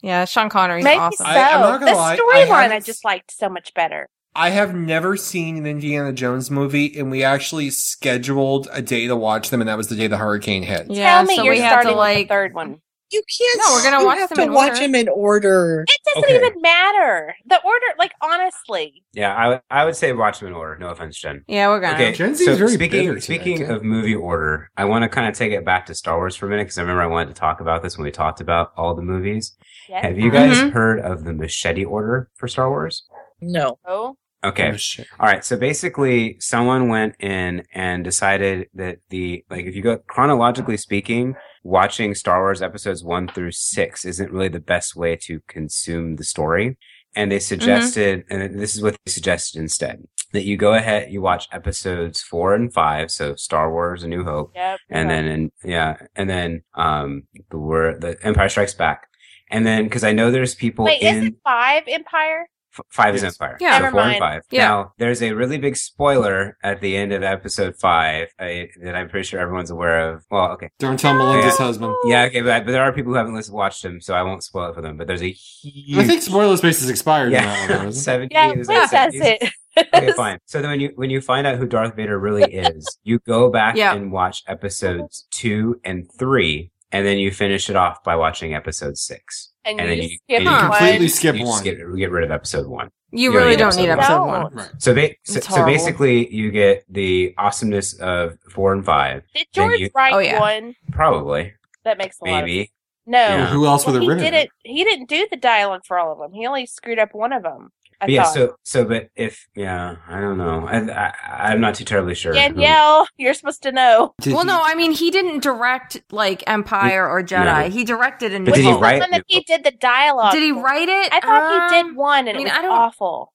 [SPEAKER 5] yeah, Sean Connery's
[SPEAKER 4] Maybe
[SPEAKER 5] awesome.
[SPEAKER 4] so.
[SPEAKER 6] I- I'm not gonna
[SPEAKER 4] the
[SPEAKER 6] lie, I
[SPEAKER 4] storyline I
[SPEAKER 6] haven't-
[SPEAKER 4] just liked so much better.
[SPEAKER 6] I have never seen an Indiana Jones movie, and we actually scheduled a day to watch them, and that was the day the hurricane hit.
[SPEAKER 5] yeah,
[SPEAKER 4] Tell me
[SPEAKER 5] so
[SPEAKER 4] you're
[SPEAKER 5] we had
[SPEAKER 4] starting
[SPEAKER 5] to like.
[SPEAKER 4] with the third one.
[SPEAKER 2] You can't.
[SPEAKER 5] No, we're gonna
[SPEAKER 2] you
[SPEAKER 5] watch
[SPEAKER 2] have
[SPEAKER 5] them
[SPEAKER 2] to
[SPEAKER 5] in
[SPEAKER 2] watch
[SPEAKER 5] order.
[SPEAKER 2] him in order.
[SPEAKER 4] It doesn't
[SPEAKER 3] Okay.
[SPEAKER 4] even matter. The order, like honestly,
[SPEAKER 3] Yeah, I would- I would say watch them in order. No offense, Jen.
[SPEAKER 5] Yeah, we're gonna.
[SPEAKER 3] Okay,
[SPEAKER 6] Gen Z
[SPEAKER 3] so
[SPEAKER 6] is very bitter
[SPEAKER 3] speaking
[SPEAKER 6] tonight,
[SPEAKER 3] speaking
[SPEAKER 6] yeah.
[SPEAKER 3] of movie order, I want to kind of take it back to Star Wars for a minute because I remember I wanted to talk about this when we talked about all the movies.
[SPEAKER 4] yes.
[SPEAKER 3] Have you guys
[SPEAKER 5] Mhm.
[SPEAKER 3] heard of the machete order for Star Wars?
[SPEAKER 2] No.
[SPEAKER 4] Oh,
[SPEAKER 3] Okay,
[SPEAKER 6] Oh, shit.
[SPEAKER 3] all right. So basically, someone went in and decided that the like, if you go chronologically speaking, watching Star Wars episodes one through six isn't really the best way to consume the story. And they suggested, and this is what they suggested instead, that you go ahead, you watch episodes four and five, so Star Wars: A New Hope,
[SPEAKER 4] yep.
[SPEAKER 3] and then and yeah, and then um, the word the Empire Strikes Back, And then because I know there's people
[SPEAKER 4] Wait,
[SPEAKER 3] in
[SPEAKER 4] is it five Empire?
[SPEAKER 3] F- Five is Empire.
[SPEAKER 4] Yeah.
[SPEAKER 3] So
[SPEAKER 4] Never
[SPEAKER 3] four
[SPEAKER 4] mind.
[SPEAKER 3] and five.
[SPEAKER 4] Yeah.
[SPEAKER 3] Now, there's a really big spoiler at the end of episode five I, that I'm pretty sure everyone's aware of. Well, okay.
[SPEAKER 6] Don't tell Melinda's
[SPEAKER 3] Yeah.
[SPEAKER 6] husband.
[SPEAKER 3] Yeah, okay, but, but there are people who haven't listened, watched them, so I won't spoil it for them. But there's a huge.
[SPEAKER 6] I think spoiler space is expired.
[SPEAKER 3] Yeah.
[SPEAKER 6] Yeah, now,
[SPEAKER 3] Seven
[SPEAKER 4] Yeah,
[SPEAKER 3] years,
[SPEAKER 4] Liz
[SPEAKER 3] seven
[SPEAKER 4] says
[SPEAKER 3] years.
[SPEAKER 4] it.
[SPEAKER 3] Okay, fine. So then when you when you find out who Darth Vader really is, you go back
[SPEAKER 4] Yeah.
[SPEAKER 3] and watch episodes two and three, and then you finish it off by watching episode six.
[SPEAKER 4] And
[SPEAKER 3] then
[SPEAKER 4] you skip
[SPEAKER 3] and
[SPEAKER 4] You completely
[SPEAKER 3] you
[SPEAKER 6] skip
[SPEAKER 3] just get, get rid of episode one.
[SPEAKER 5] You
[SPEAKER 3] don't
[SPEAKER 5] really
[SPEAKER 3] need
[SPEAKER 5] don't need episode No. one.
[SPEAKER 6] Right.
[SPEAKER 3] So, ba- so,
[SPEAKER 5] It's
[SPEAKER 3] so
[SPEAKER 5] horrible.
[SPEAKER 3] basically, you get the awesomeness of four and five.
[SPEAKER 4] Did
[SPEAKER 3] Then
[SPEAKER 4] George
[SPEAKER 3] you-
[SPEAKER 4] write
[SPEAKER 5] Oh,
[SPEAKER 4] one?
[SPEAKER 3] Probably,
[SPEAKER 4] That makes a lot of
[SPEAKER 3] maybe.
[SPEAKER 4] No.
[SPEAKER 3] Yeah. Who else
[SPEAKER 4] Well,
[SPEAKER 3] would've
[SPEAKER 4] he
[SPEAKER 3] written it?
[SPEAKER 4] didn't, He didn't do the dialogue for all of them. He only screwed up one of them. I
[SPEAKER 3] But yeah,
[SPEAKER 4] thought.
[SPEAKER 3] so so, but if yeah, I don't know. I, I I'm not too terribly sure. who-
[SPEAKER 4] Danielle, you're supposed to know.
[SPEAKER 3] Did
[SPEAKER 5] well,
[SPEAKER 3] he-
[SPEAKER 5] no, I mean he didn't direct like Empire or Jedi.
[SPEAKER 3] No.
[SPEAKER 5] He directed and
[SPEAKER 3] But did he write-
[SPEAKER 4] One that he did the dialogue.
[SPEAKER 5] Did he
[SPEAKER 4] for.
[SPEAKER 5] write it? Um,
[SPEAKER 4] I thought he did one, and
[SPEAKER 5] I mean,
[SPEAKER 4] it
[SPEAKER 5] I
[SPEAKER 4] was
[SPEAKER 5] don't-
[SPEAKER 4] awful.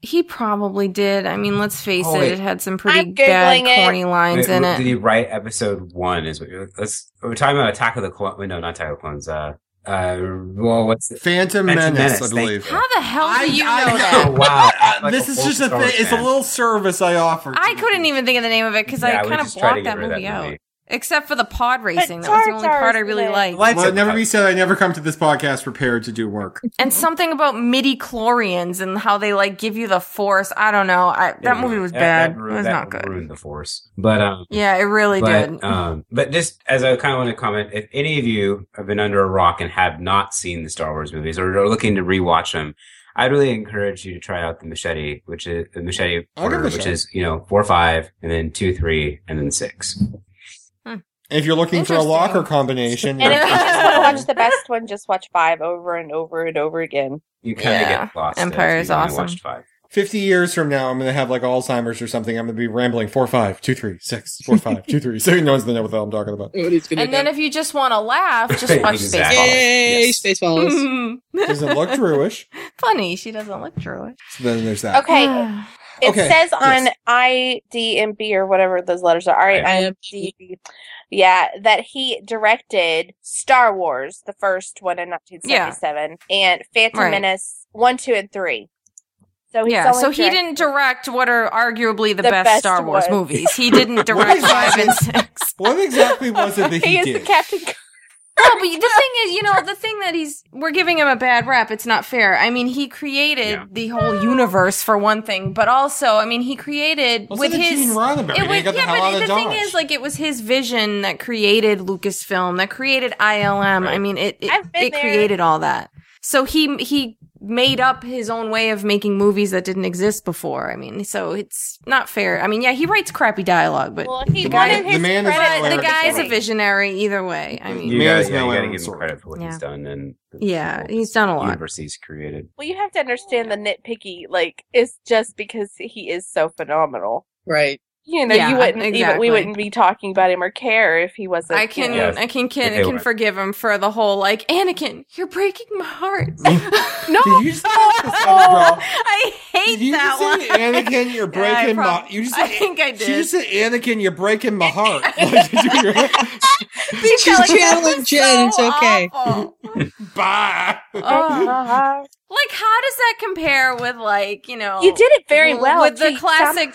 [SPEAKER 5] He probably did. I mean, let's face
[SPEAKER 3] Oh,
[SPEAKER 5] it;
[SPEAKER 3] wait.
[SPEAKER 5] it had some pretty
[SPEAKER 4] I'm
[SPEAKER 5] bad,
[SPEAKER 4] Googling it.
[SPEAKER 5] corny lines
[SPEAKER 3] Wait,
[SPEAKER 5] in
[SPEAKER 3] w-
[SPEAKER 5] it.
[SPEAKER 3] Did he write episode one? Is what you're, let's we're talking about Attack of the Clones. No, not Attack of the Clones. Uh, uh, well, what's the,
[SPEAKER 6] Phantom Menace, I
[SPEAKER 3] thank
[SPEAKER 6] believe.
[SPEAKER 3] you. Oh,
[SPEAKER 5] How the hell do you know
[SPEAKER 6] I
[SPEAKER 5] that?
[SPEAKER 6] know. Uh,
[SPEAKER 3] wow, I'm like
[SPEAKER 6] this is
[SPEAKER 3] full
[SPEAKER 6] just a
[SPEAKER 3] Star
[SPEAKER 6] thing.
[SPEAKER 3] Wars
[SPEAKER 6] It's a
[SPEAKER 3] fan.
[SPEAKER 6] little service I offer.
[SPEAKER 5] I couldn't even think of the name of it because
[SPEAKER 3] Yeah,
[SPEAKER 5] I
[SPEAKER 3] we
[SPEAKER 5] kind of
[SPEAKER 3] just tried to
[SPEAKER 5] blocked
[SPEAKER 3] get
[SPEAKER 5] that
[SPEAKER 3] rid of
[SPEAKER 5] movie,
[SPEAKER 3] that
[SPEAKER 5] out,
[SPEAKER 3] movie.
[SPEAKER 5] except for the pod racing. That was the only
[SPEAKER 4] Jar
[SPEAKER 5] part I
[SPEAKER 4] Jar's
[SPEAKER 5] really
[SPEAKER 4] in it.
[SPEAKER 5] liked.
[SPEAKER 6] Well, it
[SPEAKER 3] uh,
[SPEAKER 6] never be said I never come to this podcast prepared to do work.
[SPEAKER 3] Mm-hmm.
[SPEAKER 5] and something about midi chlorians and how they like give you the force. I don't know. I, that
[SPEAKER 3] Yeah,
[SPEAKER 5] movie was
[SPEAKER 3] that-
[SPEAKER 5] bad.
[SPEAKER 3] that ruined-
[SPEAKER 5] it was
[SPEAKER 3] that
[SPEAKER 5] not good.
[SPEAKER 3] Ruined the Force, but um,
[SPEAKER 5] Yeah, it really
[SPEAKER 3] but,
[SPEAKER 5] did.
[SPEAKER 3] Um, but just as I kind of want to comment, if any of you have been under a rock and have not seen the Star Wars movies or are looking to rewatch them, I'd really encourage you to try out the Machete, which is the Machete
[SPEAKER 6] I'll give it
[SPEAKER 3] order,
[SPEAKER 6] a
[SPEAKER 3] which
[SPEAKER 6] shot.
[SPEAKER 3] is you know four, five, and then two, three, and then six.
[SPEAKER 6] If you're looking for a
[SPEAKER 5] Interesting.
[SPEAKER 6] locker combination,
[SPEAKER 4] And if you just want to watch the best one, just watch five over and over and over again.
[SPEAKER 3] You kind of
[SPEAKER 5] Yeah.
[SPEAKER 3] get lost.
[SPEAKER 5] Empire
[SPEAKER 3] as
[SPEAKER 5] is
[SPEAKER 3] you only
[SPEAKER 5] awesome.
[SPEAKER 3] watched five.
[SPEAKER 6] 50 years from now, I'm going to have like Alzheimer's or something. I'm going to be rambling four five two three six four five two three. So no one's going to know what the hell I'm talking about.
[SPEAKER 5] and then if you just want to laugh, just watch
[SPEAKER 6] Exactly.
[SPEAKER 2] Yay, Spaceballs.
[SPEAKER 5] Spaceballs.
[SPEAKER 6] Doesn't look Druish.
[SPEAKER 5] Funny, she doesn't look Druid.
[SPEAKER 6] So then there's that.
[SPEAKER 4] Okay. it
[SPEAKER 6] Okay,
[SPEAKER 4] says on
[SPEAKER 6] yes.
[SPEAKER 4] IDMB or whatever those letters are. IMDb. Yeah, that he directed Star Wars, the first one in 1977, and Phantom
[SPEAKER 5] Right.
[SPEAKER 4] Menace 1, 2, and 3. So he's
[SPEAKER 5] Yeah,
[SPEAKER 4] only
[SPEAKER 5] so he
[SPEAKER 4] directed-
[SPEAKER 5] didn't direct what are arguably the,
[SPEAKER 4] The
[SPEAKER 5] best,
[SPEAKER 4] best
[SPEAKER 5] Star Wars
[SPEAKER 4] ones.
[SPEAKER 5] movies. He didn't
[SPEAKER 6] What
[SPEAKER 5] direct five
[SPEAKER 6] exactly,
[SPEAKER 5] and six.
[SPEAKER 6] what exactly was it that
[SPEAKER 4] He
[SPEAKER 6] he,
[SPEAKER 4] is the
[SPEAKER 6] did?
[SPEAKER 4] Captain
[SPEAKER 5] No, but the thing is, you know, the thing that he's we're giving him a bad rap. It's not fair. I mean, he created
[SPEAKER 3] Yeah.
[SPEAKER 5] the whole universe for one thing, but also, I mean, he created
[SPEAKER 6] Also
[SPEAKER 5] with
[SPEAKER 6] the
[SPEAKER 5] his.
[SPEAKER 6] Gene Roddenberry.
[SPEAKER 5] It
[SPEAKER 6] He
[SPEAKER 5] was,
[SPEAKER 6] got the
[SPEAKER 5] yeah,
[SPEAKER 6] hell out
[SPEAKER 5] but
[SPEAKER 6] of
[SPEAKER 5] the thing
[SPEAKER 6] Dodge.
[SPEAKER 5] is, like, it was his vision that created Lucasfilm, that created ILM. I mean, it it,
[SPEAKER 4] I've been
[SPEAKER 5] it
[SPEAKER 4] there.
[SPEAKER 5] created all that. So he he made up his own way of making movies that didn't exist before. I mean, so it's not fair. I mean, yeah, he writes crappy dialogue, but
[SPEAKER 4] Well, he
[SPEAKER 6] The
[SPEAKER 4] wanted
[SPEAKER 6] man- the
[SPEAKER 4] his
[SPEAKER 6] man is
[SPEAKER 4] credit
[SPEAKER 6] But
[SPEAKER 4] at
[SPEAKER 5] the guy's a
[SPEAKER 4] beginning.
[SPEAKER 5] visionary either way. I mean,
[SPEAKER 3] You
[SPEAKER 6] Man
[SPEAKER 3] gotta,
[SPEAKER 6] is
[SPEAKER 3] yeah, you
[SPEAKER 6] no
[SPEAKER 3] gotta
[SPEAKER 6] iron
[SPEAKER 3] give him
[SPEAKER 6] sword.
[SPEAKER 3] credit for what
[SPEAKER 5] Yeah.
[SPEAKER 3] he's done and the-
[SPEAKER 5] Yeah,
[SPEAKER 3] the
[SPEAKER 5] he's done a lot.
[SPEAKER 3] Universe he's created.
[SPEAKER 4] Well, you have to understand the nitpicky. Like, it's just because he is so phenomenal.
[SPEAKER 2] Right.
[SPEAKER 4] You know,
[SPEAKER 5] Yeah,
[SPEAKER 4] you wouldn't even
[SPEAKER 5] exactly.
[SPEAKER 4] we wouldn't be talking about him or care if he wasn't.
[SPEAKER 5] I can,
[SPEAKER 4] you know.
[SPEAKER 3] Yeah.
[SPEAKER 5] I can, can,
[SPEAKER 3] Okay,
[SPEAKER 5] can
[SPEAKER 3] right.
[SPEAKER 5] forgive him for the whole like Anakin, you're breaking my heart.
[SPEAKER 4] No,
[SPEAKER 6] Did you just bro?
[SPEAKER 5] Oh, I hate
[SPEAKER 6] Did you
[SPEAKER 5] that
[SPEAKER 6] just say
[SPEAKER 5] one.
[SPEAKER 6] Anakin, you're
[SPEAKER 5] Yeah, I
[SPEAKER 6] breaking my.
[SPEAKER 5] prob-
[SPEAKER 6] You just
[SPEAKER 5] I
[SPEAKER 6] said,
[SPEAKER 5] think I
[SPEAKER 6] She
[SPEAKER 5] did.
[SPEAKER 6] just said Anakin, you're breaking my heart. Like, did you hear it?
[SPEAKER 2] She's
[SPEAKER 5] Like, that
[SPEAKER 2] channeling
[SPEAKER 5] was
[SPEAKER 2] Jen.
[SPEAKER 5] so
[SPEAKER 2] it's okay.
[SPEAKER 5] awful.
[SPEAKER 6] Bye.
[SPEAKER 5] Oh.
[SPEAKER 4] Uh-huh.
[SPEAKER 5] Like, how does that compare with like you know?
[SPEAKER 4] you did it very
[SPEAKER 5] w-
[SPEAKER 4] well
[SPEAKER 5] Oh. with the
[SPEAKER 4] Gee,
[SPEAKER 5] classic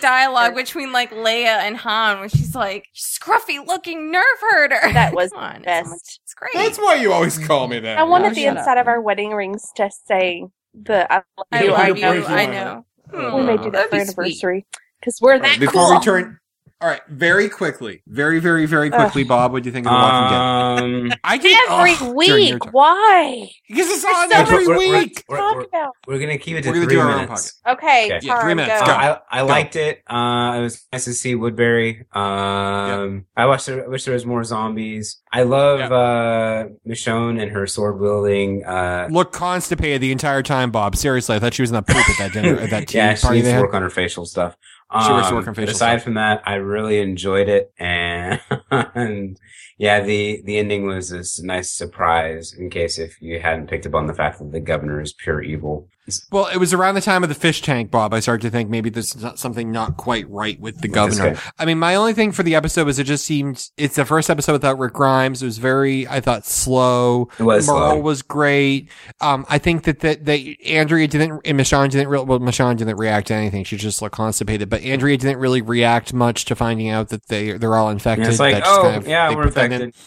[SPEAKER 4] some-
[SPEAKER 5] dialogue between like Leia and Han, when she's like scruffy looking nerve herder.
[SPEAKER 4] That was
[SPEAKER 5] Come on,
[SPEAKER 4] best.
[SPEAKER 5] It's, it's great.
[SPEAKER 6] That's why you always call me that.
[SPEAKER 4] I wanted
[SPEAKER 5] Oh,
[SPEAKER 4] the
[SPEAKER 5] shut
[SPEAKER 4] inside of our wedding rings to say the I love
[SPEAKER 5] I,
[SPEAKER 4] you.
[SPEAKER 6] Yeah,
[SPEAKER 5] I,
[SPEAKER 4] I
[SPEAKER 6] we
[SPEAKER 4] know.
[SPEAKER 5] know.
[SPEAKER 6] break
[SPEAKER 5] I
[SPEAKER 6] one.
[SPEAKER 5] know. Hmm.
[SPEAKER 4] We may do
[SPEAKER 5] That'd
[SPEAKER 4] that for
[SPEAKER 5] be sweet.
[SPEAKER 4] anniversary because we're
[SPEAKER 6] All right,
[SPEAKER 4] that
[SPEAKER 6] before
[SPEAKER 4] cool.
[SPEAKER 6] we turn. All right, very quickly, very, very, very quickly, Bob. What do you think of the Walking Dead?
[SPEAKER 3] Um,
[SPEAKER 6] Uh, I did
[SPEAKER 4] every week. Why?
[SPEAKER 6] because it's
[SPEAKER 4] There's
[SPEAKER 6] on
[SPEAKER 4] so
[SPEAKER 6] every
[SPEAKER 3] much-
[SPEAKER 6] week.
[SPEAKER 3] Um, We're-
[SPEAKER 4] Talk
[SPEAKER 3] we're-
[SPEAKER 4] about.
[SPEAKER 3] we're gonna keep it to
[SPEAKER 6] We're gonna
[SPEAKER 3] three
[SPEAKER 6] do our own
[SPEAKER 3] minutes. Okay.
[SPEAKER 4] Okay,
[SPEAKER 6] Yeah, three
[SPEAKER 4] Tom,
[SPEAKER 6] minutes.
[SPEAKER 4] go.
[SPEAKER 6] Go.
[SPEAKER 3] Uh, I, I liked it. Uh, it was nice to see Woodbury. Um, I watched. I wish there was more zombies. I love
[SPEAKER 6] Yep.
[SPEAKER 3] uh, Michonne and her sword wielding. Uh,
[SPEAKER 6] Look constipated the entire time, Bob. Seriously, I thought she was in that poop at that dinner at that tea
[SPEAKER 3] yeah, she
[SPEAKER 6] party
[SPEAKER 3] needs
[SPEAKER 6] they
[SPEAKER 3] to
[SPEAKER 6] had.
[SPEAKER 3] work on her facial stuff. Um,
[SPEAKER 6] She works to work on facial
[SPEAKER 3] Aside
[SPEAKER 6] stuff.
[SPEAKER 3] from that, I really enjoyed it, and, and yeah, the the ending was this nice surprise. In case if you hadn't picked up on the fact that the governor is pure evil,
[SPEAKER 6] Well, it was around the time of the fish tank, Bob. I started to think maybe there's not, something not quite right with the
[SPEAKER 3] With this
[SPEAKER 6] governor.
[SPEAKER 3] guy.
[SPEAKER 6] I mean, my only thing for the episode was it just seemed it's the first episode without Rick Grimes. It was very, I thought, slow.
[SPEAKER 3] It was
[SPEAKER 6] Merle
[SPEAKER 3] slow.
[SPEAKER 6] was great. Um, I think that that that Andrea didn't and Michonne didn't really well, Michonne didn't react to anything. She just looked constipated, but Andrea didn't really react much to finding out that they they're all infected.
[SPEAKER 3] Yeah, it's like,
[SPEAKER 6] That just
[SPEAKER 3] oh,
[SPEAKER 6] kind of-
[SPEAKER 3] yeah,
[SPEAKER 6] they
[SPEAKER 3] we're
[SPEAKER 6] put that in.
[SPEAKER 3] infected.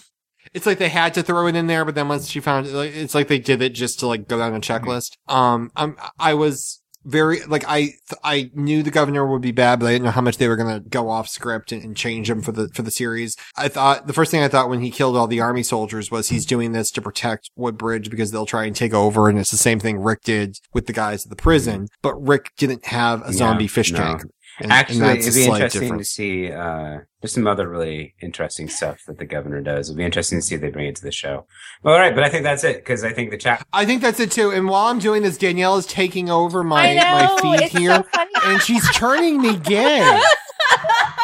[SPEAKER 6] It's like they had to throw it in there, but then once she found it, like, it's like they did it just to like go down a
[SPEAKER 3] Mm-hmm.
[SPEAKER 6] checklist. Um, I'm, I was very, like, I, I knew the governor would be bad, but I didn't know how much they were going to go off script and, and change him for the, for the series. I thought the first thing I thought when he killed all the army soldiers was he's doing this to protect Woodbridge because they'll try and take over. And it's the same thing Rick did with the guys at the prison, but Rick didn't have a
[SPEAKER 3] No,
[SPEAKER 6] zombie fish
[SPEAKER 3] Mm-hmm. no.
[SPEAKER 6] tank. And- and
[SPEAKER 3] Actually,
[SPEAKER 6] that's
[SPEAKER 3] it'd
[SPEAKER 6] a
[SPEAKER 3] be
[SPEAKER 6] slight
[SPEAKER 3] interesting
[SPEAKER 6] difference.
[SPEAKER 3] to see. Uh, there's some other really interesting stuff that the governor does. It'd be interesting to see if they bring it to the show. All right, but I think that's it because I think the chat.
[SPEAKER 6] I think that's it too. And while I'm doing this, Danielle is taking over my,
[SPEAKER 4] I know,
[SPEAKER 6] my feed
[SPEAKER 4] it's so
[SPEAKER 6] here, and she's turning me gay.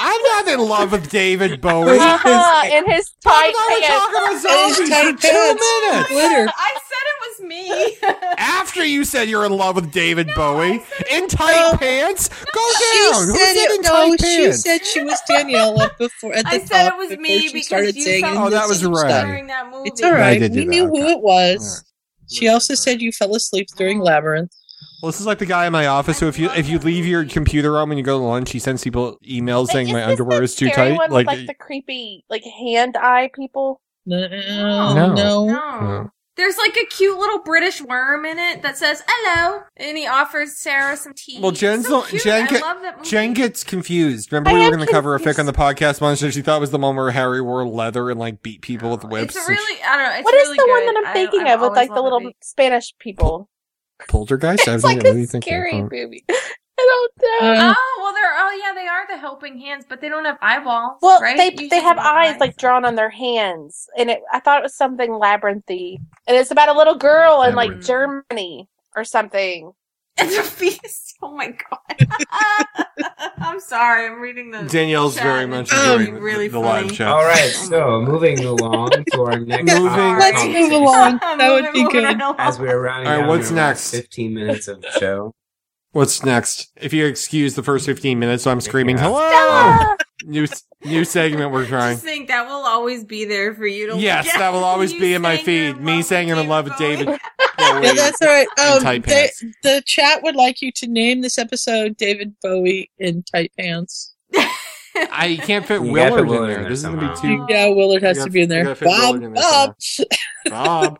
[SPEAKER 6] I'm not in love with David Bowie.
[SPEAKER 4] Uh-huh, in his tight
[SPEAKER 6] We're
[SPEAKER 4] pants.
[SPEAKER 6] talking about zombies for two minutes.
[SPEAKER 5] I said it was me.
[SPEAKER 6] After you said you're in love with David Bowie in tight pants, go
[SPEAKER 2] She
[SPEAKER 6] down. Who
[SPEAKER 2] said
[SPEAKER 6] said in
[SPEAKER 2] it. No,
[SPEAKER 6] tight
[SPEAKER 2] she
[SPEAKER 6] pants?
[SPEAKER 2] said she was Daniela before at the
[SPEAKER 5] I said
[SPEAKER 2] top
[SPEAKER 5] it was
[SPEAKER 2] before
[SPEAKER 5] me
[SPEAKER 2] she
[SPEAKER 5] because
[SPEAKER 2] started
[SPEAKER 5] you
[SPEAKER 2] saying
[SPEAKER 5] felt
[SPEAKER 6] Oh, that was
[SPEAKER 2] some
[SPEAKER 6] right.
[SPEAKER 2] stuff.
[SPEAKER 5] during that movie.
[SPEAKER 2] It's all
[SPEAKER 6] I
[SPEAKER 2] right.
[SPEAKER 6] did do
[SPEAKER 2] We
[SPEAKER 6] that,
[SPEAKER 2] knew
[SPEAKER 6] okay.
[SPEAKER 2] who it was. She also said you fell asleep during Labyrinth.
[SPEAKER 6] Well, this is like the guy in my office who, if you if you leave your computer on when you go to lunch, he sends people emails saying
[SPEAKER 4] Is
[SPEAKER 6] my
[SPEAKER 4] this
[SPEAKER 6] underwear
[SPEAKER 4] the
[SPEAKER 6] is too
[SPEAKER 4] scary
[SPEAKER 6] tight.
[SPEAKER 4] one with,
[SPEAKER 6] like,
[SPEAKER 4] like the creepy, like hand eye people.
[SPEAKER 2] No,
[SPEAKER 6] No.
[SPEAKER 2] no.
[SPEAKER 6] No.
[SPEAKER 5] There's like a cute little British worm in it that says hello, and he offers Sarah some tea.
[SPEAKER 6] Well, Jen's
[SPEAKER 5] so
[SPEAKER 6] the-
[SPEAKER 5] cute.
[SPEAKER 6] Jen
[SPEAKER 5] I
[SPEAKER 6] get-
[SPEAKER 5] love that movie.
[SPEAKER 6] Jen gets confused. Remember,
[SPEAKER 4] I
[SPEAKER 6] we were
[SPEAKER 4] am
[SPEAKER 6] going to cover a fic on the podcast once, and she thought it was the one where Harry wore leather and like beat people with whips.
[SPEAKER 5] It's a
[SPEAKER 6] and
[SPEAKER 5] really, I don't know. It's
[SPEAKER 4] What is
[SPEAKER 5] really
[SPEAKER 4] the
[SPEAKER 5] good.
[SPEAKER 4] one that I'm
[SPEAKER 5] I-
[SPEAKER 4] thinking
[SPEAKER 5] I've
[SPEAKER 4] of with
[SPEAKER 5] always
[SPEAKER 4] like the
[SPEAKER 5] loved
[SPEAKER 4] little
[SPEAKER 5] movie.
[SPEAKER 4] Spanish people?
[SPEAKER 6] she- Poltergeist. I
[SPEAKER 4] It's
[SPEAKER 6] was
[SPEAKER 4] like
[SPEAKER 6] really
[SPEAKER 4] a
[SPEAKER 6] thinking.
[SPEAKER 4] scary
[SPEAKER 6] Oh.
[SPEAKER 4] movie. I don't know.
[SPEAKER 2] Uh,
[SPEAKER 5] Oh well, they're oh yeah, they are the helping hands, but they don't have eyeballs.
[SPEAKER 4] Well,
[SPEAKER 5] right?
[SPEAKER 4] they
[SPEAKER 5] You
[SPEAKER 4] they
[SPEAKER 5] should
[SPEAKER 4] have eyes like drawn on their hands, and it, I thought it was something labyrinthy, and it's about a little girl in like
[SPEAKER 5] Labyrinth.
[SPEAKER 4] Germany or something.
[SPEAKER 5] It's a fetus. Oh my god. I'm sorry. I'm reading the.
[SPEAKER 6] Danielle's
[SPEAKER 5] chat
[SPEAKER 6] very
[SPEAKER 5] and
[SPEAKER 6] much
[SPEAKER 5] it's
[SPEAKER 2] Um,
[SPEAKER 6] enjoying
[SPEAKER 5] really
[SPEAKER 6] the
[SPEAKER 5] funny.
[SPEAKER 6] live
[SPEAKER 3] All
[SPEAKER 6] chat.
[SPEAKER 3] right, so moving along to our next.
[SPEAKER 6] Moving-
[SPEAKER 3] topic
[SPEAKER 2] Let's move
[SPEAKER 3] conversation.
[SPEAKER 2] along. That would be
[SPEAKER 5] Moving
[SPEAKER 2] good.
[SPEAKER 5] right along.
[SPEAKER 3] As we are rounding
[SPEAKER 6] All right,
[SPEAKER 3] down
[SPEAKER 6] what's
[SPEAKER 3] to our
[SPEAKER 6] next?
[SPEAKER 3] 15 minutes of the show.
[SPEAKER 6] What's next? If you excuse the first fifteen minutes, I'm screaming
[SPEAKER 3] Yeah.
[SPEAKER 6] hello. new s- new segment we're trying.
[SPEAKER 5] Just think that will always be there for you to. look
[SPEAKER 6] Yes,
[SPEAKER 5] at.
[SPEAKER 6] that will always
[SPEAKER 5] You
[SPEAKER 6] be in my
[SPEAKER 5] saying you're
[SPEAKER 6] feed. Me
[SPEAKER 5] with
[SPEAKER 6] saying I'm in love with David
[SPEAKER 5] Bowie.
[SPEAKER 2] No, that's all right.
[SPEAKER 6] in
[SPEAKER 2] Um,
[SPEAKER 6] tight
[SPEAKER 2] they-
[SPEAKER 6] pants.
[SPEAKER 2] the chat would like you to name this episode David Bowie in tight pants.
[SPEAKER 6] I can't fit
[SPEAKER 3] You gotta
[SPEAKER 6] Willard
[SPEAKER 3] put Willard
[SPEAKER 6] in
[SPEAKER 3] in
[SPEAKER 6] there.
[SPEAKER 3] there
[SPEAKER 6] This is gonna be
[SPEAKER 3] somehow.
[SPEAKER 6] too.
[SPEAKER 2] Yeah, Willard has
[SPEAKER 6] You
[SPEAKER 2] to
[SPEAKER 6] got-
[SPEAKER 2] be in
[SPEAKER 6] you
[SPEAKER 2] there.
[SPEAKER 6] gotta fit
[SPEAKER 2] Bob,
[SPEAKER 6] Willard in there
[SPEAKER 2] Bob.
[SPEAKER 6] Bob,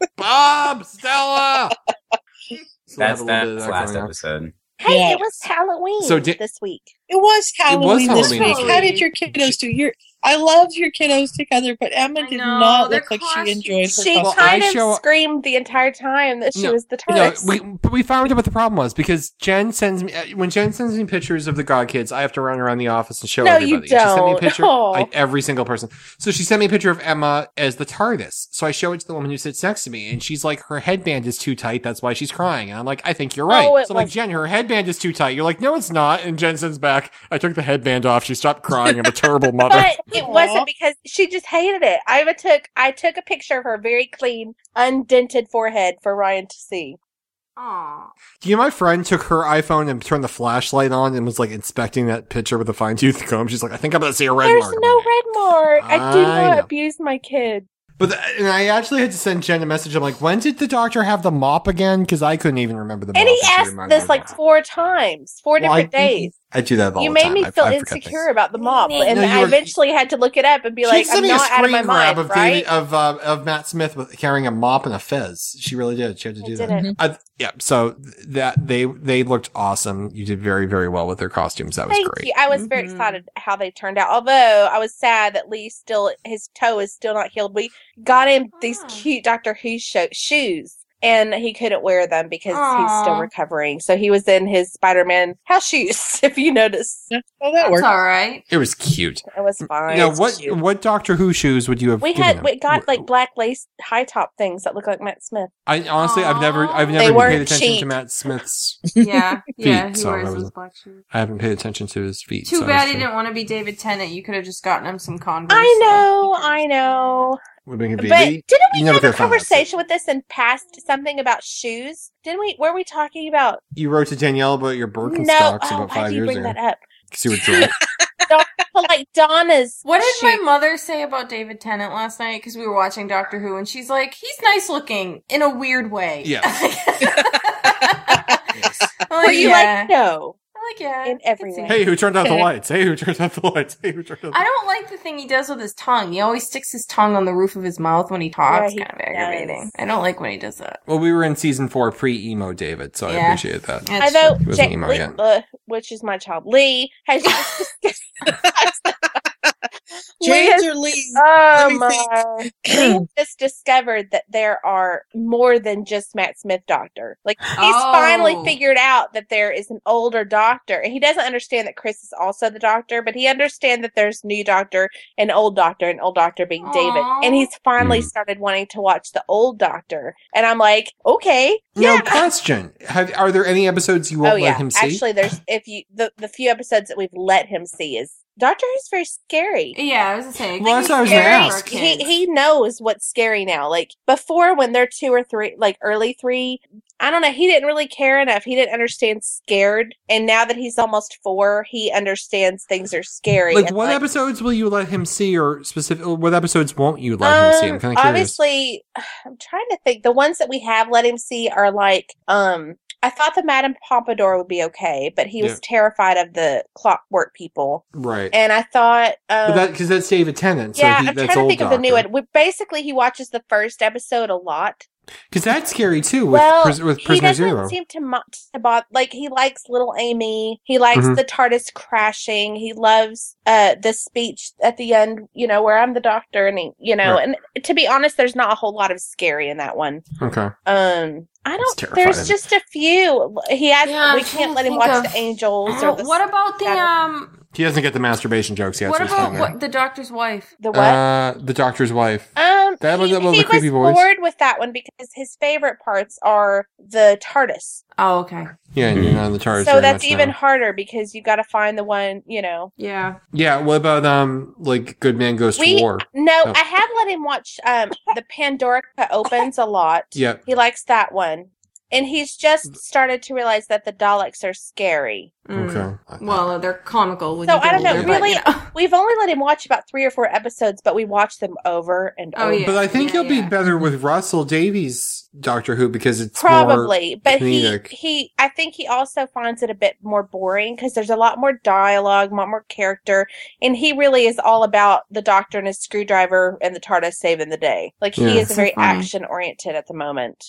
[SPEAKER 6] Bob, Stella. So I have
[SPEAKER 3] That's
[SPEAKER 6] a little bit of
[SPEAKER 3] that's
[SPEAKER 6] that
[SPEAKER 3] last
[SPEAKER 6] going on.
[SPEAKER 3] episode.
[SPEAKER 4] Hey,
[SPEAKER 2] Yeah.
[SPEAKER 4] it was Halloween
[SPEAKER 6] So di-
[SPEAKER 4] this week.
[SPEAKER 2] It was Halloween this
[SPEAKER 6] Halloween
[SPEAKER 2] week.
[SPEAKER 6] this
[SPEAKER 2] How
[SPEAKER 5] week.
[SPEAKER 2] did your kiddos do? Your I loved your kiddos together, but Emma
[SPEAKER 5] I
[SPEAKER 2] did
[SPEAKER 5] know,
[SPEAKER 2] not
[SPEAKER 5] their
[SPEAKER 2] look like
[SPEAKER 5] costumes-
[SPEAKER 2] she enjoyed her
[SPEAKER 4] She
[SPEAKER 2] costume.
[SPEAKER 6] Well, I
[SPEAKER 4] kind of
[SPEAKER 6] show-
[SPEAKER 4] screamed the entire time that she
[SPEAKER 6] No,
[SPEAKER 4] was the
[SPEAKER 6] No,
[SPEAKER 4] TARDIS.
[SPEAKER 6] we but we found out what the problem was because Jen sends me uh, when Jen sends me pictures of the God Kids, I have to run around the office and show
[SPEAKER 4] No,
[SPEAKER 6] everybody.
[SPEAKER 4] you
[SPEAKER 6] She sent me a
[SPEAKER 4] don't.
[SPEAKER 6] picture
[SPEAKER 4] No.
[SPEAKER 6] like every single person. So she sent me a picture of Emma as the TARDIS. So I show it to the woman who sits next to me, and she's like, "Her headband is too tight. That's why she's crying." And I'm like, "I think you're right."
[SPEAKER 4] Oh, it
[SPEAKER 6] so I'm like,
[SPEAKER 4] was-
[SPEAKER 6] "Jen, her headband is too tight." You're like, "No, it's not." And Jen sends back, "I took the headband off. She stopped crying. I'm a terrible mother."
[SPEAKER 4] but it wasn't because she just hated it. I even took I took a picture of her very clean, undented forehead for Ryan to see.
[SPEAKER 5] Aw.
[SPEAKER 6] You know, my friend took her iPhone and turned the flashlight on and was like inspecting that picture with a fine tooth comb. She's like, I think I'm gonna see a red
[SPEAKER 4] There's
[SPEAKER 6] mark. on
[SPEAKER 4] no
[SPEAKER 6] it."
[SPEAKER 4] red mark. I do
[SPEAKER 6] I
[SPEAKER 4] not
[SPEAKER 6] know.
[SPEAKER 4] abuse my kid.
[SPEAKER 6] But the, and I actually had to send Jen a message. I'm like, when did the doctor have the mop again? Because I couldn't even remember the.
[SPEAKER 4] And
[SPEAKER 6] mop
[SPEAKER 4] he
[SPEAKER 6] she
[SPEAKER 4] asked
[SPEAKER 6] reminded me
[SPEAKER 4] this like
[SPEAKER 6] of.
[SPEAKER 4] four times, four
[SPEAKER 6] Well, I
[SPEAKER 4] different days.
[SPEAKER 6] I do that all
[SPEAKER 4] You
[SPEAKER 6] the
[SPEAKER 4] made
[SPEAKER 6] time.
[SPEAKER 4] me
[SPEAKER 6] I-
[SPEAKER 4] feel
[SPEAKER 6] I forget
[SPEAKER 4] insecure
[SPEAKER 6] things.
[SPEAKER 4] about the mop,
[SPEAKER 5] No,
[SPEAKER 4] and
[SPEAKER 6] you
[SPEAKER 4] I
[SPEAKER 6] were-
[SPEAKER 4] eventually had to look it up and be like,
[SPEAKER 6] she
[SPEAKER 4] "I'm
[SPEAKER 6] sent me a
[SPEAKER 4] not out of my
[SPEAKER 6] screen grab
[SPEAKER 4] mind,
[SPEAKER 6] of
[SPEAKER 4] right?"
[SPEAKER 6] David, of uh, of Matt Smith with carrying a mop and a fez. She really did. She had to
[SPEAKER 4] I
[SPEAKER 6] do
[SPEAKER 4] did
[SPEAKER 6] that.
[SPEAKER 4] it.
[SPEAKER 6] I, yeah. So th- that they they looked awesome. You did very very well with their costumes. That was
[SPEAKER 4] Thank
[SPEAKER 6] great. Mm-hmm.
[SPEAKER 4] you. I was very
[SPEAKER 5] Mhm.
[SPEAKER 4] excited how they turned out. Although I was sad that Lee still his toe is still not healed. We got him these
[SPEAKER 5] Ah.
[SPEAKER 4] cute Doctor Who sho shoes, and he couldn't wear them because he's still
[SPEAKER 5] Aw.
[SPEAKER 4] recovering. So he was in his Spider Man house shoes. If you notice, it
[SPEAKER 2] Oh, that
[SPEAKER 5] That's
[SPEAKER 2] worked.
[SPEAKER 5] all right.
[SPEAKER 6] It was cute.
[SPEAKER 4] was fine.
[SPEAKER 6] Now,
[SPEAKER 4] It's
[SPEAKER 6] what
[SPEAKER 4] cute.
[SPEAKER 6] what Doctor Who shoes would you have?
[SPEAKER 4] we
[SPEAKER 6] given
[SPEAKER 4] had
[SPEAKER 6] him?
[SPEAKER 4] we got
[SPEAKER 6] Wh-
[SPEAKER 4] like black lace high top things that look like Matt Smith.
[SPEAKER 6] I honestly, I've never, I've
[SPEAKER 5] They
[SPEAKER 6] never
[SPEAKER 4] weren't
[SPEAKER 6] paid attention to
[SPEAKER 4] cheap.
[SPEAKER 6] Matt Smith's.
[SPEAKER 5] Yeah, yeah. He
[SPEAKER 6] so I
[SPEAKER 5] wears his
[SPEAKER 6] wasn't-
[SPEAKER 5] black shoes.
[SPEAKER 6] I haven't paid attention to his feet.
[SPEAKER 5] Too
[SPEAKER 6] so I
[SPEAKER 5] bad he
[SPEAKER 6] was-
[SPEAKER 5] didn't want to be David Tennant. You could have just gotten him some Converse.
[SPEAKER 4] I
[SPEAKER 5] like,
[SPEAKER 4] know,
[SPEAKER 5] because-
[SPEAKER 4] I know.
[SPEAKER 6] Would have been
[SPEAKER 4] But
[SPEAKER 6] convenient.
[SPEAKER 4] didn't we
[SPEAKER 6] You never
[SPEAKER 4] have a
[SPEAKER 6] could've found that.
[SPEAKER 4] conversation with this and past something about shoes? Didn't we? Were we talking about?
[SPEAKER 6] You wrote to Danielle about your Birkenstocks
[SPEAKER 4] No, oh,
[SPEAKER 6] about
[SPEAKER 4] why
[SPEAKER 6] five
[SPEAKER 4] did you
[SPEAKER 6] years
[SPEAKER 4] bring
[SPEAKER 6] ago.
[SPEAKER 4] that up?
[SPEAKER 6] Because you were drunk.
[SPEAKER 4] But like Donna's.
[SPEAKER 5] What did my mother say about David Tennant last night? Because we were watching Doctor Who, and she's like, "He's nice looking in a weird way."
[SPEAKER 6] Yes.
[SPEAKER 5] I'm like,
[SPEAKER 4] Were you
[SPEAKER 5] yeah.
[SPEAKER 4] like no?
[SPEAKER 5] I'm like, yeah.
[SPEAKER 4] In every way.
[SPEAKER 6] hey, who turned out the lights? Hey, who turned out the lights? Hey, who turned out
[SPEAKER 5] I don't like the thing he does with his tongue. He always sticks his tongue on the roof of his mouth when he talks.
[SPEAKER 4] Yeah, he
[SPEAKER 5] kind of aggravating. I don't like when he does that.
[SPEAKER 6] Well, we were in season four pre emo David, so I
[SPEAKER 5] Yeah.
[SPEAKER 6] appreciate that.
[SPEAKER 5] That's
[SPEAKER 4] Although
[SPEAKER 6] He wasn't
[SPEAKER 4] Jake
[SPEAKER 6] emo
[SPEAKER 4] Lee,
[SPEAKER 6] yet.
[SPEAKER 4] uh, which is my child Lee, has
[SPEAKER 2] James
[SPEAKER 4] has-
[SPEAKER 2] or Lee?
[SPEAKER 4] Oh
[SPEAKER 2] Let me
[SPEAKER 4] my! Lee has just discovered that there are more than just Matt Smith Doctor. Like he's
[SPEAKER 5] Oh.
[SPEAKER 4] finally figured out that there is an older Doctor, and he doesn't understand that Chris is also the Doctor, but he understands that there's new Doctor and old Doctor, and old Doctor being David,
[SPEAKER 5] Aw.
[SPEAKER 4] and he's finally
[SPEAKER 6] Mm.
[SPEAKER 4] started wanting to watch the old Doctor, and I'm like, okay,
[SPEAKER 6] No question. Have, are there any episodes you won't
[SPEAKER 4] oh yeah,
[SPEAKER 6] let him see?
[SPEAKER 4] actually, there's if you the the few episodes that we've let him see is Doctor Who's very scary.
[SPEAKER 5] Yeah, I was gonna say. I
[SPEAKER 6] Well,
[SPEAKER 5] think
[SPEAKER 6] that's what I was
[SPEAKER 5] he's
[SPEAKER 6] gonna
[SPEAKER 5] scary
[SPEAKER 6] ask.
[SPEAKER 5] for
[SPEAKER 4] He
[SPEAKER 5] kids.
[SPEAKER 4] he knows what's scary now. Like before, when they're two or three, like early three, I don't know. He didn't really care enough. He didn't understand scared, and now that he's almost four, he understands things are scary.
[SPEAKER 6] like,
[SPEAKER 4] and,
[SPEAKER 6] what
[SPEAKER 4] like,
[SPEAKER 6] episodes will you let him see, or specific? or What episodes won't you let him see? I'm
[SPEAKER 4] Um,
[SPEAKER 6] kind of curious.
[SPEAKER 4] Obviously, I'm trying to think. The ones that we have let him see are like, um, I thought the Madame Pompadour would be okay, but he was
[SPEAKER 6] Yeah.
[SPEAKER 4] terrified of the clockwork people.
[SPEAKER 6] Right.
[SPEAKER 4] And I thought, um,
[SPEAKER 6] But that because that's David Tennant. So
[SPEAKER 4] yeah,
[SPEAKER 6] he,
[SPEAKER 4] I'm trying
[SPEAKER 6] that's
[SPEAKER 4] to
[SPEAKER 6] old
[SPEAKER 4] think of the new
[SPEAKER 6] Doctor.
[SPEAKER 4] one. We, basically, he watches the first episode a lot.
[SPEAKER 6] Because that's scary too with
[SPEAKER 4] well,
[SPEAKER 6] pris- with
[SPEAKER 4] he
[SPEAKER 6] Prisoner
[SPEAKER 4] doesn't
[SPEAKER 6] Zero.
[SPEAKER 4] seem to, mo- to bother. Like he likes little Amy. He likes
[SPEAKER 6] Mhm.
[SPEAKER 4] the TARDIS crashing. He loves uh the speech at the end. You know where I'm the doctor, and he, you know.
[SPEAKER 6] Right.
[SPEAKER 4] And to be honest, there's not a whole lot of scary in that one.
[SPEAKER 6] okay.
[SPEAKER 4] Um, I don't.
[SPEAKER 6] terrifying.
[SPEAKER 4] There's just a few. He has.
[SPEAKER 5] Yeah, I'm
[SPEAKER 4] we
[SPEAKER 5] trying
[SPEAKER 4] can't
[SPEAKER 5] to
[SPEAKER 4] let him
[SPEAKER 5] think
[SPEAKER 4] watch
[SPEAKER 5] of-
[SPEAKER 4] the angels or the
[SPEAKER 5] Oh, what about the um?
[SPEAKER 6] He doesn't get the masturbation jokes yet.
[SPEAKER 5] What
[SPEAKER 6] so he's
[SPEAKER 5] about
[SPEAKER 6] fine
[SPEAKER 5] what, the doctor's wife?
[SPEAKER 4] the what.
[SPEAKER 6] there. Uh, the Doctor's wife.
[SPEAKER 4] Um,
[SPEAKER 6] That was
[SPEAKER 4] he,
[SPEAKER 6] about the
[SPEAKER 4] he
[SPEAKER 6] creepy
[SPEAKER 4] was
[SPEAKER 6] voice.
[SPEAKER 4] bored with that one because his favorite parts are the TARDIS.
[SPEAKER 5] Oh, okay.
[SPEAKER 6] Yeah, and you're not on the TARDIS.
[SPEAKER 4] so
[SPEAKER 6] very
[SPEAKER 4] that's
[SPEAKER 6] much
[SPEAKER 4] even
[SPEAKER 6] now.
[SPEAKER 4] harder because you got to find the one. You know,
[SPEAKER 5] Yeah.
[SPEAKER 6] Yeah. What about um like Good Man Goes
[SPEAKER 4] We-
[SPEAKER 6] to War?
[SPEAKER 4] no,
[SPEAKER 6] Oh.
[SPEAKER 4] I have let him watch um the Pandora opens a lot.
[SPEAKER 6] Yeah. Mm.
[SPEAKER 4] He likes that one, and he's just started to realize that the Daleks are scary.
[SPEAKER 5] Mm.
[SPEAKER 6] Okay.
[SPEAKER 5] Well, they're comical. When
[SPEAKER 4] So,
[SPEAKER 5] you get
[SPEAKER 4] I don't know,
[SPEAKER 5] older, but,
[SPEAKER 4] really-
[SPEAKER 5] you know.
[SPEAKER 4] We've only let him watch about three or four episodes, but we watch them over and
[SPEAKER 5] Oh,
[SPEAKER 4] over.
[SPEAKER 5] yeah.
[SPEAKER 6] But I think
[SPEAKER 5] Yeah,
[SPEAKER 6] he'll
[SPEAKER 5] yeah.
[SPEAKER 6] be better with Russell Davies Doctor Who because it's more-
[SPEAKER 4] probably but
[SPEAKER 6] comedic.
[SPEAKER 4] he he i think he also finds it a bit more boring because there's a lot more dialogue a lot more character and he really is all about the doctor and his screwdriver and the tardis saving the day like he
[SPEAKER 6] Yeah.
[SPEAKER 4] is very
[SPEAKER 5] funny.
[SPEAKER 4] action oriented at the moment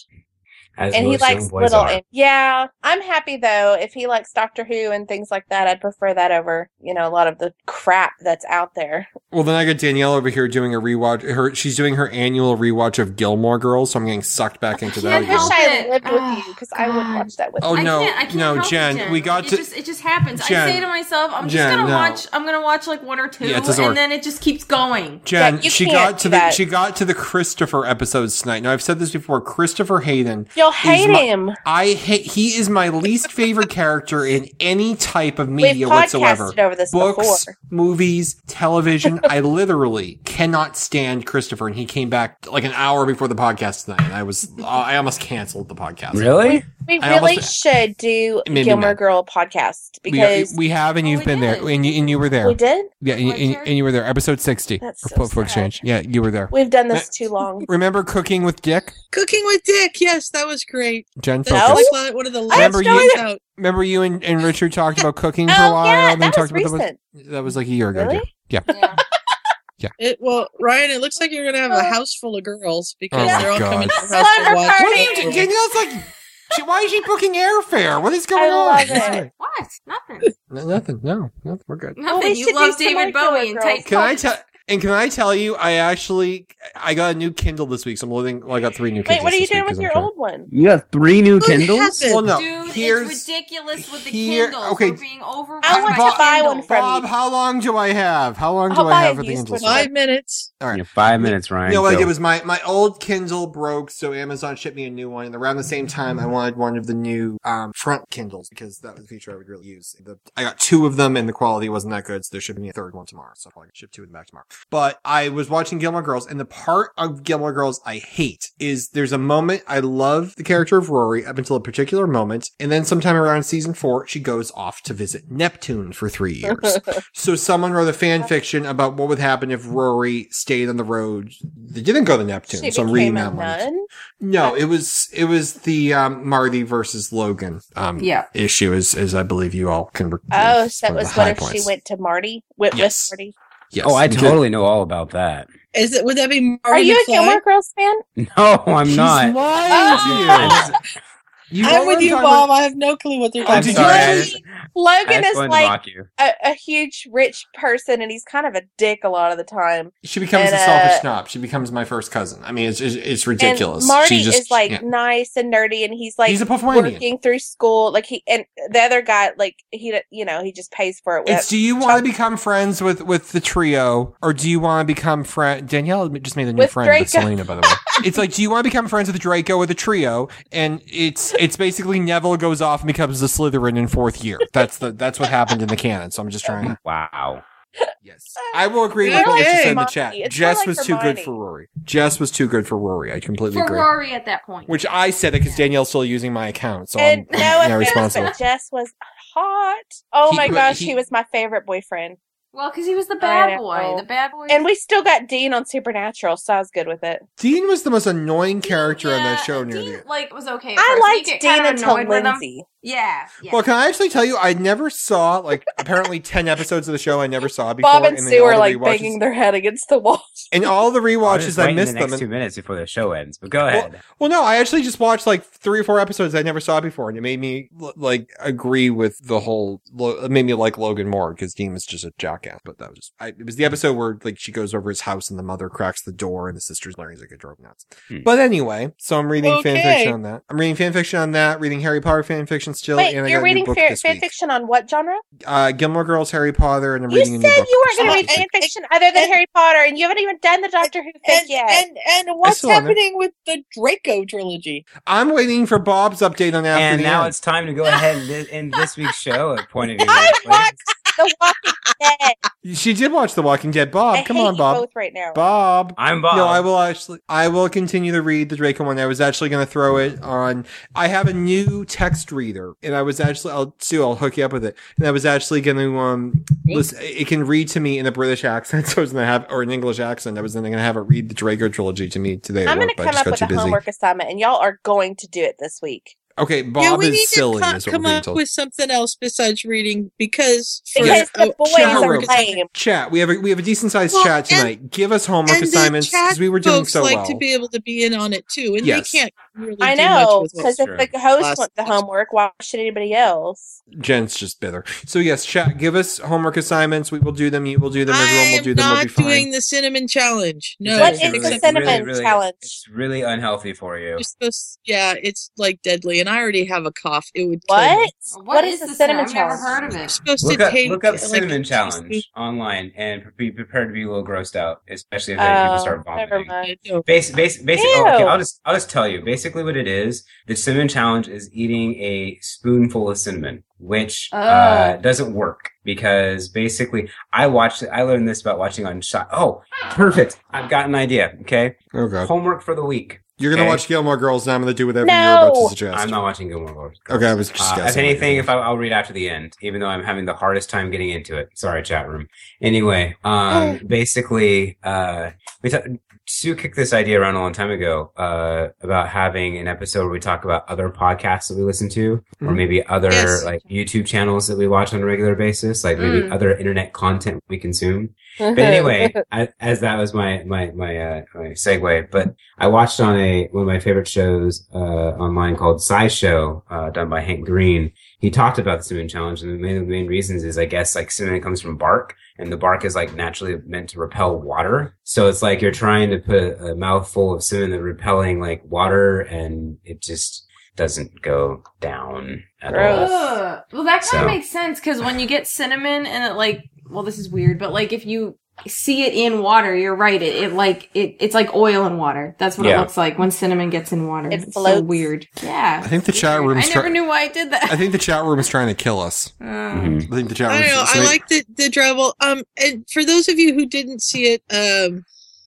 [SPEAKER 3] As
[SPEAKER 4] and he
[SPEAKER 3] most young
[SPEAKER 4] likes
[SPEAKER 3] boys
[SPEAKER 4] little
[SPEAKER 3] are.
[SPEAKER 4] yeah i'm happy though if he likes doctor who and things like that i'd prefer that over you know a lot of the crap that's out there
[SPEAKER 6] Well, then I got Danielle over here doing a rewatch. Her she's doing her annual rewatch of Gilmore Girls, so I'm getting sucked back into that.
[SPEAKER 5] Can't
[SPEAKER 4] i wish
[SPEAKER 6] Again.
[SPEAKER 5] help
[SPEAKER 4] i
[SPEAKER 5] it.
[SPEAKER 4] lived
[SPEAKER 5] Ah,
[SPEAKER 4] with you because i would
[SPEAKER 5] God.
[SPEAKER 4] watch that with
[SPEAKER 6] Oh
[SPEAKER 5] I
[SPEAKER 6] no,
[SPEAKER 5] can't, I can't
[SPEAKER 6] no,
[SPEAKER 5] help it,
[SPEAKER 6] Jen, we got
[SPEAKER 5] it
[SPEAKER 6] to.
[SPEAKER 5] Just, it just happens.
[SPEAKER 6] Jen.
[SPEAKER 5] I say to myself, I'm
[SPEAKER 6] Jen,
[SPEAKER 5] just gonna
[SPEAKER 6] no.
[SPEAKER 5] watch. I'm gonna watch like one or two,
[SPEAKER 6] Yeah, it doesn't work.
[SPEAKER 5] and then it just keeps going.
[SPEAKER 6] Jen,
[SPEAKER 4] Yeah, you
[SPEAKER 6] she
[SPEAKER 4] can't
[SPEAKER 6] got to
[SPEAKER 4] do
[SPEAKER 6] the
[SPEAKER 4] that.
[SPEAKER 6] she got to the Christopher episodes tonight. Now I've said this before. Christopher Hayden,
[SPEAKER 4] you'll hate
[SPEAKER 6] my-
[SPEAKER 4] him
[SPEAKER 6] I hate. He is my least favorite character in any type of
[SPEAKER 4] we've
[SPEAKER 6] media whatsoever.
[SPEAKER 4] podcasted over this
[SPEAKER 6] Books,
[SPEAKER 4] before
[SPEAKER 6] movies, television. I literally cannot stand Christopher, and he came back like an hour before the podcast tonight. And I was, uh, I almost canceled the podcast.
[SPEAKER 3] Really?
[SPEAKER 4] We
[SPEAKER 6] I almost-
[SPEAKER 4] really should do
[SPEAKER 6] It made me
[SPEAKER 4] Gilmore
[SPEAKER 6] mad.
[SPEAKER 4] Girl podcast
[SPEAKER 6] We- uh,
[SPEAKER 4] because
[SPEAKER 6] we,
[SPEAKER 4] we,
[SPEAKER 6] have, and
[SPEAKER 5] Oh,
[SPEAKER 6] you've
[SPEAKER 5] we
[SPEAKER 6] been
[SPEAKER 5] did.
[SPEAKER 6] there, and you, and you were there.
[SPEAKER 4] did.
[SPEAKER 6] Yeah, and, you-
[SPEAKER 5] Right
[SPEAKER 6] and,
[SPEAKER 5] here?
[SPEAKER 6] and you were there. Episode sixty.
[SPEAKER 4] That's
[SPEAKER 6] for
[SPEAKER 4] so
[SPEAKER 6] Flip Flip
[SPEAKER 4] sad.
[SPEAKER 6] Exchange. Yeah, you were there.
[SPEAKER 4] We've done this too long.
[SPEAKER 6] Remember cooking with Dick?
[SPEAKER 2] Cooking with Dick. Yes, that was great.
[SPEAKER 6] Jen
[SPEAKER 2] That
[SPEAKER 6] focus.
[SPEAKER 4] No.
[SPEAKER 2] was la- one of the last
[SPEAKER 6] Remember you-
[SPEAKER 2] ones out.
[SPEAKER 6] Remember you and, and Richard talked about cooking for a
[SPEAKER 4] Oh
[SPEAKER 6] while.
[SPEAKER 4] yeah,
[SPEAKER 6] and then
[SPEAKER 4] that was
[SPEAKER 6] talked about
[SPEAKER 4] recent.
[SPEAKER 6] The, that was like a year ago.
[SPEAKER 4] Really?
[SPEAKER 6] yeah.
[SPEAKER 5] Yeah.
[SPEAKER 2] It, well, Ryan, it looks like you're gonna have a house full of girls because
[SPEAKER 6] Oh my
[SPEAKER 2] they're all
[SPEAKER 6] God.
[SPEAKER 2] coming to your house to
[SPEAKER 4] Slumber
[SPEAKER 2] watch.
[SPEAKER 6] What
[SPEAKER 4] Oh. party!
[SPEAKER 6] are you doing? Danielle's like, she, why is she booking airfare? What is going
[SPEAKER 4] I
[SPEAKER 6] on?
[SPEAKER 4] love
[SPEAKER 6] That's
[SPEAKER 4] it.
[SPEAKER 6] right.
[SPEAKER 5] What? Nothing.
[SPEAKER 6] No, nothing. No, nothing. We're good.
[SPEAKER 5] Nothing.
[SPEAKER 4] we Oh, should
[SPEAKER 5] you
[SPEAKER 4] do
[SPEAKER 5] love
[SPEAKER 4] some more
[SPEAKER 5] David
[SPEAKER 4] Gilmore
[SPEAKER 5] Bowie and
[SPEAKER 4] Girls.
[SPEAKER 5] tight.
[SPEAKER 6] Can I tell? And can I tell you? I actually, I got a new Kindle this week. So I'm living. Well, I got three new.
[SPEAKER 4] Wait,
[SPEAKER 6] Kindles
[SPEAKER 4] what are you
[SPEAKER 6] this
[SPEAKER 4] doing
[SPEAKER 6] week
[SPEAKER 4] with
[SPEAKER 6] 'cause
[SPEAKER 4] your
[SPEAKER 6] I'm trying-
[SPEAKER 4] old one?
[SPEAKER 10] You have three new
[SPEAKER 2] Good heaven.
[SPEAKER 6] Well, no.
[SPEAKER 5] Dude,
[SPEAKER 6] here's
[SPEAKER 5] it's ridiculous with the
[SPEAKER 6] here-
[SPEAKER 5] Kindles.
[SPEAKER 6] okay.
[SPEAKER 5] We're being overrun
[SPEAKER 4] I
[SPEAKER 6] want
[SPEAKER 5] by
[SPEAKER 6] to
[SPEAKER 4] buy one
[SPEAKER 5] Kindles.
[SPEAKER 4] from
[SPEAKER 6] Bob. How long do I have? How long
[SPEAKER 4] I'll buy
[SPEAKER 6] do I have
[SPEAKER 4] a
[SPEAKER 6] for the
[SPEAKER 4] used
[SPEAKER 6] Kindle?
[SPEAKER 4] one.
[SPEAKER 6] store?
[SPEAKER 2] Five minutes.
[SPEAKER 6] All right.
[SPEAKER 3] five minutes, Ryan.
[SPEAKER 6] You know what I
[SPEAKER 3] Go.
[SPEAKER 6] did was my, my old Kindle broke, so Amazon shipped me a new one. And around the same time, I wanted one of the new um, front Kindles because that was a feature I would really use. The, I got two of them, and the quality wasn't that good, so there should be a third one tomorrow. So I'll probably ship two of them back tomorrow. But I was watching Gilmore Girls, and the part of Gilmore Girls I hate is there's a moment I love the character of Rory up until a particular moment, and then sometime around season four, she goes off to visit Neptune for three years. so someone wrote a fan fiction about what would happen if Rory stayed on the road. They didn't go to Neptune,
[SPEAKER 4] She
[SPEAKER 6] so I'm
[SPEAKER 4] became
[SPEAKER 6] reading
[SPEAKER 4] a
[SPEAKER 6] that one.
[SPEAKER 4] nun?
[SPEAKER 6] No, it was it was the um, Marty versus Logan um,
[SPEAKER 4] Yeah.
[SPEAKER 6] issue, as as I believe you all can. Re-
[SPEAKER 4] Oh,
[SPEAKER 6] it's
[SPEAKER 4] so that
[SPEAKER 6] one of
[SPEAKER 4] was
[SPEAKER 6] the
[SPEAKER 4] what
[SPEAKER 6] high
[SPEAKER 4] if she
[SPEAKER 6] points.
[SPEAKER 4] went to Marty? Went
[SPEAKER 6] Yes.
[SPEAKER 4] with Marty?
[SPEAKER 6] Yes.
[SPEAKER 3] Oh, I
[SPEAKER 6] Did-
[SPEAKER 3] totally know all about that.
[SPEAKER 2] Is it? Would that be? Marty
[SPEAKER 4] Are you a
[SPEAKER 2] McFly?
[SPEAKER 4] Gilmore Girls fan?
[SPEAKER 3] No, I'm not.
[SPEAKER 6] You
[SPEAKER 2] I'm with you, Bob. I have no clue what you're
[SPEAKER 3] I'm
[SPEAKER 2] talking
[SPEAKER 3] sorry.
[SPEAKER 2] about.
[SPEAKER 3] I just, I
[SPEAKER 4] Logan
[SPEAKER 3] just
[SPEAKER 4] is
[SPEAKER 3] wanted to
[SPEAKER 4] like
[SPEAKER 3] mock you.
[SPEAKER 4] a, a huge rich person, and he's kind of a dick a lot of the time.
[SPEAKER 6] She becomes
[SPEAKER 4] And,
[SPEAKER 6] a selfish
[SPEAKER 4] uh,
[SPEAKER 6] snob. She becomes my first cousin. I mean, it's it's, it's
[SPEAKER 4] and
[SPEAKER 6] ridiculous.
[SPEAKER 4] Marty
[SPEAKER 6] she just,
[SPEAKER 4] is like
[SPEAKER 6] yeah.
[SPEAKER 4] nice and nerdy, and he's like
[SPEAKER 6] He's a Lithuanian.
[SPEAKER 4] working through school. Like he and the other guy, like he, you know, he just pays for it. With
[SPEAKER 6] It's do you want to become friends with with the trio, or do you want to become friend? Danielle just made a new
[SPEAKER 4] With
[SPEAKER 6] friend with
[SPEAKER 4] Draco.
[SPEAKER 6] Selena, by the way. it's like, do you want to become friends with Draco or the trio? And it's it's basically Neville goes off and becomes the Slytherin in fourth year. That's the that's what happened in the canon. So I'm just trying. to...
[SPEAKER 3] Wow.
[SPEAKER 6] Yes, I will agree with
[SPEAKER 5] More
[SPEAKER 6] what you
[SPEAKER 5] like
[SPEAKER 6] said in the
[SPEAKER 5] Hermione.
[SPEAKER 6] chat.
[SPEAKER 5] It's more
[SPEAKER 6] Jess
[SPEAKER 5] like
[SPEAKER 6] was too good
[SPEAKER 5] Hermione.
[SPEAKER 6] for Rory. Jess was too good for Rory. I completely
[SPEAKER 5] for
[SPEAKER 6] agree.
[SPEAKER 5] Rory at that point.
[SPEAKER 6] Which I said it because Danielle's still using my account, so
[SPEAKER 4] and
[SPEAKER 6] I'm,
[SPEAKER 4] no
[SPEAKER 6] I'm now
[SPEAKER 4] offense,
[SPEAKER 6] responsible.
[SPEAKER 4] but Jess was hot. Oh
[SPEAKER 6] He-
[SPEAKER 4] my
[SPEAKER 6] but
[SPEAKER 4] gosh,
[SPEAKER 6] he-
[SPEAKER 4] he, was my favorite boyfriend.
[SPEAKER 5] Well, because he was the
[SPEAKER 4] I
[SPEAKER 5] bad boy.
[SPEAKER 4] know.
[SPEAKER 5] The bad boy.
[SPEAKER 4] And we still got Dean on Supernatural, so I was good with it.
[SPEAKER 6] Dean was the most annoying character on that show near the end.
[SPEAKER 5] like was okay.
[SPEAKER 4] I
[SPEAKER 5] liked
[SPEAKER 4] Dean until Lindsay.
[SPEAKER 5] Yeah. yeah.
[SPEAKER 6] Well, can I actually tell you, I never saw like apparently ten episodes of the show I never saw before.
[SPEAKER 4] Bob and
[SPEAKER 6] then
[SPEAKER 4] Sue
[SPEAKER 6] all
[SPEAKER 4] are
[SPEAKER 6] the
[SPEAKER 4] like
[SPEAKER 6] rewatches-
[SPEAKER 4] banging their head against the wall.
[SPEAKER 6] and all the
[SPEAKER 3] I'll
[SPEAKER 6] rewatches
[SPEAKER 3] just
[SPEAKER 6] I
[SPEAKER 3] wait in
[SPEAKER 6] missed
[SPEAKER 3] the
[SPEAKER 6] them.
[SPEAKER 3] next two
[SPEAKER 6] and-
[SPEAKER 3] minutes before the show ends. But go
[SPEAKER 6] Well,
[SPEAKER 3] ahead.
[SPEAKER 6] well, no, I actually just watched like three or four episodes I never saw before, and it made me l- like agree with the whole. Lo- it made me like Logan more because Dean was just a jackass. But that was just I, it
[SPEAKER 3] Hmm.
[SPEAKER 6] was the episode where like she goes over his house and the mother cracks the door and the sister's learning like a drove nuts.
[SPEAKER 3] Hmm.
[SPEAKER 6] But anyway, so I'm reading fanfiction fan
[SPEAKER 4] Okay.
[SPEAKER 6] fiction on that. I'm reading fan fiction on that. Reading Harry Potter fan fiction still.
[SPEAKER 4] Wait,
[SPEAKER 6] and I
[SPEAKER 4] you're
[SPEAKER 6] got a
[SPEAKER 4] reading
[SPEAKER 6] new book
[SPEAKER 4] fan,
[SPEAKER 6] this
[SPEAKER 4] fan
[SPEAKER 6] week.
[SPEAKER 4] fiction on what genre?
[SPEAKER 6] uh, Gilmore Girls, Harry Potter, and I'm
[SPEAKER 4] You
[SPEAKER 6] reading a
[SPEAKER 4] said
[SPEAKER 6] new book.
[SPEAKER 4] you were going to read
[SPEAKER 6] this
[SPEAKER 4] fan
[SPEAKER 6] week.
[SPEAKER 4] fiction other than Harry Potter, and you haven't even done the Doctor Who thing
[SPEAKER 2] And,
[SPEAKER 4] yet.
[SPEAKER 2] and and what's
[SPEAKER 6] still haven't.
[SPEAKER 2] happening with the Draco trilogy?
[SPEAKER 6] I'm waiting for Bob's update on after
[SPEAKER 3] and
[SPEAKER 6] the
[SPEAKER 3] now
[SPEAKER 6] end.
[SPEAKER 3] it's time to go ahead and thi- end this week's show at Point of View.
[SPEAKER 4] the Walking Dead.
[SPEAKER 6] She did watch The Walking Dead. Bob,
[SPEAKER 4] I
[SPEAKER 6] come
[SPEAKER 4] hate
[SPEAKER 6] on,
[SPEAKER 4] you
[SPEAKER 6] Bob.
[SPEAKER 4] both right now.
[SPEAKER 6] Bob.
[SPEAKER 3] I'm Bob.
[SPEAKER 6] No, I will actually. I will continue to read the Draco one. I was actually going to throw it on. I have a new text reader, and I was actually. I'll Sue. I'll hook you up with it. And I was actually going to um. Listen, it can read to me in a British accent, so I was going to have or an English accent. I was then going to have it read the Draco trilogy to me today. at
[SPEAKER 4] I'm going to
[SPEAKER 6] work, but
[SPEAKER 4] come
[SPEAKER 6] I just
[SPEAKER 4] up
[SPEAKER 6] got
[SPEAKER 4] with
[SPEAKER 6] too
[SPEAKER 4] a
[SPEAKER 6] busy.
[SPEAKER 4] homework assignment, and y'all are going to do it this week.
[SPEAKER 6] Okay, Bob
[SPEAKER 2] yeah, we
[SPEAKER 6] is
[SPEAKER 2] need
[SPEAKER 6] silly.
[SPEAKER 2] to co-
[SPEAKER 6] is what
[SPEAKER 2] come
[SPEAKER 6] we're being
[SPEAKER 2] up
[SPEAKER 6] told.
[SPEAKER 2] with something else besides reading because for,
[SPEAKER 4] Because
[SPEAKER 2] oh,
[SPEAKER 4] the boys
[SPEAKER 6] chat
[SPEAKER 4] are
[SPEAKER 6] room.
[SPEAKER 4] lame.
[SPEAKER 6] Chat. We have a we have a decent sized
[SPEAKER 2] Well,
[SPEAKER 6] chat
[SPEAKER 2] and-
[SPEAKER 6] tonight. Give us homework
[SPEAKER 2] and the
[SPEAKER 6] assignments because
[SPEAKER 2] chat
[SPEAKER 6] we were doing
[SPEAKER 2] folks
[SPEAKER 6] so
[SPEAKER 2] like
[SPEAKER 6] well.
[SPEAKER 2] to be able to be in on it too, and
[SPEAKER 6] Yes.
[SPEAKER 2] they can't really
[SPEAKER 4] I
[SPEAKER 2] do
[SPEAKER 4] know,
[SPEAKER 2] much with
[SPEAKER 4] because
[SPEAKER 2] it.
[SPEAKER 4] if
[SPEAKER 3] Sure.
[SPEAKER 4] the host
[SPEAKER 2] Last-
[SPEAKER 4] wants the homework, why should anybody else?
[SPEAKER 6] Jen's just bitter. So yes, chat. Give us homework assignments. We will do them. You will do them. Everyone
[SPEAKER 2] I
[SPEAKER 6] will
[SPEAKER 2] am
[SPEAKER 6] do them. We'll
[SPEAKER 2] not
[SPEAKER 6] be fine.
[SPEAKER 2] doing the cinnamon challenge. No,
[SPEAKER 4] What
[SPEAKER 2] it's
[SPEAKER 4] is the
[SPEAKER 2] like-
[SPEAKER 4] cinnamon challenge?
[SPEAKER 3] It's really unhealthy for you.
[SPEAKER 2] you're supposed- yeah, it's like deadly, and I already have a cough. It would kill me.
[SPEAKER 4] What?
[SPEAKER 5] what is, the cinnamon? I've never
[SPEAKER 4] challenge?
[SPEAKER 5] heard of
[SPEAKER 2] You're
[SPEAKER 5] it.
[SPEAKER 2] supposed
[SPEAKER 3] Look
[SPEAKER 2] to
[SPEAKER 3] up,
[SPEAKER 2] take
[SPEAKER 3] look up
[SPEAKER 2] like,
[SPEAKER 3] cinnamon
[SPEAKER 2] it's
[SPEAKER 3] challenge
[SPEAKER 2] just-
[SPEAKER 3] online and be prepared to be a little grossed out, especially if people
[SPEAKER 4] Oh,
[SPEAKER 3] start
[SPEAKER 4] never
[SPEAKER 3] vomiting.
[SPEAKER 4] mind.
[SPEAKER 2] No.
[SPEAKER 3] Basi- basi- basi- oh, okay,
[SPEAKER 4] Ew.
[SPEAKER 3] I'll just I'll just tell you. Basically, what it is, the cinnamon challenge is eating a spoonful of cinnamon, which uh, doesn't work because basically, I watched. I learned this about watching on shot. Oh, perfect! I've got an idea. Okay,
[SPEAKER 6] Oh god,
[SPEAKER 3] homework for the week.
[SPEAKER 6] you're gonna
[SPEAKER 3] Okay.
[SPEAKER 6] watch Gilmore Girls, and I'm gonna do whatever
[SPEAKER 4] No.
[SPEAKER 6] you're about to suggest.
[SPEAKER 3] I'm not watching Gilmore Girls.
[SPEAKER 6] okay, I was just
[SPEAKER 3] Uh, if
[SPEAKER 6] guessing.
[SPEAKER 3] anything, if I, I'll read after the end, even though I'm having the hardest time getting into it. Sorry, chat room. Anyway, um, basically, uh, we ta- Sue kicked this idea around a long time ago uh, about having an episode where we talk about other podcasts that we listen to, or
[SPEAKER 6] Mhm.
[SPEAKER 3] maybe other
[SPEAKER 2] Yes.
[SPEAKER 3] like YouTube channels that we watch on a regular basis, like maybe
[SPEAKER 5] Mm.
[SPEAKER 3] other internet content we consume but anyway, I, as that was my my my uh, my segue, but I watched on a one of my favorite shows uh, online called SciShow, uh, done by Hank Green. He talked about the cinnamon challenge, and the main, the main reasons is I guess like cinnamon comes from bark, and the bark is like naturally meant to repel water. So it's like you're trying to put a mouthful of cinnamon that repelling like water, and it just doesn't go down at
[SPEAKER 4] Gross.
[SPEAKER 3] all.
[SPEAKER 5] Ugh. Well, that kind
[SPEAKER 3] So-
[SPEAKER 5] of makes sense because when you get cinnamon and it like, well, this is weird, but like if you see it in water. You're right. It, it like it it's like oil in water. That's what
[SPEAKER 6] Yeah.
[SPEAKER 5] it looks like when cinnamon gets in water.
[SPEAKER 4] It
[SPEAKER 5] It's so
[SPEAKER 4] floats.
[SPEAKER 5] weird. Yeah.
[SPEAKER 6] I think the chat room.
[SPEAKER 5] I never knew why I did that.
[SPEAKER 6] I think Mm-hmm. the chat room is trying to kill us.
[SPEAKER 3] Mm-hmm.
[SPEAKER 5] Mm.
[SPEAKER 6] I think the chat
[SPEAKER 2] I
[SPEAKER 6] room.
[SPEAKER 2] don't know. I like the the travel. Um, and for those of you who didn't see it, um,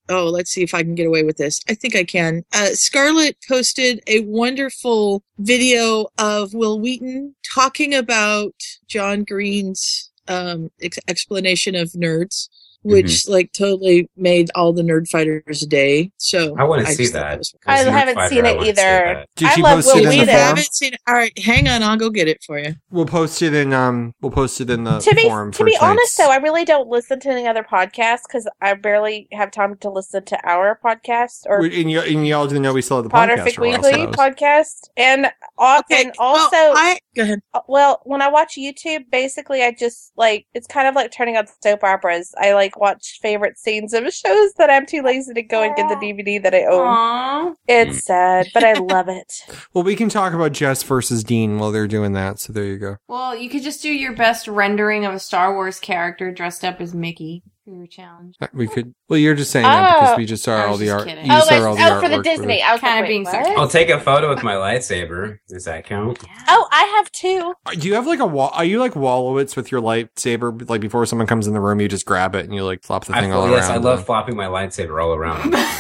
[SPEAKER 2] oh, let's see if I can get away with this. I think I can. Uh, Scarlett posted a wonderful video of Will Wheaton talking about John Green's um ex- explanation of nerds, which
[SPEAKER 3] Mhm.
[SPEAKER 2] like totally made all the nerd fighters a day. So
[SPEAKER 3] I want to see
[SPEAKER 2] just-
[SPEAKER 3] that.
[SPEAKER 4] I
[SPEAKER 3] As a
[SPEAKER 4] haven't
[SPEAKER 3] fighter,
[SPEAKER 4] seen
[SPEAKER 3] I
[SPEAKER 4] it
[SPEAKER 3] wanna see
[SPEAKER 4] either.
[SPEAKER 3] that.
[SPEAKER 6] Did
[SPEAKER 4] I
[SPEAKER 6] she
[SPEAKER 4] love
[SPEAKER 6] post
[SPEAKER 4] Will
[SPEAKER 6] it in
[SPEAKER 2] Wait,
[SPEAKER 6] the
[SPEAKER 2] I
[SPEAKER 6] forum?
[SPEAKER 2] haven't seen. All right, hang on. I'll go get it for you.
[SPEAKER 6] We'll post it in. Um, we'll post it in the
[SPEAKER 4] to be
[SPEAKER 6] forum
[SPEAKER 4] to
[SPEAKER 6] for
[SPEAKER 4] be
[SPEAKER 6] tonight's-
[SPEAKER 4] honest though i really don't listen to any other podcasts because i barely have time to listen to our podcast or
[SPEAKER 6] We- and, y- and y'all didn't know we still have the podcast.
[SPEAKER 4] Potterfic
[SPEAKER 6] for a while, so
[SPEAKER 4] Weekly
[SPEAKER 6] that was-
[SPEAKER 4] podcast, and, al-
[SPEAKER 2] Okay,
[SPEAKER 4] and also,
[SPEAKER 2] well, I go ahead.
[SPEAKER 4] uh, well, when I watch YouTube, basically I just like it's kind of like turning on soap operas. I like watch favorite scenes of shows that I'm too lazy to go and get the DVD that I own.
[SPEAKER 5] Aw.
[SPEAKER 6] Mm.
[SPEAKER 4] It's sad, but I love it.
[SPEAKER 6] Well, we can talk about Jess versus Dean while they're doing that. So there you go.
[SPEAKER 5] Well, you could just do your best rendering of a Star Wars character dressed up as Mickey for your challenge.
[SPEAKER 6] We could. Well, you're just saying that because
[SPEAKER 4] Oh.
[SPEAKER 6] we just saw
[SPEAKER 5] I was
[SPEAKER 6] all the
[SPEAKER 5] just
[SPEAKER 6] art.
[SPEAKER 5] kidding.
[SPEAKER 6] you
[SPEAKER 4] oh,
[SPEAKER 6] saw
[SPEAKER 4] that's-
[SPEAKER 6] all
[SPEAKER 4] oh, for the
[SPEAKER 6] artwork
[SPEAKER 4] Disney. I was
[SPEAKER 5] Kinda
[SPEAKER 4] like,
[SPEAKER 5] being
[SPEAKER 4] wait,
[SPEAKER 5] sarcastic.
[SPEAKER 4] what?
[SPEAKER 3] I'll take a photo with my lightsaber. Does that count?
[SPEAKER 4] Oh, I have two.
[SPEAKER 6] Uh, Do you have like a wall? Are you like Wallowitz with your lightsaber? Like before someone comes in the room, you just grab it and you like flop the
[SPEAKER 3] I,
[SPEAKER 6] thing all
[SPEAKER 3] fl- yes,
[SPEAKER 6] around.
[SPEAKER 3] I love flopping my lightsaber all around. Uh,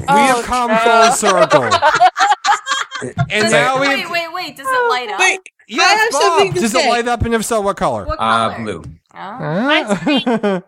[SPEAKER 6] We
[SPEAKER 4] Oh,
[SPEAKER 6] have come
[SPEAKER 4] no.
[SPEAKER 6] full circle. and
[SPEAKER 5] Does
[SPEAKER 6] now
[SPEAKER 5] it,
[SPEAKER 6] we
[SPEAKER 5] wait,
[SPEAKER 6] have.
[SPEAKER 5] wait, wait. Does it light up?
[SPEAKER 2] Wait, have
[SPEAKER 6] Yes, Bob!
[SPEAKER 2] something to
[SPEAKER 6] Does it
[SPEAKER 2] say.
[SPEAKER 6] light up? And if so, what color?
[SPEAKER 5] What
[SPEAKER 3] Uh,
[SPEAKER 5] color?
[SPEAKER 3] blue.
[SPEAKER 5] Oh.
[SPEAKER 6] Ah.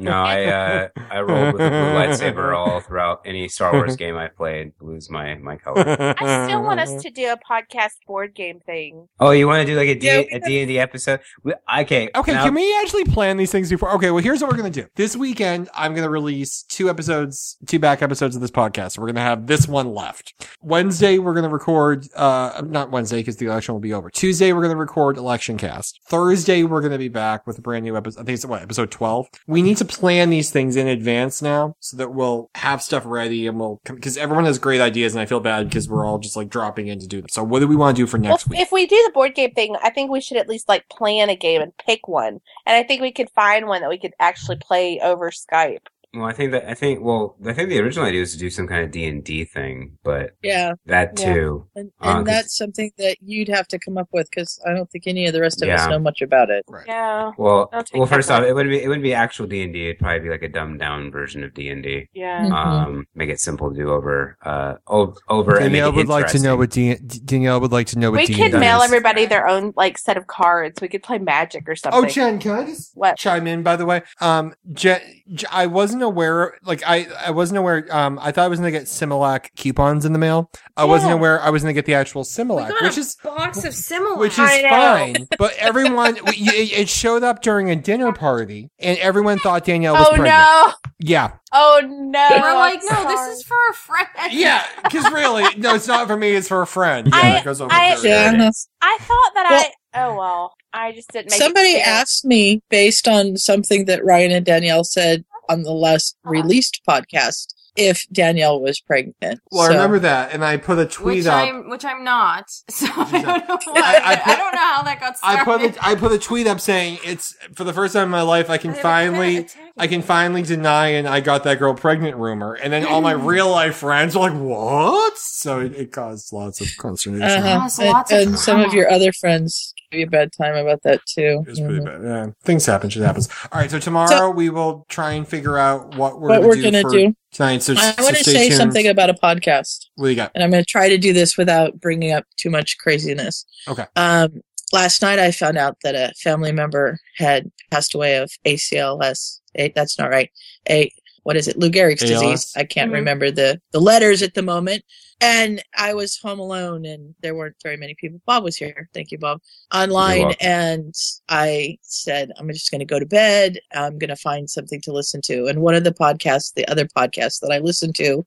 [SPEAKER 3] No, I uh, I rolled with a blue lightsaber all throughout any Star Wars game I've played. Blue's my my color.
[SPEAKER 4] I still want
[SPEAKER 6] Uh-huh.
[SPEAKER 4] us to do a podcast board game thing.
[SPEAKER 3] Oh, you want to do like a D
[SPEAKER 2] Yeah, we
[SPEAKER 3] a D and D episode? We- Okay,
[SPEAKER 6] Okay,
[SPEAKER 3] now-
[SPEAKER 6] can we actually plan these things before? Okay, well, here's what we're gonna do. This weekend, I'm gonna release two episodes, two back episodes of this podcast. We're gonna have this one left. Wednesday, we're gonna record. Uh, not Wednesday because the election will be over. Tuesday, we're gonna record election cast. Thursday, we're gonna be back with a brand new episode. I think it's what episode 12. We need to plan these things in advance now so that we'll have stuff ready and we'll because everyone has great ideas and I feel bad because we're all just like dropping in to do them. So what do we want to do for next
[SPEAKER 4] well,
[SPEAKER 6] week?
[SPEAKER 4] if we do the board game thing, I think we should at least like plan a game and pick one. And I think we could find one that we could actually play over Skype.
[SPEAKER 3] Well, I think that I think well, I think the original idea was to do some kind of D and D thing, but
[SPEAKER 2] Yeah,
[SPEAKER 3] that
[SPEAKER 5] Yeah.
[SPEAKER 3] too.
[SPEAKER 2] and,
[SPEAKER 3] Uh,
[SPEAKER 2] and
[SPEAKER 3] 'cause-
[SPEAKER 2] that's something that you'd have to come up with because I don't think any of the rest of
[SPEAKER 3] Yeah.
[SPEAKER 2] us know much about it.
[SPEAKER 6] Right.
[SPEAKER 4] Yeah,
[SPEAKER 3] Well,
[SPEAKER 4] I'll take
[SPEAKER 3] well,
[SPEAKER 4] that
[SPEAKER 3] first off,
[SPEAKER 4] one.
[SPEAKER 3] it wouldn't be it wouldn't be actual D and D. It'd probably be like a dumbed down version of D and D.
[SPEAKER 4] yeah.
[SPEAKER 2] Mhm.
[SPEAKER 3] Um, make it simple to do over, uh, o- over. and make it interesting.
[SPEAKER 6] Dan- Danielle would like to know
[SPEAKER 4] We
[SPEAKER 6] D&D
[SPEAKER 4] could mail
[SPEAKER 6] is.
[SPEAKER 4] everybody their own like set of cards. We could play Magic or something.
[SPEAKER 6] Oh, Jen, can I just
[SPEAKER 4] What?
[SPEAKER 6] chime in? By the way, um, Jen, J- I wasn't aware. Like, I I wasn't aware. Um, I thought I was gonna get Similac coupons in the mail. I wasn't
[SPEAKER 4] Yeah.
[SPEAKER 6] aware I was gonna get the actual Similac,
[SPEAKER 5] We got
[SPEAKER 6] which
[SPEAKER 5] a
[SPEAKER 6] is
[SPEAKER 5] box of Similac.
[SPEAKER 6] which is
[SPEAKER 4] I know.
[SPEAKER 6] fine. But everyone, we- it, it showed up during a dinner party, and everyone thought Danielle was
[SPEAKER 4] Oh
[SPEAKER 6] pregnant.
[SPEAKER 4] no!
[SPEAKER 6] Yeah,
[SPEAKER 4] Oh no!
[SPEAKER 5] We're like,
[SPEAKER 4] I'm
[SPEAKER 5] no, this
[SPEAKER 4] sorry.
[SPEAKER 5] is for a friend.
[SPEAKER 6] yeah. Because really, no, it's not for me. It's for a friend. Yeah,
[SPEAKER 4] I-
[SPEAKER 6] it goes over
[SPEAKER 4] I-
[SPEAKER 6] to-
[SPEAKER 2] Yeah.
[SPEAKER 4] I thought that
[SPEAKER 2] Well-
[SPEAKER 4] I. Oh well, I just didn't. make it
[SPEAKER 2] Somebody
[SPEAKER 4] clear.
[SPEAKER 2] asked me based on something that Ryan and Danielle said on the last released podcast if Danielle was pregnant.
[SPEAKER 6] Well,
[SPEAKER 2] So-
[SPEAKER 6] I remember that, and I put a tweet
[SPEAKER 5] Which
[SPEAKER 6] up.
[SPEAKER 5] I'm, which I'm not. So I don't know why.
[SPEAKER 6] I- I
[SPEAKER 5] I,
[SPEAKER 6] put-
[SPEAKER 5] don't know how that got started.
[SPEAKER 6] I put a, I put a tweet up saying it's for the first time in my life I can
[SPEAKER 5] They were
[SPEAKER 6] finally
[SPEAKER 5] attacking
[SPEAKER 6] I can finally deny and I got that girl pregnant rumor, and then all my real life friends were like, "What?" So it, it caused lots of consternation.
[SPEAKER 2] Uh-huh.
[SPEAKER 5] Cause
[SPEAKER 2] And,
[SPEAKER 5] lots of
[SPEAKER 2] and some of
[SPEAKER 5] drama.
[SPEAKER 2] your other friends gave you a bad time about that too.
[SPEAKER 6] It was pretty
[SPEAKER 2] Mhm.
[SPEAKER 6] bad. Yeah, things happen. Shit happens. All right, so tomorrow we will try and figure out what we're
[SPEAKER 2] What
[SPEAKER 6] gonna
[SPEAKER 2] we're
[SPEAKER 6] do
[SPEAKER 2] gonna
[SPEAKER 6] for
[SPEAKER 2] do.
[SPEAKER 6] tonight. So,
[SPEAKER 2] I
[SPEAKER 6] so
[SPEAKER 2] want to
[SPEAKER 6] stay
[SPEAKER 2] say
[SPEAKER 6] tuned.
[SPEAKER 2] something about a podcast.
[SPEAKER 6] What do you got?
[SPEAKER 2] and I'm going to try to do this without bringing up too much craziness.
[SPEAKER 6] Okay.
[SPEAKER 2] Um, last night I found out that a family member had passed away of ACLS. A, that's not right. A what is it? Lou Gehrig's
[SPEAKER 6] ALS?
[SPEAKER 2] disease. I can't
[SPEAKER 5] Mhm.
[SPEAKER 2] remember the the letters at the moment. And I was home alone, and there weren't very many people. Bob was here. Thank you, Bob. Online,
[SPEAKER 3] welcome.
[SPEAKER 2] and I said, I'm just going to go to bed. I'm going to find something to listen to. And one of the podcasts, the other podcast that I listened to,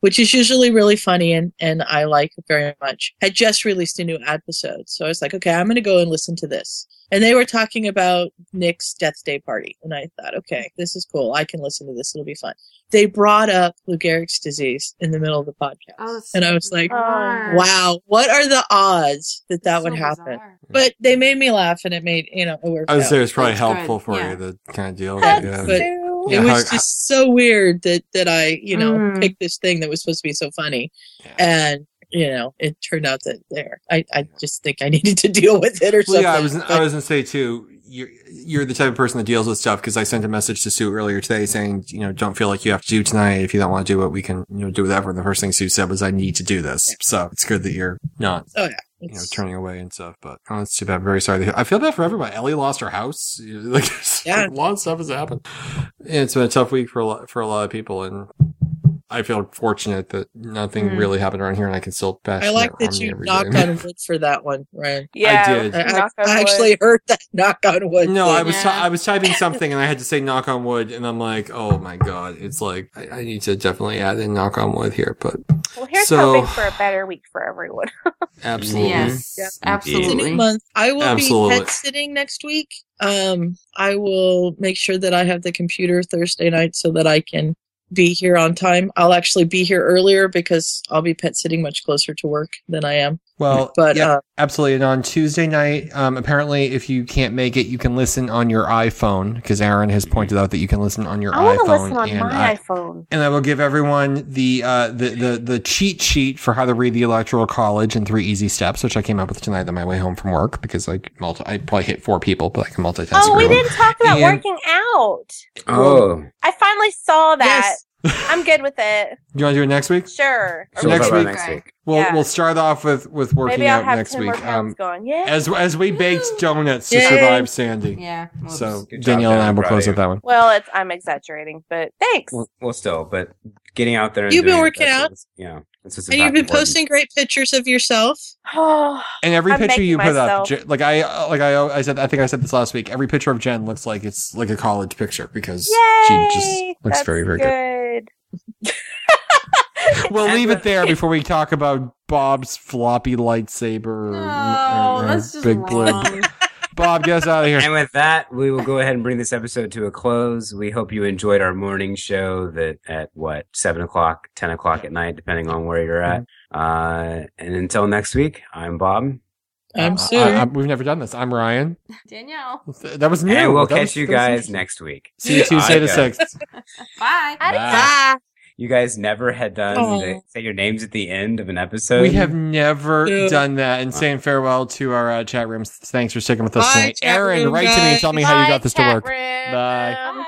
[SPEAKER 2] which is usually really funny and, and I like very much, had just released a new episode. So I was like, okay, I'm going to go and listen to this. And they were talking about Nick's death day party. And I thought, okay, this is cool. I can listen to this. It'll be fun. They brought up Lou Gehrig's disease in the middle of the podcast.
[SPEAKER 5] Oh, that's
[SPEAKER 2] and I
[SPEAKER 5] so
[SPEAKER 2] was like,
[SPEAKER 5] bizarre.
[SPEAKER 2] wow, what are the odds that that would
[SPEAKER 5] So
[SPEAKER 2] happen?
[SPEAKER 5] bizarre.
[SPEAKER 2] But they made me laugh and it made, you know, it worked
[SPEAKER 6] I would
[SPEAKER 2] out.
[SPEAKER 6] say it's probably
[SPEAKER 5] That's
[SPEAKER 6] helpful
[SPEAKER 5] good.
[SPEAKER 6] for
[SPEAKER 5] Yeah.
[SPEAKER 6] you to kind of deal with.
[SPEAKER 4] That's
[SPEAKER 6] Yeah.
[SPEAKER 2] But-
[SPEAKER 4] true.
[SPEAKER 2] It
[SPEAKER 6] Yeah,
[SPEAKER 2] was
[SPEAKER 6] how-
[SPEAKER 2] just so weird that that I, you know,
[SPEAKER 5] Mm.
[SPEAKER 2] picked this thing that was supposed to be so funny, and you know, it turned out that there. I I just think I needed to deal with it or
[SPEAKER 6] Well,
[SPEAKER 2] something.
[SPEAKER 6] yeah, I was
[SPEAKER 2] but-
[SPEAKER 6] I was gonna say too. You're you're the type of person that deals with stuff because I sent a message to Sue earlier today saying you know don't feel like you have to do tonight if you don't want to do it we can you know do whatever. And the first thing Sue said was I need to do this, so it's good that you're not
[SPEAKER 2] oh yeah.
[SPEAKER 6] you know turning away and stuff. But oh, it's too bad. I'm very sorry. to hear- I feel bad for everybody. Ellie lost her house. Like
[SPEAKER 2] Yeah.
[SPEAKER 6] a lot of stuff has happened. And it's been a tough week for a lot, for a lot of people and. I feel fortunate that nothing
[SPEAKER 2] Mhm.
[SPEAKER 6] really happened around here, and I can still bash.
[SPEAKER 2] I like
[SPEAKER 6] Matt
[SPEAKER 2] that
[SPEAKER 6] Romney
[SPEAKER 2] you
[SPEAKER 6] every
[SPEAKER 2] knocked
[SPEAKER 6] day.
[SPEAKER 2] on wood for that one, Ryan.
[SPEAKER 6] Yeah, I did.
[SPEAKER 2] I, I-
[SPEAKER 6] knock
[SPEAKER 2] I actually heard that knock on wood.
[SPEAKER 6] No,
[SPEAKER 2] thing.
[SPEAKER 6] I was ty- I was typing something and I had to say knock on wood, and I'm like, oh my god, it's like I, I need to definitely add in knock on wood here, but
[SPEAKER 4] Well, here's
[SPEAKER 6] So-
[SPEAKER 4] hoping for a better week for everyone.
[SPEAKER 6] absolutely,
[SPEAKER 5] Yes,
[SPEAKER 2] Yeah.
[SPEAKER 5] absolutely.
[SPEAKER 2] It's a new month. I will
[SPEAKER 6] Absolutely.
[SPEAKER 2] be pet sitting next week. Um, I will make sure that I have the computer Thursday night so that I can be here on time. I'll actually be here earlier because I'll be pet sitting much closer to work than I am.
[SPEAKER 6] Well,
[SPEAKER 2] But,
[SPEAKER 6] yeah,
[SPEAKER 2] uh,
[SPEAKER 6] absolutely. And on Tuesday night, um, apparently, if you can't make it, you can listen on your iPhone because Aaron has pointed out that you can listen on your
[SPEAKER 4] I want to
[SPEAKER 6] iPhone.
[SPEAKER 4] listen on
[SPEAKER 6] and
[SPEAKER 4] my
[SPEAKER 6] I-
[SPEAKER 4] iPhone.
[SPEAKER 6] and I will give everyone the, uh, the the the cheat sheet for how to read the Electoral College in three easy steps, which I came up with tonight on my way home from work because I multi I probably hit four people, but I can multitask.
[SPEAKER 4] Oh, we
[SPEAKER 6] everyone.
[SPEAKER 4] didn't talk about
[SPEAKER 6] And-
[SPEAKER 4] working out.
[SPEAKER 6] Oh.
[SPEAKER 4] I finally saw that. I'm good with it.
[SPEAKER 6] Do you want to do it next week?
[SPEAKER 4] Sure.
[SPEAKER 6] So
[SPEAKER 4] Or
[SPEAKER 6] next
[SPEAKER 4] maybe-
[SPEAKER 6] week, we'll we'll start off with with working
[SPEAKER 4] Maybe I'll
[SPEAKER 6] out
[SPEAKER 4] have
[SPEAKER 6] next
[SPEAKER 4] 10
[SPEAKER 6] week.
[SPEAKER 4] more
[SPEAKER 6] Um,
[SPEAKER 4] pounds going. Yeah.
[SPEAKER 6] as as we baked donuts to
[SPEAKER 4] Yay.
[SPEAKER 6] survive Sandy.
[SPEAKER 4] Yeah. Whoops.
[SPEAKER 6] So
[SPEAKER 3] Good job,
[SPEAKER 6] Danielle and I
[SPEAKER 3] Danielle.
[SPEAKER 6] will
[SPEAKER 3] Proud
[SPEAKER 6] close
[SPEAKER 3] of
[SPEAKER 6] with that one.
[SPEAKER 4] Well, it's I'm exaggerating, but thanks.
[SPEAKER 3] Well, well, still, but getting out there. And
[SPEAKER 2] You've been
[SPEAKER 3] doing it,
[SPEAKER 2] working
[SPEAKER 3] that's
[SPEAKER 2] out?
[SPEAKER 3] what's- Yeah, that's what's
[SPEAKER 2] And you've
[SPEAKER 3] about
[SPEAKER 2] been
[SPEAKER 3] important.
[SPEAKER 2] posting great pictures of yourself.
[SPEAKER 4] Oh,
[SPEAKER 6] And every picture you put up, Jen, like I uh, like I I said I think I said this last week. Every picture of Jen looks like it's like a college picture because she just looks very very good.
[SPEAKER 4] good.
[SPEAKER 6] We'll leave it there before we talk about Bob's floppy lightsaber. or-
[SPEAKER 4] Oh,
[SPEAKER 5] No,
[SPEAKER 6] or- or
[SPEAKER 5] that's Oh, just
[SPEAKER 6] uh, big blib.
[SPEAKER 5] wrong.
[SPEAKER 6] Bob, get us out of here.
[SPEAKER 3] And with that, we will go ahead and bring this episode to a close. We hope you enjoyed our morning show that at what, seven o'clock, ten o'clock at night, depending on where you're at. Uh, and until next week, I'm Bob.
[SPEAKER 6] I- I- I- we've never done this. I'm Ryan.
[SPEAKER 5] Danielle.
[SPEAKER 6] Th- That was new.
[SPEAKER 3] And we'll
[SPEAKER 6] That was-
[SPEAKER 3] catch you
[SPEAKER 6] that was
[SPEAKER 3] guys
[SPEAKER 6] interesting.
[SPEAKER 3] next week.
[SPEAKER 6] See you Tuesday the
[SPEAKER 3] Bye, guys.
[SPEAKER 6] sixth.
[SPEAKER 5] Bye.
[SPEAKER 3] Bye. You guys never had done
[SPEAKER 5] Oh.
[SPEAKER 3] the- say your names at the end of an episode.
[SPEAKER 6] We have never
[SPEAKER 3] Yeah.
[SPEAKER 6] done that. And saying farewell to our uh, chat rooms. Thanks for sticking with us
[SPEAKER 3] Bye,
[SPEAKER 6] tonight.
[SPEAKER 3] chat
[SPEAKER 6] Aaron,
[SPEAKER 3] room
[SPEAKER 6] write to me and
[SPEAKER 3] guys.
[SPEAKER 6] tell me how you
[SPEAKER 3] Bye,
[SPEAKER 6] got this to
[SPEAKER 3] chat
[SPEAKER 6] work. Bye.
[SPEAKER 4] Bye.